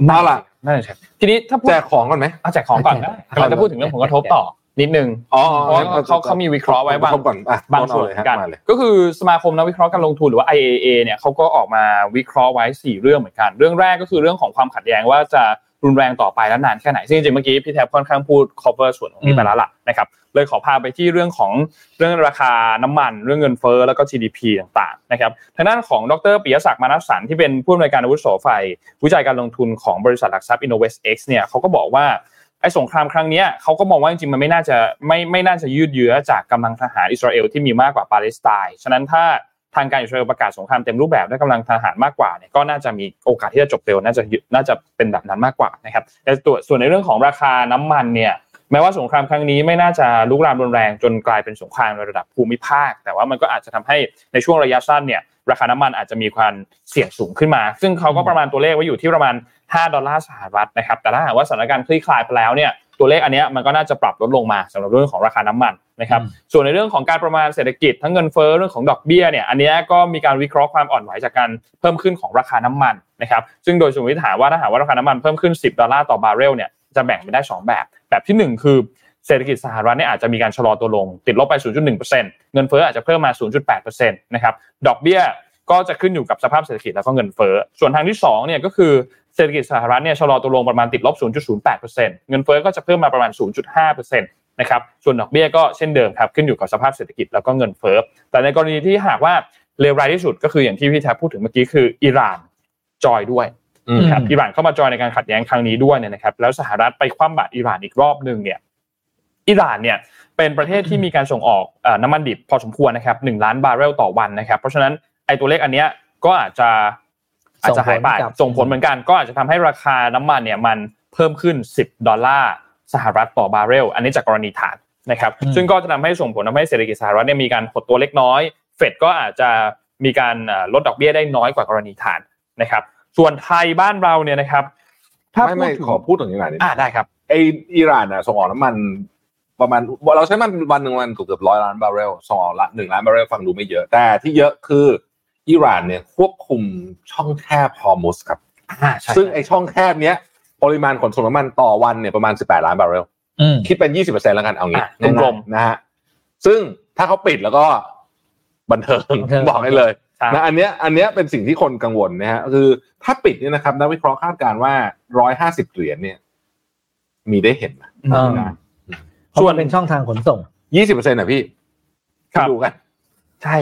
[SPEAKER 3] เอาล่ะ
[SPEAKER 2] นั่นแหละครับทีนี้ถ้าพูด
[SPEAKER 3] แจกของก่อนไหม
[SPEAKER 2] เอาแจกของก่อน
[SPEAKER 4] แจก
[SPEAKER 2] ได้เราจะพูดถึงเรื่องผลกระทบต่อนิดนึง
[SPEAKER 3] อ๋อ
[SPEAKER 2] เพราะว่าเขาเขามีวิเคราะห์ไว้บาง
[SPEAKER 3] ครบก่อนอ่ะ
[SPEAKER 2] บาง
[SPEAKER 3] โอ
[SPEAKER 2] ส่วน
[SPEAKER 3] เลยฮะ
[SPEAKER 2] กัน
[SPEAKER 3] มาเลย
[SPEAKER 2] ก็คือสมาคมนักวิเคราะห์การลงทุนหรือว่า IAA เนี่ยเขาก็ออกมาวิเคราะห์ไว้ 4 เรื่องเหมือนกัน เรื่องแรกก็คือเรื่องของความขัดแย้งว่าจะรุนแรงต่อไปและนานแค่ไหนซึ่งจริงๆเมื่อกี้พี่แทบค่อนข้างพูด cover ส่วนตรงนี้ไปแล้วล่ะนะครับเลยขอพาไปที่เรื่องของเรื่องราคาน้ำมัน เรื่องเงินเฟ้อแล้วก็ GDP ต่างๆนะครับทางด้านของดรปิยศักดิ์มานัสสันที่เป็นผู้อำนวยการอาวุโสฝ่ายวิจัยการลงทุนของบริษัทหลักทรัพย์ Innovest X เนี่ยเขาก็บอกว่า ไอ้สงครามครั้งเนี้ยเขาก็มองว่าจริงๆมันไม่น่าจะไม่ไม่น่าจะยืดเยื้อจากกำลังทหารอิสราเอลที่มีมากกว่าปาเลสไตน์ฉะนั้นถ้าทางการอิสราเอลประกาศสงครามเต็มรูปแบบด้วยกำลังทหารมากกว่าเนี่ยก็น่าจะมีโอกาสที่จะจบเร็วน่าจะน่าจะเป็นแบบนั้นมากกว่านะครับแต่ตัวส่วนในเรื่องของราคาน้ำมันเนี่ยแม้ว่าสงครามครั้งนี้ไม่น่าจะลุกลามรุนแรงจนกลายเป็นสงครามในระดับภูมิภาค แต่ว่ามันก็อาจจะทำให้ในช่วงระยะสั้นเนี่ยราคาน้ำมันอาจจะมีความเสี่ยงสูงขึ้นมา ซึ่งเขาก็ประมาณตัวเลขไว้อยู่ที่ประมาณ 5 ดอลลาร์สหรัฐนะครับ แต่ถ้าหากว่าสถานการณ์คลี่คลายไปแล้วเนี่ย ตัวเลขอันเนี้ยมันก็น่าจะปรับลดลงมาสำหรับเรื่องของราคาน้ำมัน นะครับส่วนในเรื่องของการประมาณเศรษฐกิจทั้งเงินเฟ้อเรื่องของดอกเบี้ยเนี่ยอันเนี้ยก็มีการวิเคราะห์ความอ่อนไหวจากการเพิ่มขึ้นของราคาน้ำมันนะครับซึ่งโดยสมมติฐานว่าถ้าหากว่าราคาน้ำมันเพิ่มขึ้น 10 ดอลลาร์ต่อบาร์เรลเนี่ยจะแบ่งเป็นได้ 2 แบบ แบบทีหนึ่งคือ เศรษฐกิจสหรัฐเนี่ยอาจจะมีการชะลอตัวลง ติดลบไป 0.1%เงินเฟ้ออาจจะเพิ่มมา 0.8%นะครับดอกเบี้ยก็จะขึ้นอยู่กับสภาพเศรษฐกิจแล้วก็เงินเฟ้อส่วนทางที่สองเนี่ยก็คือเศรษฐกิจสหรัฐเนี่ยชะลอตัวลงประมาณติดลบ 0.08%เงินเฟ้อก็จะเพิ่มมาประมาณ 0.5%นะครับส่วนดอกเบี้ยก็เช่นเดิมครับขึ้นอยู่กับสภาพเศรษฐกิจแล้วก็เงินเฟ้อแต่ในกรณีที่หากว่าเลวร้ายที่สุดก็คืออย่างที่พี่แทบพูดถึงเมื่อกี้คืออิหร่านจอยด้วย
[SPEAKER 3] อืม
[SPEAKER 2] ครับอิหร่านเข้ามาจอยในการขัดแย้งครั้งนี้ด้วยเนี่ยนะครับแล้วสหรัฐไปคว่ำบาตรอิหร่านอีกรอบหนึ่งเนี่ยอิหร่านเนี่ยเป็นประเทศที่มีการส่งออกเอ่อน้ำมันดิบพอสมควรนะครับหนึ่งล้านบาร์เรลต่อวันนะครับ เพราะฉะนั้นไอ้ตัวเลขอันเนี้ยก็อาจจะอาจจะหายไปส่
[SPEAKER 4] ส่งผลกับ
[SPEAKER 2] งผลเหมือนกันก็อาจจะทำให้ราคาน้ำมันเนี่ยมันเพิ่มขึ้น 10 ดอลลาร์สหรัฐต่อบาร์เรลอันนี้จากกรณีฐานนะครับ
[SPEAKER 4] อืม
[SPEAKER 2] ซึ่งก็จะทำให้ส่งผลทำให้เศรษฐกิจสหรัฐเนี่ยมีการหดตัวเล็กน้อย เฟดก็อาจจะมีการเอ่อลดดอกเบี้ยได้น้อยกว่ากรณีฐานนะครับ ส่วนไทยบ้านเราเนี่ยนะครับ ถ้า
[SPEAKER 3] ไม่
[SPEAKER 2] พูด
[SPEAKER 3] ไม่
[SPEAKER 2] ถึง
[SPEAKER 3] ขอพูดถึงอิหร่านนิดนึ
[SPEAKER 2] อ่างได้ครับ
[SPEAKER 3] ไออิหร่านอ่ะส่งออกน้ำมันประมาณเราใช้มันวันหนึ่งวันเกือบร้อยล้านบาร์เรลส่งออกละหนึ่งล้านบาร์เรลฟังดูไม่เยอะ แต่ที่เยอะคืออิหร่านเนี่ยควบคุมช่องแคบฮอร์มุสครับ
[SPEAKER 2] อ่าใช่
[SPEAKER 3] ซึ่งไอช่องแคบเนี้ยปริมาณขนส่งน้ำมันต่อวันเนี่ยประมาณ 18 ล้านบาร์เรล
[SPEAKER 4] อืม
[SPEAKER 3] คิดเป็น 20%แล้วกันเอางี้
[SPEAKER 2] อ่ะกลม
[SPEAKER 3] ๆนะฮะซึ่งถ้าเขาปิดแล้วก็บันเทิง
[SPEAKER 4] บันเทิง
[SPEAKER 3] บอกได้เลย
[SPEAKER 2] ใช่
[SPEAKER 3] นะอันเนี้ยอันเนี้ยเป็นสิ่งที่คนกังวลนะฮะคือถ้าปิดเนี่ยนะครับนักวิเคราะห์คาดการณ์ว่า 150 เหรียญเนี่ย มีได้เห็นนะ
[SPEAKER 4] เออเพราะ
[SPEAKER 2] ส่ว
[SPEAKER 4] มัน นเป็นช่องทางขนส่ง
[SPEAKER 3] 20%อ่ะพี่
[SPEAKER 2] ครับ
[SPEAKER 3] ดูกัน
[SPEAKER 2] ใช่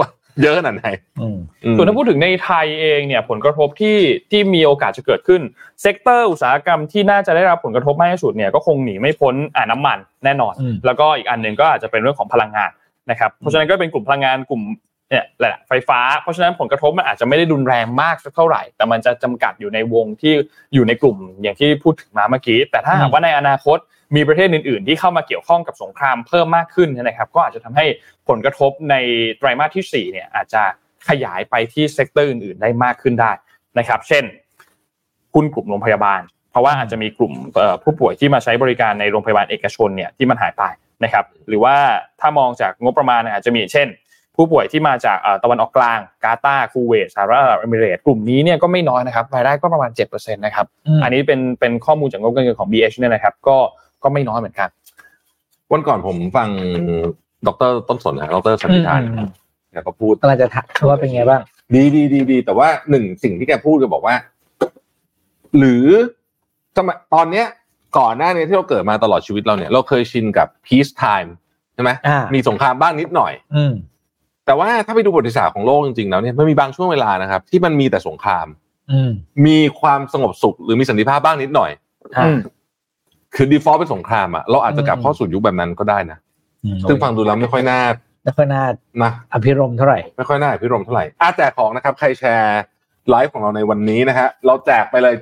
[SPEAKER 3] ว่าเยอะขนาดไหน
[SPEAKER 4] อืม
[SPEAKER 3] อืม
[SPEAKER 2] ส่วนถ้าพูดถึงในไทยเองเนี่ยผลกระทบที่ที่มีโอกาสจะเกิดขึ้น เซกเตอร์อุตสาหกรรมที่น่าจะได้รับผลกระทบมากที่สุดเนี่ยก็คงหนีไม่พ้นอ่าน้ำมันแน่นอน
[SPEAKER 4] อืม
[SPEAKER 2] แล้วก็อีกอันหนึ่งก็อาจจะเป็นเรื่องของพลังงานนะครับเพราะฉะนั้นก็เป็นกลุ่มพลังงานกลุ่มเนี่ยแหละไฟฟ้า เพราะฉะนั้นผลกระทบมันอาจจะไม่ได้รุนแรงมากสักเท่าไหร่ แต่มันจะจำกัดอยู่ในวงที่อยู่ในกลุ่มอย่างที่พูดถึงมาเมื่อกี้ แต่ถ้าหากว่าในอนาคตมีประเทศอื่น ๆ ที่เข้ามาเกี่ยวข้องกับสงครามเพิ่มมากขึ้นนะครับ ก็อาจจะทำให้ผลกระทบในไตรมาสที่สี่เนี่ยอาจจะขยายไปที่เซกเตอร์อื่น ๆ ได้มากขึ้นได้นะครับ เช่น หุ้นกลุ่มโรงพยาบาล เพราะว่าอาจจะมีกลุ่มเอ่อผู้ป่วยที่มาใช้บริการในโรงพยาบาลเอกชนเนี่ยที่มันหายไปนะครับ หรือว่าถ้ามองจากงบประมาณเนี่ยอาจจะมีเช่น ผู้ป่วยที่มาจากเอ่อตะวันออกกลางกาตาร์คูเวตสหรัฐอาหรับเอมิเรตส์กลุ่มนี้เนี่ยก็ไม่น้อยนะครับรายได้ก็ประมาณ7%นะครับ
[SPEAKER 4] อืม
[SPEAKER 2] อันนี้เป็นเป็นข้อมูลจากงบการเงินของ BH เนี่ยนะครับ ก็ก็ไม่น้อยเหมือนกัน
[SPEAKER 3] วันก่อนผมฟังดรต้นสนนะดรสันติธาน
[SPEAKER 4] อืม
[SPEAKER 3] แล้วก็พูด
[SPEAKER 4] กำลังจะถามว่าเป็นไงบ้าง
[SPEAKER 3] ดีดีดีดีแต่ว่าหนึ่งสิ่งที่แกพูดก็บอกว่า หรือสมัยตอนเนี้ย ก่อนหน้านี้ที่เราเกิดมาตลอดชีวิตเราเนี่ย เราเคยชินกับ peace time ใช่ไหม
[SPEAKER 4] อ่ามี
[SPEAKER 3] มีสงครามบ้างนิดหน่อย
[SPEAKER 4] อืม
[SPEAKER 3] แต่ว่าถ้าไปดูประวัติศาสตร์ของโลกจริงๆแล้วเนี่ยมันมีบางช่วงเวลานะครับ ที่มันมีแต่สงคราม
[SPEAKER 4] อืม
[SPEAKER 3] มีความสงบสุข หรือมีสันติภาพบ้างนิดหน่อย
[SPEAKER 4] อ่ะ
[SPEAKER 3] คือ default เป็นสงครามอะเราอาจจะกลับ
[SPEAKER 4] อืม
[SPEAKER 3] เข้าสู่ยุคแบบนั้นก็ได้นะ
[SPEAKER 4] อืม
[SPEAKER 3] ซึ่งฟังดูแล้วไม่ค่อยน่า
[SPEAKER 4] ไม่ค่อยน่า
[SPEAKER 3] นะ
[SPEAKER 4] อภิรมย์เท่าไหร่
[SPEAKER 3] ไม่ค่อยน่าอภิรมย์เท่าไหร่อาแจกของนะครับ ใครแชร์ไลฟ์ของเราในวันนี้นะฮะ เราแจกไปเลย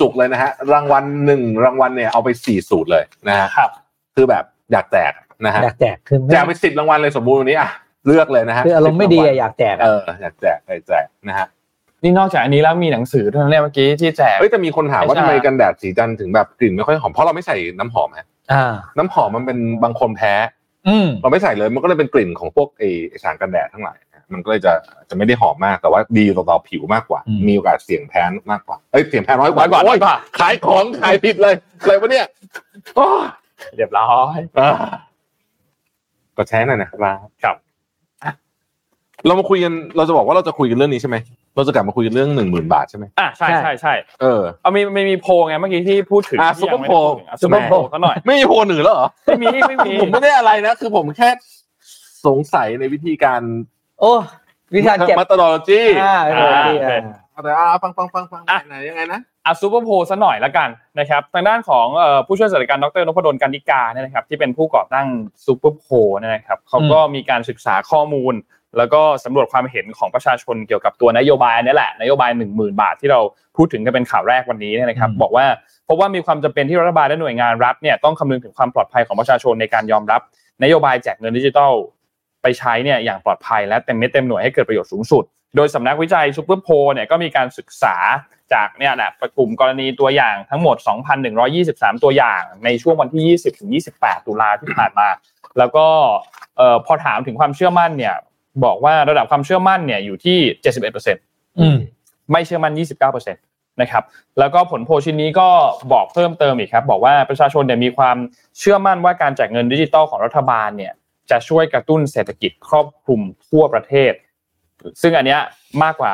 [SPEAKER 3] จุกๆเลยนะฮะ รางวัลหนึ่งรางวัลเนี่ยเอาไปสี่สูตรเลยนะฮะ
[SPEAKER 2] ครับ
[SPEAKER 3] คือแบบอยากแจกนะฮะ
[SPEAKER 4] อยากแจกคือไม่
[SPEAKER 3] แจกไปสิบรางวัลเลยสมบูรณ์วันนี้อ่ะ เลือกเลยนะฮะ
[SPEAKER 4] คืออารมณ์ไม่ดีอะ
[SPEAKER 3] 10
[SPEAKER 4] อยากแจก
[SPEAKER 3] เอ
[SPEAKER 4] อะ
[SPEAKER 3] อ อยากแจกใครแจกนะฮะ
[SPEAKER 2] นี่นอกจากอันนี้แล้วมีหนังสือด้วยนะเนี่ยเมื่อกี้ที่แจก
[SPEAKER 3] เอ้ยแต่มีคนถามว่า
[SPEAKER 2] ไม่ทรา
[SPEAKER 3] ทำ
[SPEAKER 2] บ
[SPEAKER 3] ไมกันแดดสีจันทร์ถึงแบบกลิ่นไม่ค่อยหอม เพราะเราไม่ใส่น้ำหอมฮะ
[SPEAKER 4] อ่า
[SPEAKER 3] น้ำหอมมันเป็นบางคนแพ้
[SPEAKER 4] อืม
[SPEAKER 3] เราไม่ใส่เลย มันก็เลยเป็นกลิ่นของพวกไอไอ้สารกันแดดทั้งหลายนะมันก็เลยจะจะไม่ได้หอมมาก แต่ว่าดีต่อต่อผิวมากกว่า
[SPEAKER 4] อืม
[SPEAKER 3] มีโอกาสเสี่ยงแพ้มากกว่า เอ้ย เสี่ยงแพ้น้อยกว่า
[SPEAKER 2] น้อยกว่า
[SPEAKER 3] โอ้ย
[SPEAKER 2] น้อยกว่า
[SPEAKER 3] ขายของขายผิดเลยอะไรวะเนี่ยอ้อ
[SPEAKER 2] เรียบร้อย
[SPEAKER 3] อ่าก็แช้หน่อยนะครับ
[SPEAKER 2] ครับ
[SPEAKER 3] อ่ะเรามาคุยกัน เราจะบอกว่าเราจะคุยกันเรื่องนี้ใช่ไหม เราจะกลับมาคุยกันเรื่องหนึ่งหมื่นบาทใช่ไหม
[SPEAKER 2] อ่ะใช่ใช่ใช่
[SPEAKER 3] เออ
[SPEAKER 2] เอามีมีมีโพลไงเมื่อกี้ที่พูดถึง
[SPEAKER 3] อ่ะ
[SPEAKER 2] ที่ยั
[SPEAKER 3] Super
[SPEAKER 2] งไม่ได้
[SPEAKER 3] Poll
[SPEAKER 2] พูดถึงอ่ะซุปเปอร์โพลเขาหน่อย
[SPEAKER 3] ไม่มีโพลหนึ่งแล้วเหรอ
[SPEAKER 2] ไม่มีไม่มี
[SPEAKER 3] ผมไม่ได้อะไรนะ คือผมแค่สงสัยในวิธีการ
[SPEAKER 4] โอ้วิชาเจ็บ
[SPEAKER 3] มัตตอร์จี
[SPEAKER 4] อ่าวิชาเจ็บ
[SPEAKER 2] อ่า
[SPEAKER 4] อ่า
[SPEAKER 3] เอาแต่อ่าฟังฟังฟังฟัง
[SPEAKER 2] อ่ะ
[SPEAKER 3] ไหนยังไงนะ
[SPEAKER 2] อาซูเปอร์โพลซะหน่อยละกันนะครับทางด้านของเอ่อผู้ช่วยศาสตราจารย์ดรนพดลกันดิกาเนี่ยนะครับที่เป็นผู้ก่อตั้งซูเปอร์โพลเนี่ยนะครับเขาก็มีการศึกษาข้อมูล แล้วก็สำรวจความเห็นของประชาชนเกี่ยวกับตัวนโยบายนี่แหละนโยบาย 1 0,000 บาทที่เราพูดถึงกันเป็นข่าวแรกวันนี้เนี่ยนะครับบอกว่าเพราะว่ามีความจำเป็นที่รัฐบาลและหน่วยงานรัฐเนี่ยต้องคำนึงถึงความปลอดภัยของประชาชนในการยอมรับ นโยบายแจกเงินดิจิทัลไปใช้เนี่ยอย่างปลอดภัยและเต็มเม็ดเต็มหน่วยให้เกิดประโยชน์สูงสุด โดยสำนักวิจัยซูเปอร์โพเนี่ยก็มีการศึกษา จากเนี่ยแหละกลุ่มกรณีตัวอย่างทั้งหมด 2,123 ตัวอย่างในช่วงวันที่ 20ถึง28 ตุลาที่ผ่านมา แล้วก็เอ่อพอถามถึงความเชื่อมั่นเนี่ย บอกว่าระดับความเชื่อมั่นเนี่ยอยู่ที่ 71%
[SPEAKER 4] อืม
[SPEAKER 2] ไม่เชื่อมั่น 29%นะครับ แล้วก็ผลโพลชิ้นนี้ก็บอกเพิ่มเติมอีกครับ บอกว่าประชาชนเนี่ยมีความเชื่อมั่นว่าการแจกเงินดิจิตอลของรัฐบาลเนี่ยจะช่วยกระตุ้นเศรษฐกิจครอบคลุมทั่วประเทศ ซึ่งอันเนี้ยมากกว่า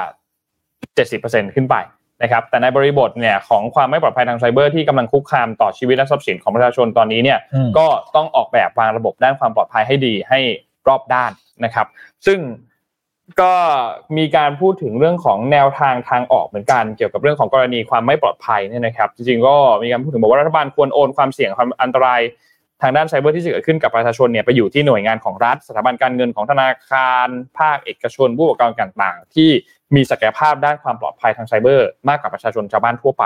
[SPEAKER 2] 70%ขึ้นไปนะครับ แต่ในบริบทเนี่ยของความไม่ปลอดภัยทางไซเบอร์ที่กำลังคุกคามต่อชีวิตและทรัพย์สินของประชาชนตอนนี้เนี่ย
[SPEAKER 4] อืม
[SPEAKER 2] ก็ต้องออกแบบวางระบบด้านความปลอดภัยให้ดีให้รอบด้านนะครับ ซึ่งก็มีการพูดถึงเรื่องของแนวทางทางออกเหมือนกัน เกี่ยวกับเรื่องของกรณีความไม่ปลอดภัยเนี่ยนะครับ จริงๆก็มีการพูดถึงบอกว่ารัฐบาลควรโอนความเสี่ยงความอันตรายทางด้านไซเบอร์ที่จะเกิดขึ้นกับประชาชนเนี่ยไปอยู่ที่หน่วยงานของรัฐ สถาบันการเงินของธนาคาร ภาคเอกชนผู้ประกอบการต่างๆ ที่มีศักยภาพด้านความปลอดภัยทางไซเบอร์ มากกว่าประชาชนชาวบ้านทั่วไป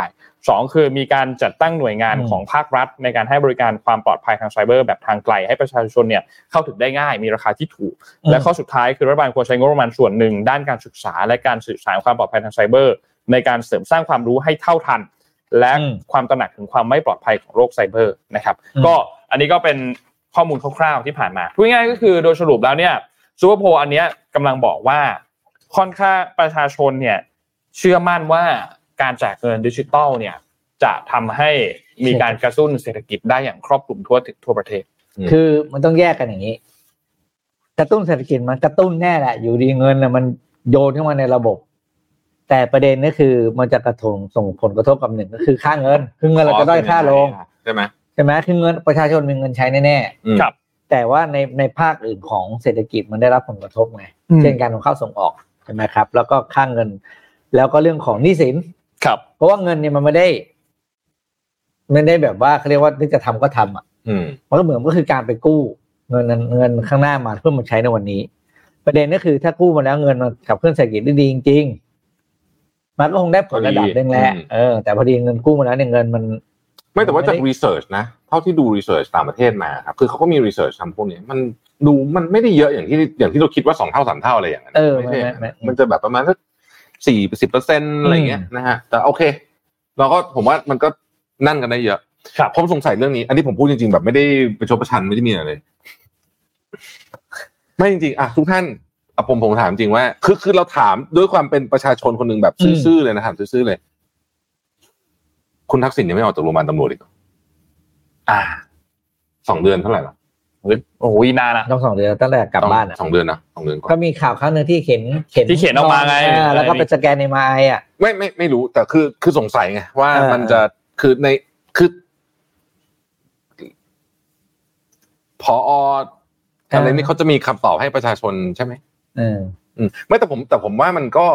[SPEAKER 2] สองคือมีการจัดตั้งหน่วยงาน
[SPEAKER 4] อืม
[SPEAKER 2] ของภาครัฐ ในการให้บริการความปลอดภัยทางไซเบอร์แบบทางไกลให้ประชาชนเนี่ยเข้าถึงได้ง่าย มีราคาที่ถูก และข้อสุดท้ายคือรัฐบาลควรใช้งบประมาณส่วนหนึ่ง ด้านการศึกษาและการสื่อสารความปลอดภัยทางไซเบอร์ ในการเสริมสร้างความรู้ให้เท่าทัน และ
[SPEAKER 4] อืม
[SPEAKER 2] ความตระหนักถึงความไม่ปลอดภัยของโลกไซเบอร์นะครับ
[SPEAKER 4] อืม
[SPEAKER 2] ก็อันนี้ก็เป็นข้อมูลคร่าวๆที่ผ่านมาพูดง่ายๆก็คือโดยสรุปแล้วเนี่ยซูเปอร์โพลอันเนี้ยกำลังบอกว่าค่อนข้างประชาชนเนี่ย เชื่อมั่นว่าการแจกเงินดิจิตัลเนี่ย จะทำให้มีการกระตุ้นเศรษฐกิจได้อย่างครอบคลุมทั่วถึงทั่วประเทศ
[SPEAKER 4] คือมันต้องแยกกันอย่างนี้ กระตุ้นเศรษฐกิจมันกระตุ้นแน่แหละ อยู่ดีเงินนะมันโยนเข้ามาในระบบ แต่ประเด็นก็คือมันจะกระทงส่งผลกระทบกับหนึ่งก็คือค่าเงิน คือเงินเราจะด้อยค่าลง
[SPEAKER 3] ใช่ไหม
[SPEAKER 4] ใช่ไหมคือเงินประชาชนมีเงินใช้แน่
[SPEAKER 3] อืม
[SPEAKER 2] ครับ
[SPEAKER 4] ๆแต่ว่าในในภาคอื่นของเศรษฐกิจมันได้รับผลกระทบไง เช่นการนำเข้าส่งออกใช่ไหมครับ แล้วก็ค่าเงิน แล้วก็เรื่องของหนี้สิน
[SPEAKER 2] ครับ
[SPEAKER 4] เพราะว่าเงินเนี่ยมันไม่ได้ไม่ได้แบบว่าเขาเรียกว่านึกจะทำก็ทำอ่ะ
[SPEAKER 3] อืม
[SPEAKER 4] มันก็เหมือนก็คือการไปกู้เงินนั้นเงินข้างหน้ามาเพื่อมาใช้ในวันนี้ ประเด็นก็คือถ้ากู้มาแล้วเงินมันขับเคลื่อนเศรษฐกิจได้ดีจริงๆมันก็คงได้ผลระดับหนึ่งแหละ
[SPEAKER 3] อืม
[SPEAKER 4] เออแต่พอดีเงินกู้มาแล้วเนี่ยเงินมัน
[SPEAKER 3] ไม่แต่ว่าจาก
[SPEAKER 4] ไม่ได้
[SPEAKER 3] รีเสิร์ชนะ เท่าที่ดูรีเสิร์ชต่างประเทศมาครับ คือเขาก็มีรีเสิร์ชทำพวกเนี้ยมันดูมันไม่ได้เยอะอย่างที่อย่างที่เราคิดว่าสองเท่าสามเท่าอะไรอย่างนั้น
[SPEAKER 4] เออ
[SPEAKER 3] ไม่ใช่อย่างนั้น
[SPEAKER 4] ไม่ไม่ไม่
[SPEAKER 3] มันจะแบบประมาณสักสี่สิบเปอร์เซ็นอะไรเงี้ยนะฮะ แต่โอเค เราก็ผมว่ามันก็นั่นกันได้เยอะ
[SPEAKER 2] ครับ
[SPEAKER 3] ผมสงสัยเรื่องนี้ อันนี้ผมพูดจริงๆ แบบไม่ได้ประชดประชันไม่ได้มีอะไรเลย ไม่จริงๆอ่ะทุกท่านอ่ะผมผมถามจริงว่า คือคือเราถามด้วยความเป็นประชาชนคนหนึ่งแบบซื่อๆเลยนะถามซื่อๆเลย คุณทักษิณยังไม่ออกจากโรงพยาบาลตำรวจอีกเหรออ่าสองเดือนเท่าไหร่ละ
[SPEAKER 2] โอ้โหนานอะ
[SPEAKER 4] ต้องสองเดือนตั้งแต่กลับบ้าน
[SPEAKER 3] ต้อง
[SPEAKER 4] อ่ะ
[SPEAKER 3] สองเดือนนะสองเดือนก่อน
[SPEAKER 4] ก็มีข่าวครั้งหนึ่งที่เข็น
[SPEAKER 2] ที่เข็นออกมาไง
[SPEAKER 4] เอแล้วก็ไปสแกนในไม้อ่ะ
[SPEAKER 3] ไม่ไม่ไม่รู้ แต่คือคือสงสัยไงว่า
[SPEAKER 4] เออ
[SPEAKER 3] มันจะคือในคือพออะไรนี่เขาจะมีคำตอบให้ประชาชนใช่ไหม
[SPEAKER 4] เออ
[SPEAKER 3] อืมไม่แต่ผมแต่ผมว่ามันก็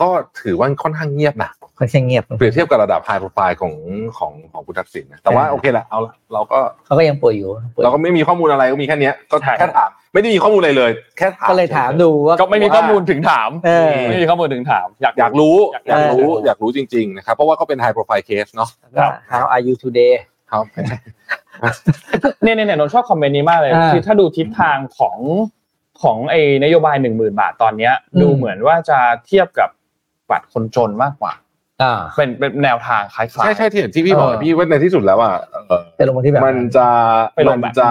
[SPEAKER 3] ก็ถือว่าค่อนข้างเงียบนะ
[SPEAKER 4] ค่อนข้างเงียบ
[SPEAKER 3] เปรียบเทียบกับระดับไฮโปรไฟล์ของของของคุณทักษิณนะแต่ว่าโอเคแหละเอาละเราก็
[SPEAKER 4] เขาก็ยังป่วยอยู่ป่วย
[SPEAKER 3] เราก็ไม่มีข้อมูลอะไรก็มีแค่เนี้ยก็
[SPEAKER 2] ใช่
[SPEAKER 3] แค่ถามไม่ได้มีข้อมูลอะไรเลย แค่ถาม
[SPEAKER 4] ก็เลยถามดูว่า
[SPEAKER 2] ก็ไม่มีข้อมูลถึงถาม
[SPEAKER 4] เออ
[SPEAKER 2] ไม่มีข้อมูลถึงถาม อยาก
[SPEAKER 3] อยากรู้
[SPEAKER 2] อ
[SPEAKER 3] อาย
[SPEAKER 2] ยาก กรู้
[SPEAKER 3] รู้อยากรู้จริงๆนะครับเพราะว่าก็เป็นไฮโปรไฟล์เคสเนาะ
[SPEAKER 4] ว่า how are you today
[SPEAKER 3] ครับ
[SPEAKER 2] เนี่ยเนี่ยเนี่ยนนท์ชอบคอมเมนต์นี้มากเลย
[SPEAKER 4] อ่า
[SPEAKER 2] คือถ้าดูทิศทางของของไอ้นโยบายหนึ่งหมื่นบาทตอนเนี้ย
[SPEAKER 4] อืม
[SPEAKER 2] ดูเหมือนว่าจะเทียบกับบัตรคนจนมากกว่า
[SPEAKER 4] อ่า
[SPEAKER 2] เป็นเป็นแนวทางคล้ายๆ
[SPEAKER 3] ใช่ใช่ที่เห็นที่พี่บอกอะพี่ว่าในที่สุดแล้วอ่ะเอ่อ
[SPEAKER 4] จะลงมาที่แบบ
[SPEAKER 3] มันจะ
[SPEAKER 2] ไปล
[SPEAKER 3] มั
[SPEAKER 2] ง
[SPEAKER 3] น
[SPEAKER 2] แบบ
[SPEAKER 3] จะ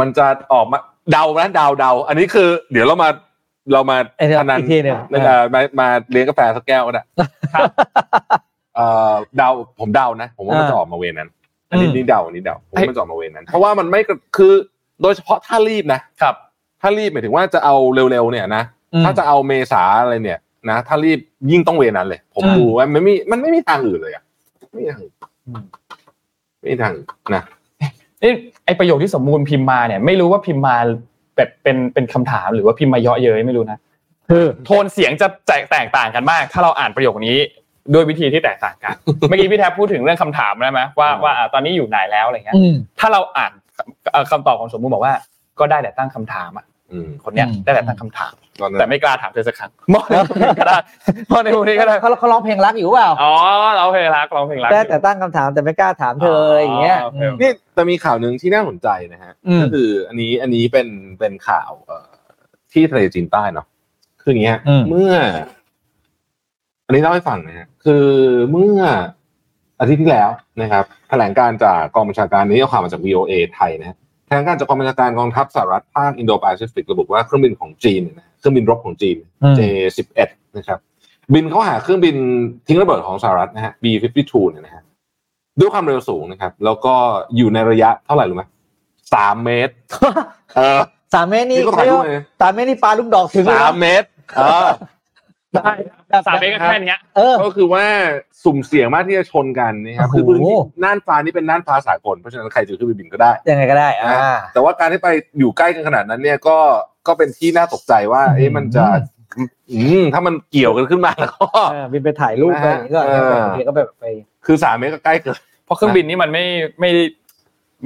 [SPEAKER 3] มันจะออกมาเดานะเดาเดาอันนี้คือ เดี๋ยวเรามาเรามา
[SPEAKER 4] ไอ้เนี่ย
[SPEAKER 3] พนัน
[SPEAKER 4] อีกทีหนึ่ง
[SPEAKER 3] เอ่อมามาเลี้ยงกาแฟสักแก้วก็ได้
[SPEAKER 2] ครับ
[SPEAKER 3] เอ่อเดาผมเดานะ ผมว่ามันจะออกมาเวนั้น อันนี้
[SPEAKER 4] อืม
[SPEAKER 3] นี่เดาอันนี้เดาผม
[SPEAKER 2] ไอ้
[SPEAKER 3] ว่ามันจะออกมาเวนั้น เพราะว่ามันไม่กระคือโดยเฉพาะถ้ารีบนะครับ ถ้ารีบหมายถึงว่าจะเอาเร็วๆเนี่ยนะ
[SPEAKER 4] อืม
[SPEAKER 3] ถ้าจะเอาเมษาอะไรเนี่ยนะถ้ารีบยิ่งต้องเวนั้นเลย ผม
[SPEAKER 4] อืม
[SPEAKER 3] ดูว่ามันไม่มีมันไม่มีทางอื่นเลยอะไม่มีทางอื่นไม่มีทางอื่นนะ
[SPEAKER 2] นี่ไอประโยคที่สมมูลพิมพ์มาเนี่ย ไม่รู้ว่าพิมพ์มาแบบเป็นเป็นคำถามหรือว่าพิมพ์มาเยาะเย้ยไม่รู้นะ
[SPEAKER 4] คือ
[SPEAKER 2] โทนเสียงจะแตกแตกต่างกันมาก ถ้าเราอ่านประโยคนี้ด้วยวิธีที่แตกต่างกัน เมื่อกี้พี่แทบพูดถึงเรื่องคำถามได้ไหมว่าว่าอ่าตอนนี้อยู่ไหนแล้วอะไรเงี้ย
[SPEAKER 4] อืม
[SPEAKER 2] ถ้าเราอ่านเอ่อคำตอบของสมมุติบอกว่า ก็ได้แต่ตั้งคำถามอ่ะ
[SPEAKER 3] อืม
[SPEAKER 2] คนเนี้ย
[SPEAKER 4] อืม
[SPEAKER 2] ได้แต่ตั้งคำถาม
[SPEAKER 3] ตอนนั้น
[SPEAKER 2] แต่ไม่กล้าถามเธอสักครั้ง มองในมุมนี้ก็ได้มองในมุมนี้ก็ได้
[SPEAKER 4] เขาเขาร้องเพลงรักอยู่เปล่า
[SPEAKER 2] อ๋อเราเพลงรักเราเพลงรัก
[SPEAKER 4] แต่แต่ตั้งคำถามแต่ไม่กล้าถามเธออะไรอย่างเงี้ย
[SPEAKER 2] โคโอค
[SPEAKER 3] นี่แต่มีข่าวหนึ่งที่น่าสนใจนะฮะ
[SPEAKER 4] อืม
[SPEAKER 3] ก็คืออันนี้อันนี้เป็นเป็นข่าวเอ่อที่ทะเลจีนใต้เนาะคืออย่างเงี้ย
[SPEAKER 4] อืม
[SPEAKER 3] เมื่อ อันนี้เล่าให้ฟังนะฮะคือเมื่ออาทิตย์ที่แล้วนะครับ แถลงการจากกองบัญชาการนี้เอาข่าวมาจาก VOA ไทยนะฮะแถลงการจากกองบัญชาการกองทัพสหรัฐภาคอินโดแปซิฟิกระบุว่าเครื่องบินของจีนเนี่ยนะเครื่องบินรบของจีน
[SPEAKER 4] อืม
[SPEAKER 3] J11 นะครับ บินเข้าหาเครื่องบินทิ้งระเบิดของสหรัฐนะฮะ B52 เนี่ยนะฮะด้วยความเร็วสูงนะครับ แล้วก็อยู่ในระยะเท่าไหร่รู้ไหมสามเมตร เออ
[SPEAKER 4] สามเมตรนี่
[SPEAKER 3] นี่ก็ถ่ายรูปเลยนะ
[SPEAKER 4] สามเมตรนี่ปลาลูกดอกถึงเลย
[SPEAKER 3] สา
[SPEAKER 4] นะ
[SPEAKER 3] มเมตรเออ
[SPEAKER 2] ได้สามเมตรก็แค่เนี้ย
[SPEAKER 4] เออ
[SPEAKER 3] ก็คือว่าสุ่มเสี่ยงมากที่จะชนกันนะครับ
[SPEAKER 4] โอ้
[SPEAKER 3] คือ
[SPEAKER 4] โห
[SPEAKER 3] พื้นที่น่านฟ้านี่เป็นน่านฟ้าสากลเพราะฉะนั้นใครจะขึ้นไปบินก็ได้
[SPEAKER 4] ยังไงก็ได้อ่า
[SPEAKER 3] แต่ว่าการที่ไปอยู่ใกล้กันขนาดนั้นเนี่ยก็ก็เป็นที่น่าตกใจว่า เอ๊ะมันจะอืมถ้ามันเกี่ยวกันขึ้นมาแล้วก็
[SPEAKER 4] เออบินไปถ่ายรูปอะไรอย่างงี้ก็
[SPEAKER 3] เออ
[SPEAKER 4] บางทีก็แบบไป
[SPEAKER 3] คือสามเมตรก็ใกล้เกิน
[SPEAKER 2] เพราะเครื่องบินนี่มันไม่ไม่ได้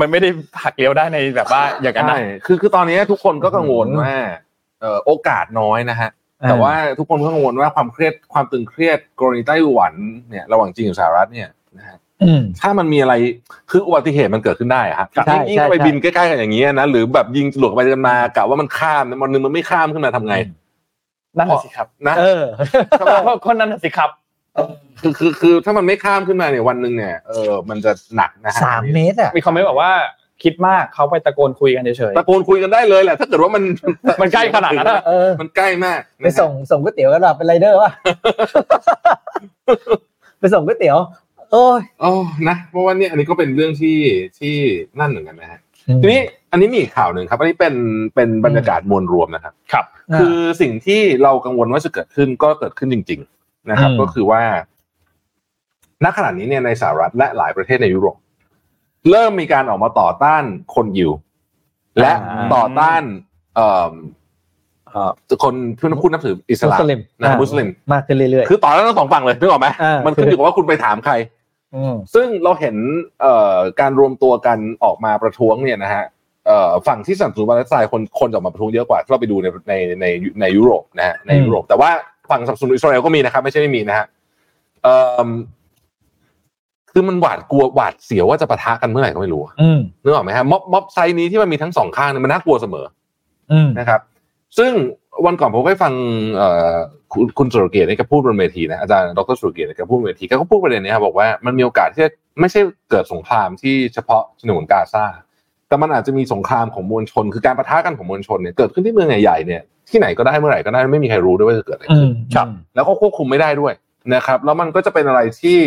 [SPEAKER 2] มันไม่ได้หักเลี้ยวได้ในแบบว่าอย่างนั้นนะ
[SPEAKER 3] ใช่คือคือตอนนี้ทุกคนก็กังวล
[SPEAKER 4] อืม
[SPEAKER 3] ว่าเอ่อโอกาสน้อยนะฮะ แต่ว่าทุกคนก็กังวลว่าความเครียดความตึงเครียดกรณีไต้หวันเนี่ยระหว่างจีนกับสหรัฐเนี่ยนะฮะ
[SPEAKER 4] อืม
[SPEAKER 3] ถ้ามันมีอะไรคืออุบัติเหตุมันเกิดขึ้นได้อะครับ
[SPEAKER 4] ใช่
[SPEAKER 3] ยิ่ง
[SPEAKER 4] ใช่
[SPEAKER 3] ไป
[SPEAKER 4] ใช่
[SPEAKER 3] บินใกล้ๆกันอย่างเงี้ยนะหรือแบบยิงหลวกไปกันมากะว่ามันข้ามนะมันนึงมันไม่ข้ามขึ้นมาทำไง
[SPEAKER 2] นั่นน่ะสิครับ
[SPEAKER 3] นะ
[SPEAKER 4] เออ
[SPEAKER 3] ใช่ปะ
[SPEAKER 2] คนนั้นน่ะสิครับ
[SPEAKER 3] คือคือคือถ้ามันไม่ข้ามขึ้นมาเนี่ยวันหนึ่งเนี่ยเออมันจะหนักนะฮะ
[SPEAKER 4] สามเมตรอ่ะ
[SPEAKER 2] มีคอมเมนต์บอกว่าคิดมากเขาไปตะโกนคุยกันเฉย
[SPEAKER 3] ตะโกนคุยกันได้เลยแหละถ้าเกิดว่ามัน
[SPEAKER 2] มันใกล้ขนาดนั้นอะ
[SPEAKER 4] เออ
[SPEAKER 3] มันใกล้มาก
[SPEAKER 4] ไปส่งส่งก๋วยเตี๋ยวกันหรอเป็นไรเดอร์ว ะ ไปส่งก๋วยเตี๋ยว โอ้ย
[SPEAKER 3] โอ้นะเพราะว่าเนี่ยอันนี้ก็เป็นเรื่องที่ที่นั่นเหมือนกันนะฮะทีนี้อันนี้มีอีกข่าวหนึ่งครับอันนี้เป็นเป็นบรรยากาศมวลรวมนะครับ
[SPEAKER 4] อ่า
[SPEAKER 3] คือสิ่งที่เรากังวลว่าจะเกิดขึ้นก็เกิดขึ้นจริง ๆ นะครับ
[SPEAKER 4] อืม
[SPEAKER 3] ก็คือว่า ณขณะนี้เนี่ยในสหรัฐและหลายประเทศในยุโรป เริ่มมีการออกมาต่อต้านคนยิว และ
[SPEAKER 2] อ่า
[SPEAKER 3] ต่อต้านเอ่อเอ่อคนที่พูดนับถืออิส
[SPEAKER 4] มุ
[SPEAKER 3] ลาม
[SPEAKER 4] สลิม
[SPEAKER 3] นะ
[SPEAKER 4] อ่า
[SPEAKER 3] มุสลิม
[SPEAKER 4] มากขึ้นเรื่อย
[SPEAKER 3] คือต่อต้านทั้งสองฝั่งเลยนึกออกไหม
[SPEAKER 4] อ่ามั
[SPEAKER 3] มันขึ้นอยู่กับว่าคุณไปถามใคร
[SPEAKER 4] ๆอืม
[SPEAKER 3] ซึ่งเราเห็นเอ่อการรวมตัวกันออกมาประท้วงเนี่ยนะฮะเอ่อฝั่งที่สนับสนุนปาเลสไตน์คนคนจะออกมาประท้วงเยอะกว่าที่เราไปดูในในในในยุโรปนะฮะใน
[SPEAKER 4] อืม
[SPEAKER 3] ยุโรป แต่ว่าฝั่งสนับสนุนอิสราเอลก็มีนะครับไม่ใช่ไม่มีนะฮะเอ่อคือมันหวาดกลัวหวาดเสียวว่าจะปะทะกันเมื่อไหร่ก็ไม่รู้อะ
[SPEAKER 4] อืม
[SPEAKER 3] นึกออกไหมฮะม็อบม็อบไซต์นี้ที่มันมีทั้งสองข้างเนี่ยมันน่ากลัวเสมอ
[SPEAKER 4] อืม
[SPEAKER 3] นะครับ ซึ่งวันก่อนผมก็ไปฟังเอ่อคุณคุณสุรเกียรติเนี่ยแกพูดบนเวทีนะอาจารย์ดรสุรเกียรติเนี่ยแกพูดบนเวทีแกก็พูดประเด็นเนี้ครับบอกว่ามันมีโอกาสที่จะไม่ใช่เกิดสงครามที่เฉพาะฉนวนกาซาแต่มันอาจจะมีสงครามของมวลชน คือการประทะกันของมวลชนเนี่ยเกิดขึ้นที่เมืองใหญ่ๆเนี่ยที่ไหนก็ได้เมื่อไหร่ก็ได้ไม่มีใครรู้ด้วยว่าจะเกิดอะไร
[SPEAKER 4] อื
[SPEAKER 3] ขึ้น
[SPEAKER 4] มครับ
[SPEAKER 3] แล้วก็ควบคุมไม่ได้ด้วยนะครับ แล้วมันก็จะเป็นอะไรที่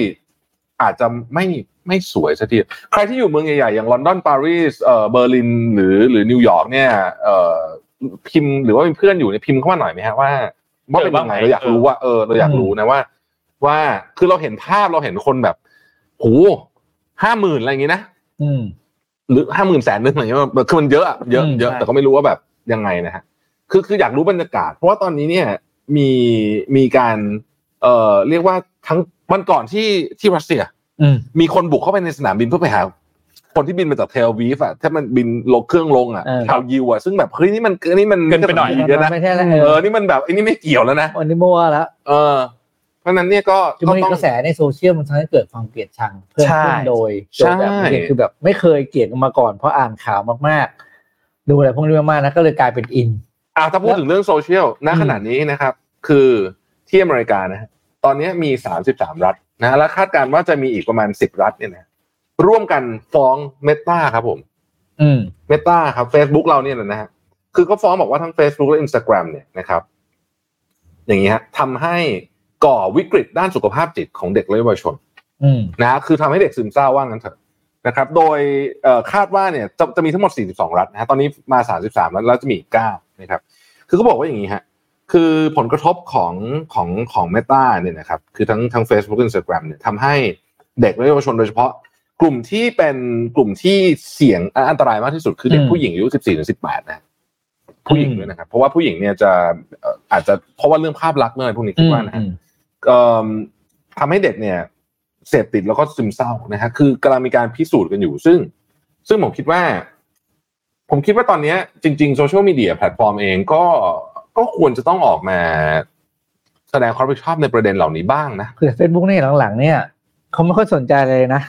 [SPEAKER 3] อาจจะไม่ไม่สวยสักทีใครที่อยู่เมืองใหญ่ๆอย่างลอนดอนปารีสเอ่อเบอร์ลินหรือหรือนิวยอร์กเนี่ยเอ่อ พิมพ์หรือว่ามีเพื่อนอยู่เนี่ยพิมพ์เข้ามาหน่อยไหมฮะว่าว่าเป็นยังไง
[SPEAKER 2] เออ
[SPEAKER 3] เราอยาก
[SPEAKER 2] เออ
[SPEAKER 3] รู้ว่าเออเราอยากรู้นะว่า ว่าคือเราเห็นภาพเราเห็นคนแบบโหห้าหมื่นอะไรอย่างงี้นะ
[SPEAKER 4] อืม
[SPEAKER 3] หรือห้าหมื่นแสนนึงอะไรเงี้ยแบบคือมันเยอะอะเยอะ
[SPEAKER 4] อืม
[SPEAKER 3] เยอะ
[SPEAKER 4] ใช่
[SPEAKER 3] แต่ก็ไม่รู้ว่าแบบยังไงนะฮะคือคืออยากรู้บรรยากาศ เพราะว่าตอนนี้เนี่ยมีมีการเอ่อเรียกว่าทั้งวันก่อนที่ที่รัสเซีย
[SPEAKER 4] อืม
[SPEAKER 3] มีคนบุกเข้าไปในสนามบินเพื่อไปหา คนที่บินมาจากเทลวีฟอะถ้ามันบินลงเครื่องลงอะชาวยิวอะซึ่งแบบเฮ้ยนี่มันนี่มัน
[SPEAKER 2] เกินไปหน่อย
[SPEAKER 3] เยอะนะ
[SPEAKER 4] ไม่ใช่แล้ว
[SPEAKER 3] เอ
[SPEAKER 4] เอ
[SPEAKER 3] อ
[SPEAKER 4] อ
[SPEAKER 3] นี่มันแบบไอ้นี่ไม่เกี่ยวแล้วนะ
[SPEAKER 4] วันนี้มั่วแล้ว
[SPEAKER 3] เออ เพราะฉะนั้นเนี่ยก็
[SPEAKER 4] คือ
[SPEAKER 3] ก็
[SPEAKER 4] มันมี
[SPEAKER 3] ต้อง
[SPEAKER 4] กระแสในโซเชียลมันทำให้เกิดความเกลียดชังเพิ่มขึ้น
[SPEAKER 3] ใช่
[SPEAKER 4] โดยโดยแบบ
[SPEAKER 3] ใช่
[SPEAKER 4] เกลียดคือแบบไม่เคยเกลียดกันมาก่อนเพราะอ่านข่าวมากๆ ดูอะไรพวกนี้มากๆนะก็เลยกลายเป็นอิน
[SPEAKER 3] อ่ะถ้าพูดถึงเรื่องโซเชียลณ
[SPEAKER 4] อืม
[SPEAKER 3] ขณะนี้นะครับ คือที่อเมริกานะฮะตอนนี้มี 33 รัฐนะ และคาดการณ์ว่าจะมีอีกประมาณ 10 รัฐเนี่ยนะร่วมกันฟ้องเมตาครับผม
[SPEAKER 4] อืม
[SPEAKER 3] เมตาครับ Facebook เราเนี่ยนะฮะ คือเขาฟ้องบอกว่าทั้ง Facebook และ Instagram เนี่ยนะครับ อย่างนี้ฮะทำให้ก่อวิกฤตด้านสุขภาพจิตของเด็กและเยาวชน
[SPEAKER 4] อืม
[SPEAKER 3] นะฮะคือทำให้เด็กซึมเศร้าว่างั้นเถอะนะครับ โดยเอ่อคาดว่าเนี่ยจะจะมีทั้งหมด 42 รัฐนะฮะตอนนี้มา 33 รัฐแล้วจะมีอีก9นะครับ คือเขาบอกว่าอย่างนี้ฮะคือผลกระทบของของของเมตาเนี่ยนะครับ คือทั้งทั้ง Facebook Instagram เนี่ยทำให้เด็กและเยาวชนโดยเฉพาะ กลุ่มที่เป็นกลุ่มที่เสี่ยงอ่ะอันตรายมากที่สุดคือเด็ก
[SPEAKER 4] อืม
[SPEAKER 3] ผู้หญิงอายุ 14ถึง18 นะฮะผู้หญิงด้วยนะครับ เพราะว่าผู้หญิงเนี่ยจะเอ่ออาจจะเพราะว่าเรื่องภาพลักษณ์เรื่องอะไรพวกนี้คิดว่านะฮะ
[SPEAKER 4] อืม
[SPEAKER 3] เอิ่มทำให้เด็กเนี่ยเสพติดแล้วก็ซึมเศร้านะฮะคือกำลังมีการพิสูจน์กันอยู่ ซึ่ง ซึ่งผมคิดว่า ผมคิดว่าตอนเนี้ยจริงๆโซเชียลมีเดียแพลตฟอร์มเองก็ก็ควรจะต้องออกมาแสดงความรับผิดชอบในประเด็นเหล่านี้บ้างนะ
[SPEAKER 4] คือเฟซบุ๊กนี่หลังๆ เนี่ยเขาไม่ค่อยสนใจอะไรเลยนะ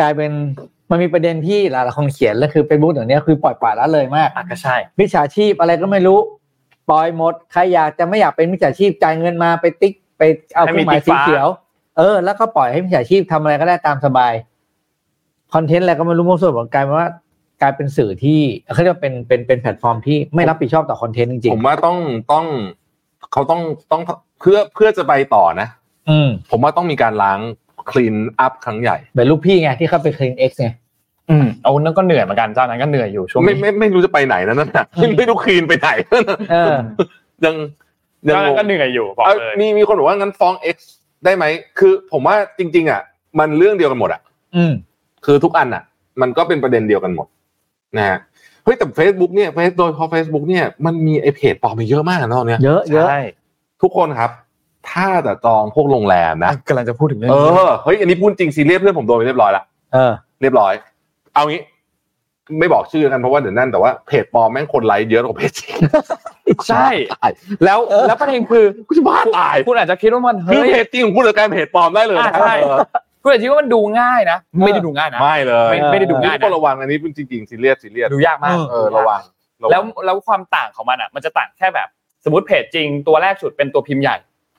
[SPEAKER 4] กลายเป็นมันมีประเด็นที่หลายๆคนเขียนแล้วคือเฟซบุ๊กเดี๋ยวนี้คือปล่อยปละละเลยมาก
[SPEAKER 2] อ่ะก็ใช่
[SPEAKER 4] มิจฉาชีพอะไรก็ไม่รู้ ปล่อยหมดใครอยากจะไม่อยากเป็นมิจฉาชีพจ่ายเงินมาไปติ๊กไป ไปเอาเครื่องหมายสีเขียว เออ แล้วก็ปล่อยให้มิจฉาชีพทำอะไรก็ได้ตามสบาย คอนเทนต์อะไรก็ไม่รู้มั่วส่วนกลายเป็นว่ากลายเป็นสื่อที่เขาเรียกว่าเป็นเป็นเป็นแพลตฟอร์มที่ไม่รับผิดชอบต่อคอนเทนต์จริง
[SPEAKER 3] ผมว่าต้องต้องเขาต้องต้องเพื่อเพื่อจะไปต่อนะ
[SPEAKER 4] ๆอืม
[SPEAKER 3] ผมว่าต้องมีการล้างคลีนอัพครั้งใหญ่
[SPEAKER 4] แบบลูกพี่ไงที่เข้าไปคลีนเอ็กซ์ไง
[SPEAKER 2] อืมเอานั่นก็เหนื่อยเหมือนกันเจ้านั้นก็เหนื่อยอยู่ช่วง
[SPEAKER 3] ไม่
[SPEAKER 2] นี้
[SPEAKER 3] ไม่ไม่รู้จะไปไหนนะนั่นน่ะไม่ไม่รู้คลีนไปไหน
[SPEAKER 4] เออ
[SPEAKER 3] ยังยัง
[SPEAKER 2] เจ้าง นั้น
[SPEAKER 3] ง
[SPEAKER 2] ก็เหนื่อยอยู่บอกเลย
[SPEAKER 3] เอ้ยมีมีคนบอกว่างั้นฟ้อง X ได้ไหม คือผมว่าจริง ๆ อ่ะ มันเรื่องเดียวกันหมดอ่ะ
[SPEAKER 4] อืม
[SPEAKER 3] คือทุกอันอ่ะ มันก็เป็นประเด็นเดียวกันหมดนะฮะ เฮ้ยแต่ Facebook เนี่ย Face- โดยเฉพาะ Facebook เนี่ย มันมีไอเพจปลอมมาเยอะมากนะตอนเนี้ย
[SPEAKER 4] เยอะเยอะ
[SPEAKER 2] ใช่
[SPEAKER 3] ทุกคนครับ ถ้าแต่จองพวกโรงแรมนะ
[SPEAKER 2] กำลังจะพูดถึงเรื่อง
[SPEAKER 3] เอ
[SPEAKER 2] นี้
[SPEAKER 3] อ เฮ้ย อันนี้พูดจริงซีเรียสเพื่อนผมโดนไปเรียบร้อยละ
[SPEAKER 4] เออ
[SPEAKER 3] เรียบร้อย เอางี้ ไม่บอกชื่อกันเพราะว่าเดี๋ยวนั่นแต่ว่าเพจปลอมแม่งคนไลค์เยอะกว่าเพจจริง
[SPEAKER 2] ใช่
[SPEAKER 3] แล้ว
[SPEAKER 4] เออ
[SPEAKER 3] แล้วประเด็นคือกูจะบ้าตาย
[SPEAKER 2] คุณอาจจะคิดว่ามัน
[SPEAKER 3] คือ
[SPEAKER 2] เฮ้ย
[SPEAKER 3] เพจจริงของคุณเหลือกลารเพจปลอมได้เลยนะ
[SPEAKER 2] อ่าใช่
[SPEAKER 3] เออ
[SPEAKER 2] คุณอาจจะคิดว่ามันดูง่ายนะ ไม่ได้ดูง่ายนะ
[SPEAKER 3] ไม่เลย
[SPEAKER 2] ไม่ไม่ได้ดูง่ายนะ
[SPEAKER 3] ก็ระวังอันนี้เป็นจริงๆซีเรียสซีเรียส
[SPEAKER 2] ดูยากมาก
[SPEAKER 3] เออระวังระง
[SPEAKER 2] แล้วแล้วความต่างของมันอ่ะ มันจะต่างแค่แบบ สมมติเพจจริงตัวแรกสุดเป็นตัวพิมพ์ใหญ่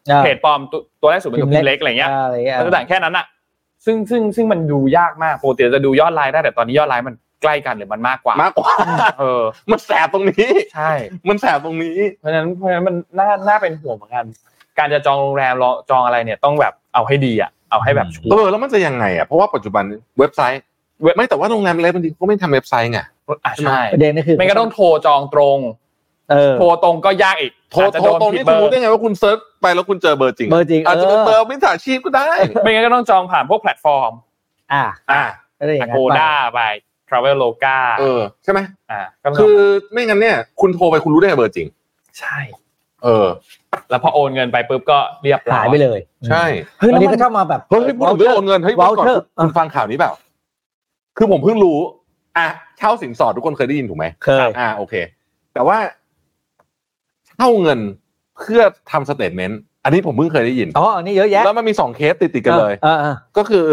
[SPEAKER 4] ออ
[SPEAKER 2] เพจปลอมตัวตัวแรกสุดเป็นตัวพิมพ์เล็กอะไรเงี้ย
[SPEAKER 4] อะไรเงี้ย
[SPEAKER 2] มันจะต่างแค่นั้นอ่ะ ซึ่งซึ่งซึ่งมันดูยากมากปกติจะดูยอดไลน์ได้แต่ตอนนี้ยอดไลน์มันใกล้กันหรือมันมากกว่าม
[SPEAKER 3] ากกว่า
[SPEAKER 2] เออ
[SPEAKER 3] มันแสบตรงนี้
[SPEAKER 2] ใช่
[SPEAKER 3] มันแสบตรงนี้
[SPEAKER 2] เพราะฉะนั้นเพราะฉะนั้นมันน่าน่าเป็นห่วงเหมือนกัน การจะจองโรงแรมรอจองอะไรเนี่ยต้องแบบเอาให้ดีอ่ะ เอาให้แบบชัวร์
[SPEAKER 3] เออแล้วมันจะยังไงอ่ะเพราะว่าปัจจุบันเว็บไซต์
[SPEAKER 2] เว็บ
[SPEAKER 3] ไม่แต่ว่าโรงแรมอะไรบางทีก็ไม่ทำเว็บไซต์ไง
[SPEAKER 2] อ่ะใช่
[SPEAKER 4] ประเด็นก็คือ
[SPEAKER 2] ไม่ก็ต้องโทรจองตรง
[SPEAKER 4] เออ
[SPEAKER 2] โทรตรงก็ยากอีก
[SPEAKER 3] โทร
[SPEAKER 2] อาจจะ
[SPEAKER 3] โทรต
[SPEAKER 2] โดน
[SPEAKER 3] รง
[SPEAKER 2] ผิด
[SPEAKER 3] นี้
[SPEAKER 2] เบ
[SPEAKER 3] คุณ
[SPEAKER 2] อ
[SPEAKER 3] รู้
[SPEAKER 2] ร์
[SPEAKER 3] ได้ไงว่าคุณเซิร์ชไปแล้วคุณเจอเบอร์จริง
[SPEAKER 4] เบอร์จริง
[SPEAKER 3] อาจจะเป็น
[SPEAKER 4] เอ
[SPEAKER 3] เติ
[SPEAKER 4] อ
[SPEAKER 3] มมิจฉาชีพก็ได้
[SPEAKER 2] ไม่งั้นก็ต้องจองผ่านพวกแพลตฟอร์ม
[SPEAKER 4] อ่ะ
[SPEAKER 3] อ่า
[SPEAKER 4] ก็ได้อย่าง
[SPEAKER 2] อา
[SPEAKER 4] นั้
[SPEAKER 2] โก
[SPEAKER 4] นไป
[SPEAKER 2] ด้าไปทราเวลโลกา
[SPEAKER 3] เออใช่ไหม
[SPEAKER 2] อ่าก็ต้ง
[SPEAKER 3] คือไม่งั้นเนี่ยคุณโทรไปคุณรู้ได้ไงเบอร์จริง
[SPEAKER 2] ใช่
[SPEAKER 3] เออ
[SPEAKER 2] แล้วพอโอนเงินไปปุ๊บก็เรียบร้อ
[SPEAKER 4] หายไปเลย
[SPEAKER 3] ใช่
[SPEAKER 2] เฮ้ย
[SPEAKER 4] วั
[SPEAKER 2] แล้
[SPEAKER 4] น
[SPEAKER 2] ว
[SPEAKER 4] นี้
[SPEAKER 2] มั
[SPEAKER 4] ก็
[SPEAKER 2] น
[SPEAKER 4] ชอบมาแบบ
[SPEAKER 3] เฮ้ยพูดถึงเรื่องโอนเงินเฮ้ยวันก่อน
[SPEAKER 4] voucher
[SPEAKER 3] คุณฟังข่าวนี้เปล่าคือผมเพิ่งรู้ อ่ะเช่าสินสอดทุกคนเคยได้ยินถูกไหม
[SPEAKER 4] เคย
[SPEAKER 3] อ่าโอเค แต่ว่าเช่าเงินเพื่อทำสเตทเมนต์อันนี้ผมเพิ่งเคยได้ยิน
[SPEAKER 4] อ๋ออันนี้เยอะแยะ
[SPEAKER 3] แล้วมันมีสองเคสติดติดๆกันเลย
[SPEAKER 4] ออออ
[SPEAKER 3] ก็คือ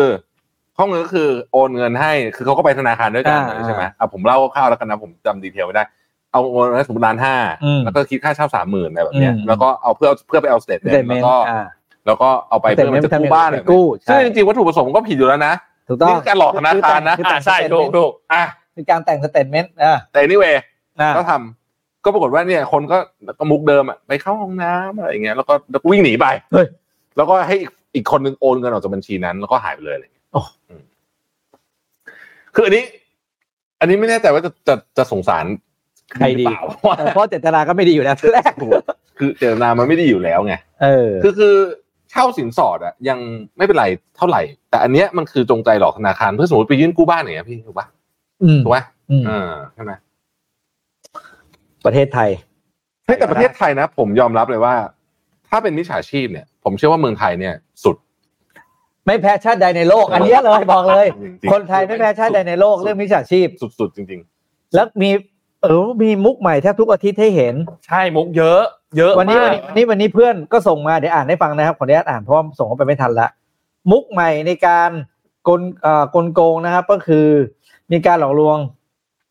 [SPEAKER 3] ห้องเงินก็คือโอนเงินให้ คือเขาก็ไปธนาคารด้วยกัน
[SPEAKER 4] อ่า
[SPEAKER 3] ใช่ไหมอ่ะผมเล่าคร่าวๆแล้วกันนะผมจำดีเทลไม่ได้ เอาโอนให้สมมติล้านห้า
[SPEAKER 4] อืม
[SPEAKER 3] แล้วก็คิดค่าเช่าสามหมื่นอะไรแบบเนี้ย
[SPEAKER 4] อืม
[SPEAKER 3] แล้วก็เอาเพื่อเพื่อไปเอาสเตทเมนต์แล้วก็
[SPEAKER 4] อ่า
[SPEAKER 3] แล้วก็เอาไปเพื่อมันจะ
[SPEAKER 4] statement
[SPEAKER 3] กู้บ้าน
[SPEAKER 4] ทำอย่างอื่นกู้ใช่
[SPEAKER 3] ซึ่งจริงๆวัตถุประสงค์มันก็ผิดอยู่แล้วนะ
[SPEAKER 4] ถูกต้อง
[SPEAKER 3] นี่การหลอกธนาคารนะ
[SPEAKER 4] คือ
[SPEAKER 2] อ่า
[SPEAKER 4] ต่าง
[SPEAKER 2] ใช่
[SPEAKER 4] ประเทศ
[SPEAKER 2] ถูกถูก
[SPEAKER 3] อ่ะ
[SPEAKER 4] คือการแต่งสเตทเมนต์อ่า
[SPEAKER 3] แต่ anyway
[SPEAKER 4] อ่า
[SPEAKER 3] ก็ทำก็ปรากฏว่าเนี่ย คนก็ก็มุกเดิมอ่ะไปเข้าห้องน้ำอะไรอย่างเงี้ยแล้วก็แล้วก็วิ่งหนีไป
[SPEAKER 4] เฮ้ย
[SPEAKER 3] แล้วก็ให้อีกอีกคนนึงโอนเงินออกจากบัญชีนั้น แล้วก็หายไปเลยอะไรอย่างเงี้ย
[SPEAKER 4] โอ้
[SPEAKER 3] อืมคืออันนี้ อันนี้ไม่แน่ใจว่าจะจะจะสงสาร
[SPEAKER 4] ใครดี
[SPEAKER 3] หอเปล่าเพราะว่า
[SPEAKER 4] แต่เพราะเจตนาก็ไม่ดีอยู่แล้ว แรก
[SPEAKER 3] คือเจตนามันไม่ได้อยู่แล้วไง
[SPEAKER 4] เออ
[SPEAKER 3] คือคือเช่าสินสอดอ่ะ ยังไม่เป็นไรเท่าไหร่ แต่อันเนี้ยมันคือจงใจหลอกธนาคารเพื่อสมมติไปยื่นกู้บ้านอย่างเงี้ยพี่ถูกปะ
[SPEAKER 4] อืม
[SPEAKER 3] ถูกปะ
[SPEAKER 4] อืม
[SPEAKER 3] อ่าใช่ไหม
[SPEAKER 4] ประเทศไทย
[SPEAKER 3] เฮ้ยแต่ประเทศไทยนะ ผมยอมรับเลยว่า ถ้าเป็นมิจฉาชีพเนี่ย ผมเชื่อว่าเมืองไทยเนี่ย สุด
[SPEAKER 4] ไม่แพ้ชาติใดในโลก อันเนี้ยเลยบอกเลย
[SPEAKER 3] จริงๆ
[SPEAKER 4] คนไทยไม่แพ้ชาติใดในโลกเรื่องมิจฉาชีพ
[SPEAKER 3] สุดสุดจริง
[SPEAKER 4] แล้วมีเออมีมุกใหม่แทบทุกอาทิตย์ให้เห็น
[SPEAKER 2] ใช่มุกเยอะ เยอะ
[SPEAKER 4] วันนี้
[SPEAKER 2] มา
[SPEAKER 4] วัน
[SPEAKER 2] ก
[SPEAKER 4] นี้วันนี้วันนี้เพื่อนก็ส่งมาเดี๋ยวอ่านให้ฟังนะครับขออนุญาตอ่านเพราะว่าส่งเข้าไปไม่ทันละมุกใหม่ในการกลเอ่อกลโกงนะครับ ก็คือมีการหลอกลวง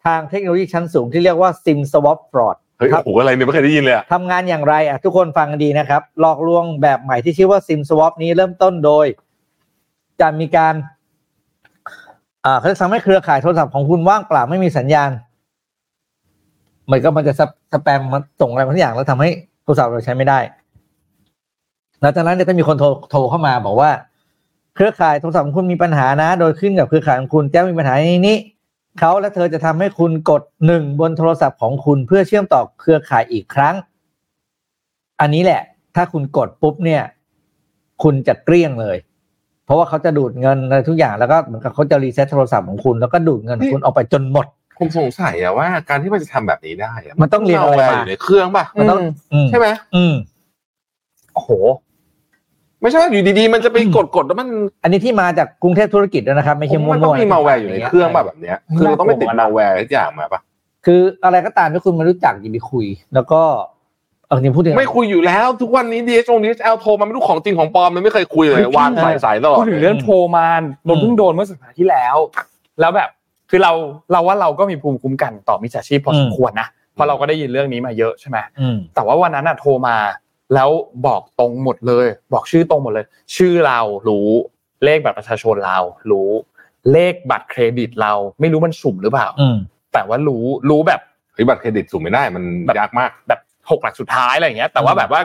[SPEAKER 4] ทางเทคโนโลยีชั้นสูงที่เรียกว่าซิมสวอปฟรอด
[SPEAKER 3] ๆ เฮ้ยโอ้โหอะไรเนี่ยไม่เคยได้ยินเลยอะ
[SPEAKER 4] ทำงานอย่างไรอ่ะทุกคนฟังกันดีนะครับ หลอกลวงแบบใหม่ที่ชื่อว่า SIM Swap นี้เริ่มต้นโดย จะมีการอ่าเขาจะทำให้เครือข่ายโทรศัพท์ของคุณว่างเปล่าไม่มีสัญญาณเหมือนก็มันจะสแปสแปมมันส่งอะไรบางอย่างแล้วทำให้โทรศัพท์เราใช้ไม่ได้หลังจากนั้นเนี่ยก็มีคนโทรโทรเข้ามาบอกว่า เครือข่ายโทรศัพท์ของคุณมีปัญหานะ โดยขึ้นกับเครือข่ายของคุณแจ้งมีปัญหานี้นี้ เขาและเธอจะทำให้คุณกดหนึ่งบนโทรศัพท์ของคุณเพื่อเชื่อมต่อเครือข่ายอีกครั้ง อันนี้แหละ ถ้าคุณกดปุ๊บเนี่ย คุณจะเกลี้ยงเลย เพราะว่าเขาจะดูดเงินอะไรทุกอย่างแล้วก็เหมือนกับเขาจะรีเซ็ตโทรศัพท์ของคุณแล้วก็ดูดเงินของคุณออกไปจนหมด
[SPEAKER 3] ผมสงสัยอะว่า การที่มันจะทำแบบนี้ได้อะ
[SPEAKER 4] มันต้องเรียนอะไร
[SPEAKER 3] า
[SPEAKER 4] มา
[SPEAKER 3] อยู่ในเครื่องป่ะ
[SPEAKER 4] มันต้อง อืม
[SPEAKER 3] ใช่ไหม
[SPEAKER 4] อืม
[SPEAKER 2] โอ้โห
[SPEAKER 3] ไม่ใช่ว่าอยู่ดีๆ มันจะไปกดกดๆแล้วมัน
[SPEAKER 4] อันนี้ที่มาจากกรุงเทพธุรกิจด้วยนะครับ ไม่ใช่มั่ว
[SPEAKER 3] มัน
[SPEAKER 4] ๆ
[SPEAKER 3] ต้องมีมาแวร์อยู่ในเครื่องป่ะแบบเนี้ยคือเราต้องไปติดมาแวร์ทุกอย่างมาป่ะ
[SPEAKER 4] คืออะไรก็ตามที่คุณไม่รู้จักอย่าไปคุย แล้วก็เอาจริงพูดถึง
[SPEAKER 3] ไม่คุยอยู่แล้ว ทุกวันนี้ DHL DHL โทรมาไม่รู้ของจริงของปลอมเลยไม่เคยคุยเลย
[SPEAKER 2] เฮ้ย
[SPEAKER 3] วางสายสายตลอด
[SPEAKER 2] พูดถึงเรื่องโทรมานโดนเพิ่งโดนเมื่อสัปดาห์ที่แล้ว แล้วแบบคือเราเราว่าเราก็มีภูมิคุ้มกันต่อมิจฉาชีพพอสม
[SPEAKER 4] อืม
[SPEAKER 2] ควรนะเพราะเราก็ได้ยินเรื่องนี้มาเยอะใช่ไหม
[SPEAKER 4] อืม
[SPEAKER 2] แต่ว่าวันนั้นอะโทรมา แล้วบอกตรงหมดเลย บอกชื่อตรงหมดเลย ชื่อเรารู้เลขบัตรประชาชนเรา รู้ เลขบัตรเครดิตเรา ไม่รู้มันสุ่มหรือเปล่า
[SPEAKER 4] อืม
[SPEAKER 2] แต่ว่ารู้รู้แบบ
[SPEAKER 3] เฮ้ยบัตรเครดิตสุ่มไม่ได้มัน
[SPEAKER 2] แบบ
[SPEAKER 3] ยากมาก
[SPEAKER 2] แบบหกหลักสุดท้ายอะไรอย่างเงี้ย แต่ว่า
[SPEAKER 4] อืม
[SPEAKER 2] แบบว่า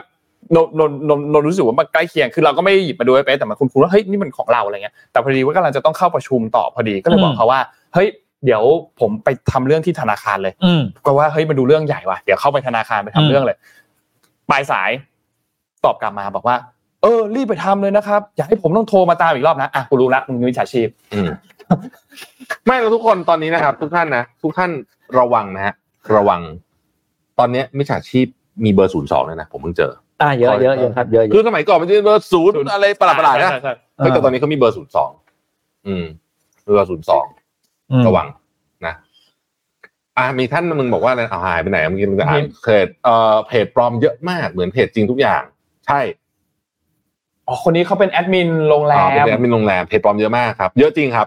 [SPEAKER 2] นนนนนนรู้สึกว่ามันใกล้เคียงคือเราก็ไม่ได้หยิบมาดูไว้เป๊ะแต่มันคุณคุณว่าเฮ้ยนี่มันของเราอะไรเงี้ยแต่พอดีว่ากำลังจะต้องเข้าประชุมต่อพอดีก็เลยบอกเขาว่าเฮ้ยเดี๋ยวผมไปทำเรื่องที่ธนาคารเลย
[SPEAKER 4] อืม
[SPEAKER 2] ก็ว่าเฮ้ยมันดูเรื่องใหญ่ว่ะเดี๋ยวเข้าไปธนาคารไปทำ
[SPEAKER 4] อืม
[SPEAKER 2] เรื่องเลยปลายสายตอบกลับมาบอกว่า เออ รีบไปทำเลยนะครับ อย่าให้ผมต้องโทรมาตามอีกรอบนะอ่ะกูรู้ละมึงมีวิชาชีพ
[SPEAKER 3] อืม ไม่เราทุกคนตอนนี้นะครับ ทุกท่านนะทุกท่านระวังนะฮะระวัง ตอนเนี้ยมิจฉาชีพมีเบอร์ศูนย์สองเลยนะผมเพิ่งเจอ
[SPEAKER 4] อ่าเยอะเยอะเยอะครับเยอะเย
[SPEAKER 3] คือ
[SPEAKER 4] อะ
[SPEAKER 3] สมัยก่อนมันจะเป็นเบอร์ศูนย์
[SPEAKER 2] ศูนย์
[SPEAKER 3] อะไรประหลาดๆนะ
[SPEAKER 2] ใช่ใช่ใช่
[SPEAKER 3] เฮ้ยแต่ตอนนี้เขามีเบอร์ศูนย์สองอืมเบอร์ศูนย์สอง
[SPEAKER 4] อืม
[SPEAKER 3] ระวังนะ อ่ะมีท่านมึงบอกว่าอะไรเอาหายไปไหนเมื่อกี้มึงจะอ่านเพจเอ่อเพจปลอมเยอะมากเหมือนเพจจริงทุกอย่าง ใช่
[SPEAKER 2] อ๋อคนนี้เขาเป็นแอดมินโรงแร
[SPEAKER 3] อ่าเป็น
[SPEAKER 2] ม
[SPEAKER 3] แอดมินโรงแรมเพจปลอมเยอะมากครับ เยอะจริงครับ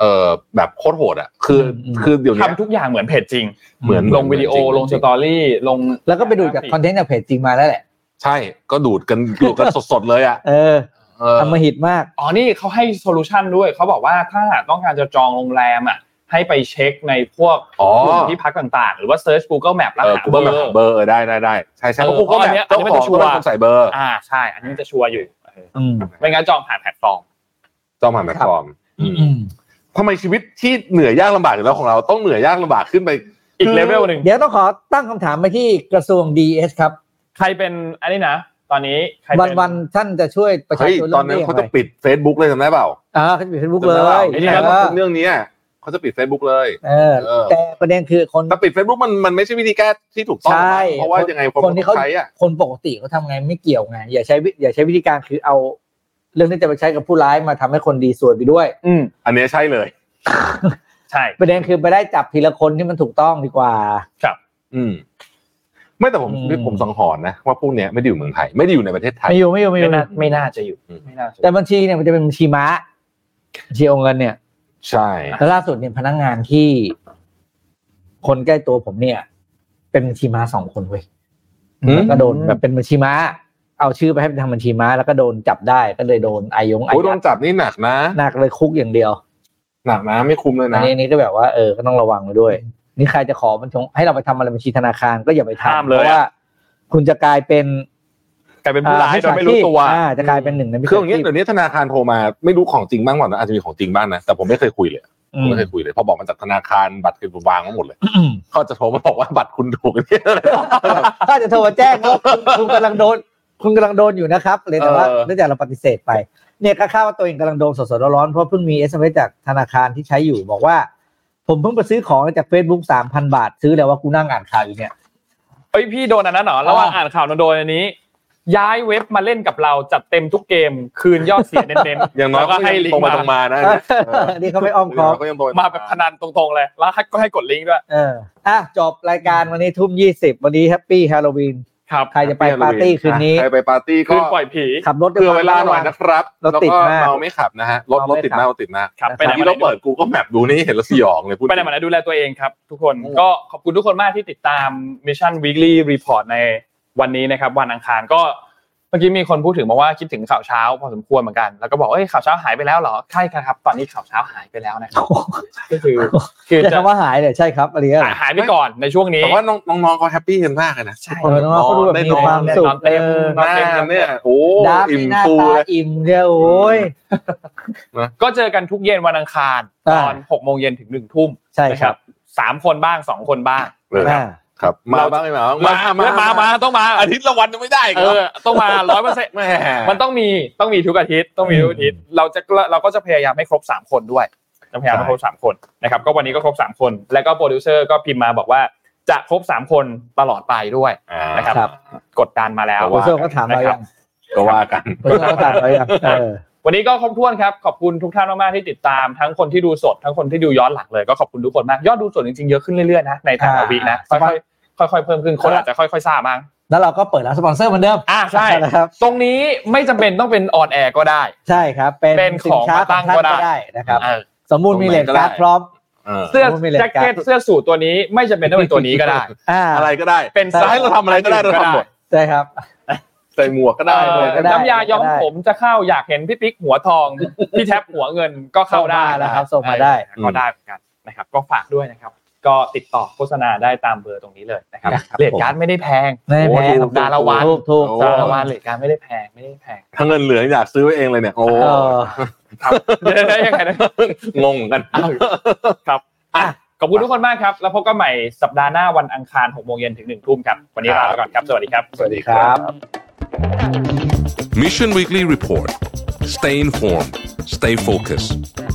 [SPEAKER 3] เอ่อแบบโคตรโหดอ่ะ คือ
[SPEAKER 4] อืม
[SPEAKER 3] คือเดี๋ยวเนี้ย
[SPEAKER 2] ทำทุกอย่างเหมือนเพจจริง
[SPEAKER 3] เหมือน
[SPEAKER 2] ลงวิดีโอ
[SPEAKER 3] เหมือนจริง
[SPEAKER 2] ลงสตอรี่ ลง
[SPEAKER 4] แล้วก็ไปดูจากคอนเทนต์จากเพจจริงมาแล้วแหละ
[SPEAKER 3] ใช่ก็ดูดกันดูดกัน สดๆเลยอ่ะ
[SPEAKER 4] เออ
[SPEAKER 3] เออ
[SPEAKER 4] ทำมหิตมาก
[SPEAKER 2] อ๋อ นี่เขาให้โซลูชันด้วย เขาบอกว่าถ้าต้องการจะจองโรงแรมอ่ะ ให้ไปเช็คในพวก
[SPEAKER 3] อ๋อก
[SPEAKER 2] ลุ่มที่พักต่างๆ หรือว่าเซิร์ช Google Map แล้ว
[SPEAKER 3] เออ
[SPEAKER 2] หา
[SPEAKER 3] กู
[SPEAKER 2] เบ
[SPEAKER 3] เบ
[SPEAKER 2] อ
[SPEAKER 3] อร์
[SPEAKER 2] ร์
[SPEAKER 3] เบอร์เออได้ได้ได้ใช่ใช่เพราะ
[SPEAKER 2] เออ
[SPEAKER 3] กูก็
[SPEAKER 2] อั
[SPEAKER 3] แบบ
[SPEAKER 2] นเนี้ยอัน
[SPEAKER 3] เจ้า
[SPEAKER 2] นี้ไม่
[SPEAKER 3] ข
[SPEAKER 2] ต้
[SPEAKER 3] อ
[SPEAKER 2] อง งชัวร์
[SPEAKER 3] ก็เป็นคนใส่เบอร์
[SPEAKER 2] อ่า ใช่ อันนี้มันจะชัวร์อยู่เออ
[SPEAKER 4] อืม
[SPEAKER 2] ไม่งั้นจองผ่านแพลตฟอร์ม
[SPEAKER 3] เจ้าหมาแพลตฟอร์มอืม
[SPEAKER 4] อืม
[SPEAKER 3] ทำไมชีวิตที่เหนื่อยยากลำบากอยู่แล้วของเราต้องเหนื่อยยากลำบากขึ้นไป
[SPEAKER 2] อีกเลเวลหนึ่ง
[SPEAKER 4] เดี๋ยวต้องขอตั้งคำถามไปที่กระทรวงดีเอสครับ
[SPEAKER 2] ใครเป็น อันนี้นะ ตอนนี้ ใคร
[SPEAKER 4] วัน
[SPEAKER 2] เป็น
[SPEAKER 4] วันท่านจะช่วยประชา
[SPEAKER 3] เฮ้ย
[SPEAKER 4] ชน
[SPEAKER 3] ตอนนั้น
[SPEAKER 4] เรื่องนี้อย่า
[SPEAKER 3] เขา
[SPEAKER 4] งไร
[SPEAKER 3] จะปิด Facebook เลยจำได้เปล่า
[SPEAKER 4] อ่าเขาจะปิดเฟซบุ๊ก
[SPEAKER 3] จำ
[SPEAKER 4] เล
[SPEAKER 3] ได้ปาย
[SPEAKER 2] ไอ้นี่
[SPEAKER 3] เ
[SPEAKER 2] นะ
[SPEAKER 4] เออ
[SPEAKER 3] รื่องเนี้ยเขาจะปิด Facebook เลย
[SPEAKER 4] เออ
[SPEAKER 3] เออ
[SPEAKER 4] แต่ประเด็นคือคน
[SPEAKER 3] แต่ปิด Facebook มันมันไม่ใช่วิธีแก้ที่ถูกต้อง
[SPEAKER 4] ใช่
[SPEAKER 3] เพราะว่ายังไง
[SPEAKER 4] คนที่เขา
[SPEAKER 3] ใช้อ่ะ
[SPEAKER 4] คนปกติเขาทำไงไม่เกี่ยวไงอย่าใช้วิอย่าใช้วิธีการคือเอา เรื่องที่จะไปใช้กับผู้ร้ายมาทำให้คนดีสวยไปด้วย
[SPEAKER 2] อืม
[SPEAKER 3] อันเนี้ยใช่เลย
[SPEAKER 2] ใช่
[SPEAKER 4] ประเด็นคือไปได้จับทีละคนที่มันถูกต้องดีกว่า
[SPEAKER 3] อืม ไม่แต่ผม
[SPEAKER 4] อืม
[SPEAKER 3] ผมสังหรณ์นะว่าพวกเนี้ยไม่ได้อยู่เมืองไทยไม่ได้อยู่ในประเทศไทย
[SPEAKER 4] ไม่อยู่ไม่อยู่ไม่อ
[SPEAKER 2] ไม่
[SPEAKER 4] ยู่
[SPEAKER 2] น่าไม่น่าจะอยู่
[SPEAKER 3] อืม
[SPEAKER 2] ไม่น่าจะอยู่
[SPEAKER 4] แต่บัญชีเนี่ยมันจะเป็นบัญชีม้าบัญชีโอนเงินเนี่ย
[SPEAKER 3] ใช่
[SPEAKER 4] แล้วล่าสุดเนี่ยพนักงานที่ คนใกล้ตัวผมเนี่ย เป็นบัญชีม้าสองคนเว้ยแล้วก็โดนแบบเป็นบัญชีม้า เอาชื่อไปให้เป็นทางบัญชีม้า แล้วก็โดนจับได้ก็เลยโดนอายงอา
[SPEAKER 3] โอ้ยโด
[SPEAKER 4] ยั
[SPEAKER 3] น
[SPEAKER 4] ด
[SPEAKER 3] จับนี่หนักนะ
[SPEAKER 4] หนักเลยคุกอย่างเดียว
[SPEAKER 3] หนักนะไม่คุ้มเลย
[SPEAKER 4] อัน
[SPEAKER 3] นะ
[SPEAKER 4] นี้อันนี้ก็แบบว่าเออก็ต้องระวังไว้ด้วย นี่ใครจะขอบัญชงให้เราไปทำอะไรบัญชีธนาคารก็อย่าไป
[SPEAKER 2] ห้าม
[SPEAKER 4] ทำ
[SPEAKER 2] เลย
[SPEAKER 4] ราะว่า
[SPEAKER 2] อะ
[SPEAKER 4] คุณจะกลายเป็น
[SPEAKER 2] กลายเป็นผู้ร้ายโดยไม่รู้ตัว
[SPEAKER 4] อ่าจะกลายเป็นหนึ่งในมิจฉา
[SPEAKER 3] คืออย่างเงี้ย
[SPEAKER 4] ชีพ
[SPEAKER 3] เดี๋ยวนี้ธนาคารโทรมาไม่รู้ของจริงบ้างหรือเปล่านะอาจจะมีของจริงบ้างนะแต่ผมไม่เคยคุยเลย
[SPEAKER 4] อื
[SPEAKER 3] ผม
[SPEAKER 4] ม
[SPEAKER 3] ไม่เคยคุยเลยพอบอกมาจากธนาคารบัตรคือวางไว้หมดเลย
[SPEAKER 4] อืม
[SPEAKER 3] เขาจะโทรมาบอกว่าบัตรคุณถูกเนี่ย
[SPEAKER 4] ถ้าจะโทรมาแจ้งว่าคุณคุณกำลังโดน คุณกำลังโดนอยู่นะครับเลยแต่ว่า
[SPEAKER 3] เออ
[SPEAKER 4] เนื่องจากเราปฏิเสธไป เนี่ยก็คาดว่าตัวเองกำลังโดนสดๆร้อนๆเพราะเพิ่งมี SMS จากธนาคารที่ใช้อยู่บอกว่า ผมเพิ่งไปซื้อของจาก Facebook สามพันบาท ซื้อแล้วว่ากูนั่งอ่านข่าวอยู่เนี่ย
[SPEAKER 2] เอ้ยพี่โดนอันนั้นเหรอระหว่าง
[SPEAKER 4] อ่า
[SPEAKER 2] อ่านข่าวนนโดนอันนี้ ย้ายเว็บมาเล่นกับเราจัดเต็มทุกเกม คืนยอดเสียเน้นๆ
[SPEAKER 3] อย่างน้อย
[SPEAKER 2] แล้วก็ให้ลิง
[SPEAKER 3] ตรงมา
[SPEAKER 2] ก์มา
[SPEAKER 3] ตรงมานะ
[SPEAKER 4] นี่เขาไม่อ้อมค้อม
[SPEAKER 3] ก็ยังตรง
[SPEAKER 2] มาแบบพนันตรงๆเลย แล้วให้ก็ให้กดลิงก์ด้วย
[SPEAKER 4] เอออ่ะจบรายการวันนี้ทุ่มยี่สิบวันนี้แฮปปี้ฮาโลวีน
[SPEAKER 2] ครับ
[SPEAKER 4] ใครจะไปปาร์ตี้คืนนี้
[SPEAKER 3] ใครไปปาร์ตี้ก็
[SPEAKER 2] คืนปล่อยผี
[SPEAKER 4] ขับรถด้ย
[SPEAKER 3] เผื่อ
[SPEAKER 4] คม
[SPEAKER 3] เวลาหน่อย
[SPEAKER 4] ระวัง
[SPEAKER 3] นะครับ
[SPEAKER 4] รถติดมาก
[SPEAKER 3] แล้วเมาไม่ขับนะฮะรถ
[SPEAKER 4] เมาร ไม่
[SPEAKER 3] ถติด
[SPEAKER 4] ขับ
[SPEAKER 3] มากรถติดมาก
[SPEAKER 2] ครับ
[SPEAKER 4] นะครับ
[SPEAKER 2] ไปไหน
[SPEAKER 3] ที่
[SPEAKER 2] มา
[SPEAKER 3] เรา
[SPEAKER 2] ไหน
[SPEAKER 3] เปิดกูก็แมปดูนี่เห็นแล้วสยองเลยพูด
[SPEAKER 2] ไปไหนมาไหนดูแลตัวเองครับ ทุกคน
[SPEAKER 3] อืม
[SPEAKER 2] ก็ขอบคุณทุกคนมากที่ติดตาม Mission Weekly Report ในวันนี้นะครับ วันอังคารก็เมื่อกี้มีคนพูดถึงมาว่าคิดถึงข่าวเช้าพอสมควรเหมือนกันแล้วก็บอกว่าเอ้ยข่าวเช้าหายไปแล้วเหรอใช่ครับ ตอนนี้ข่าวเช้าหายไปแล้วนะครับก็คือคือ
[SPEAKER 4] อย่า
[SPEAKER 2] จะ
[SPEAKER 4] คำว่าหายเลยใช่ครับอะไรเงี้ย
[SPEAKER 2] หายหายไปก่อนในช่วงนี้
[SPEAKER 3] แต่ว่าน้องน้องๆเขาแฮปปี้กันมากเลยนะ
[SPEAKER 2] ใช่
[SPEAKER 4] เออน้องๆเขาดูแบบมีความสุข
[SPEAKER 2] เต็ม
[SPEAKER 3] หน้าเนี่ยโอ้
[SPEAKER 4] ดับ
[SPEAKER 3] อิ่ม
[SPEAKER 4] หน้า
[SPEAKER 3] ฟู
[SPEAKER 4] ตา
[SPEAKER 3] เลย
[SPEAKER 4] อิ่มเนี่ยโอ้ย
[SPEAKER 2] ก็เจอกันทุกเย็นวันอังคาร
[SPEAKER 4] อ่า
[SPEAKER 2] ตอนหกโมงเย็นถึงหนึ่งทุ่ม
[SPEAKER 4] ใช่ครับ
[SPEAKER 2] สามคนบ้างสองคนบ้าง
[SPEAKER 4] อ่า
[SPEAKER 3] ครับมา
[SPEAKER 2] เรา
[SPEAKER 3] บ้างไม่มาบ้าง
[SPEAKER 2] มามามามาต้องมา
[SPEAKER 3] อาทิตย์ละวันยังไม่ได้ก
[SPEAKER 2] เอ
[SPEAKER 3] หร
[SPEAKER 2] อต้องมาร้อยเปอร์เซ็นต์
[SPEAKER 3] แหม่
[SPEAKER 2] มันต้องมีต้องมีทุกอาทิตย์ต้องมีทุกอาทิตย์เราจะเราก็จะพยายามให้ครบสามคนด้วยจะพยายามให้ครบสามคนนะครับก็วันนี้ก็ครบสามคน แล้วก็โปรดิวเซอร์ก็พิมพ์มาบอกว่าจะครบสามคนตลอดไปด้วย
[SPEAKER 3] อ่า
[SPEAKER 2] นะครับ
[SPEAKER 4] ครับ
[SPEAKER 2] กดดันมาแล้ว
[SPEAKER 3] แต่
[SPEAKER 4] โอ
[SPEAKER 3] ว่า
[SPEAKER 4] โซก็ถามเรา
[SPEAKER 2] นะครั
[SPEAKER 4] ยั
[SPEAKER 2] บ
[SPEAKER 4] ง
[SPEAKER 3] ก็ว่ากัน
[SPEAKER 4] โอโซก็ถามเรายังเออ
[SPEAKER 2] วันนี้ก็ครบถ้วนครับ ขอบคุณทุกท่านมากๆที่ติดตาม ทั้งคนที่ดูสด ทั้งคนที่ดูย้อนหลังเลย ก็ขอบคุณทุกคนมาก ยอดดูสดจริงๆ เยอะขึ้นเรื่อยๆนะ ในแต่ละ
[SPEAKER 4] อ่า
[SPEAKER 2] วีคนะ
[SPEAKER 4] สบาย
[SPEAKER 2] ค่อยๆค่อยๆเพิ่มขึ้น คนอาจจะค่อยๆทราบมั้ง
[SPEAKER 4] แล้วเราก็เปิดรับสปอนเซอร์เหมือนเดิม
[SPEAKER 2] อ่าใช่
[SPEAKER 4] นะครับ
[SPEAKER 2] ตรงนี้ไม่จำเป็นต้องเป็นออนแอร์ก็ได้
[SPEAKER 4] ใช่ครับ เป็น
[SPEAKER 2] เป็น
[SPEAKER 4] สิ
[SPEAKER 2] ของ
[SPEAKER 4] ค้า
[SPEAKER 2] มา
[SPEAKER 4] ข
[SPEAKER 2] ตั้
[SPEAKER 4] อง
[SPEAKER 2] ง
[SPEAKER 4] ท่าน
[SPEAKER 2] ก็ได้
[SPEAKER 4] ก็ได้นะครับ
[SPEAKER 2] เออ
[SPEAKER 4] สมมูลมีเลทการ์ดพร้อม
[SPEAKER 3] เออ
[SPEAKER 2] เสื้อ
[SPEAKER 4] ไม่เป็นไร
[SPEAKER 2] แจ็คเก็ตเสื้อสูทตัวนี้ ไม่จำเป็นต้องเป็นตัวนี้ก็ได้
[SPEAKER 4] อ่า
[SPEAKER 3] อะไรก็ได้
[SPEAKER 2] เป็น
[SPEAKER 3] จะให้เราทำอะไรก็ได้เราทำหมด
[SPEAKER 4] ใช่ครับ
[SPEAKER 3] ใส่หมวกก็ได้
[SPEAKER 2] เอ่อ
[SPEAKER 3] เลย
[SPEAKER 4] ก็ได้
[SPEAKER 2] น้ำยาย้อมผมจะเข้าอยากเห็นพี่ปิ๊กหัวทอง พี่แท็บหัวเงินก็เข้าได้
[SPEAKER 4] ส่งมานะครับส่งมาได้
[SPEAKER 2] ก็ได้เหมือนกันนะครับ ก็ฝากด้วยนะครับ ก็ติดต่อโฆษณาได้ตามเบอร์ตรงนี้เลยนะครับ
[SPEAKER 4] ครับ
[SPEAKER 2] เรทการ์ดไม่ได้แพง
[SPEAKER 4] ไม่ได้แพง
[SPEAKER 2] โอ้ดูสัปดาห์ละวัน
[SPEAKER 4] ถูกถูก
[SPEAKER 2] สัปดาห์ละวันเรทการ์ดไม่ได้แพงไม่ได้แพ ง
[SPEAKER 3] ถ้าเงินเหลืออยากซื้อไว้เองเลยเนี่ยโอ้
[SPEAKER 4] เออ
[SPEAKER 2] ครับได้ยังไงนะ
[SPEAKER 3] งงเหมือนกัน
[SPEAKER 2] ครับอ่ะขอบคุณทุกคนมากครับ แล้วพบกันใหม่สัปดาห์หน้าวันอังคาร6โมงเย็นถึง1ทุ่มครับ วันนี้ลาไปก่อนครับ สวัสดีครับ
[SPEAKER 3] สวัสดีครับ
[SPEAKER 1] Mission Weekly Report. Stay informed, stay focused.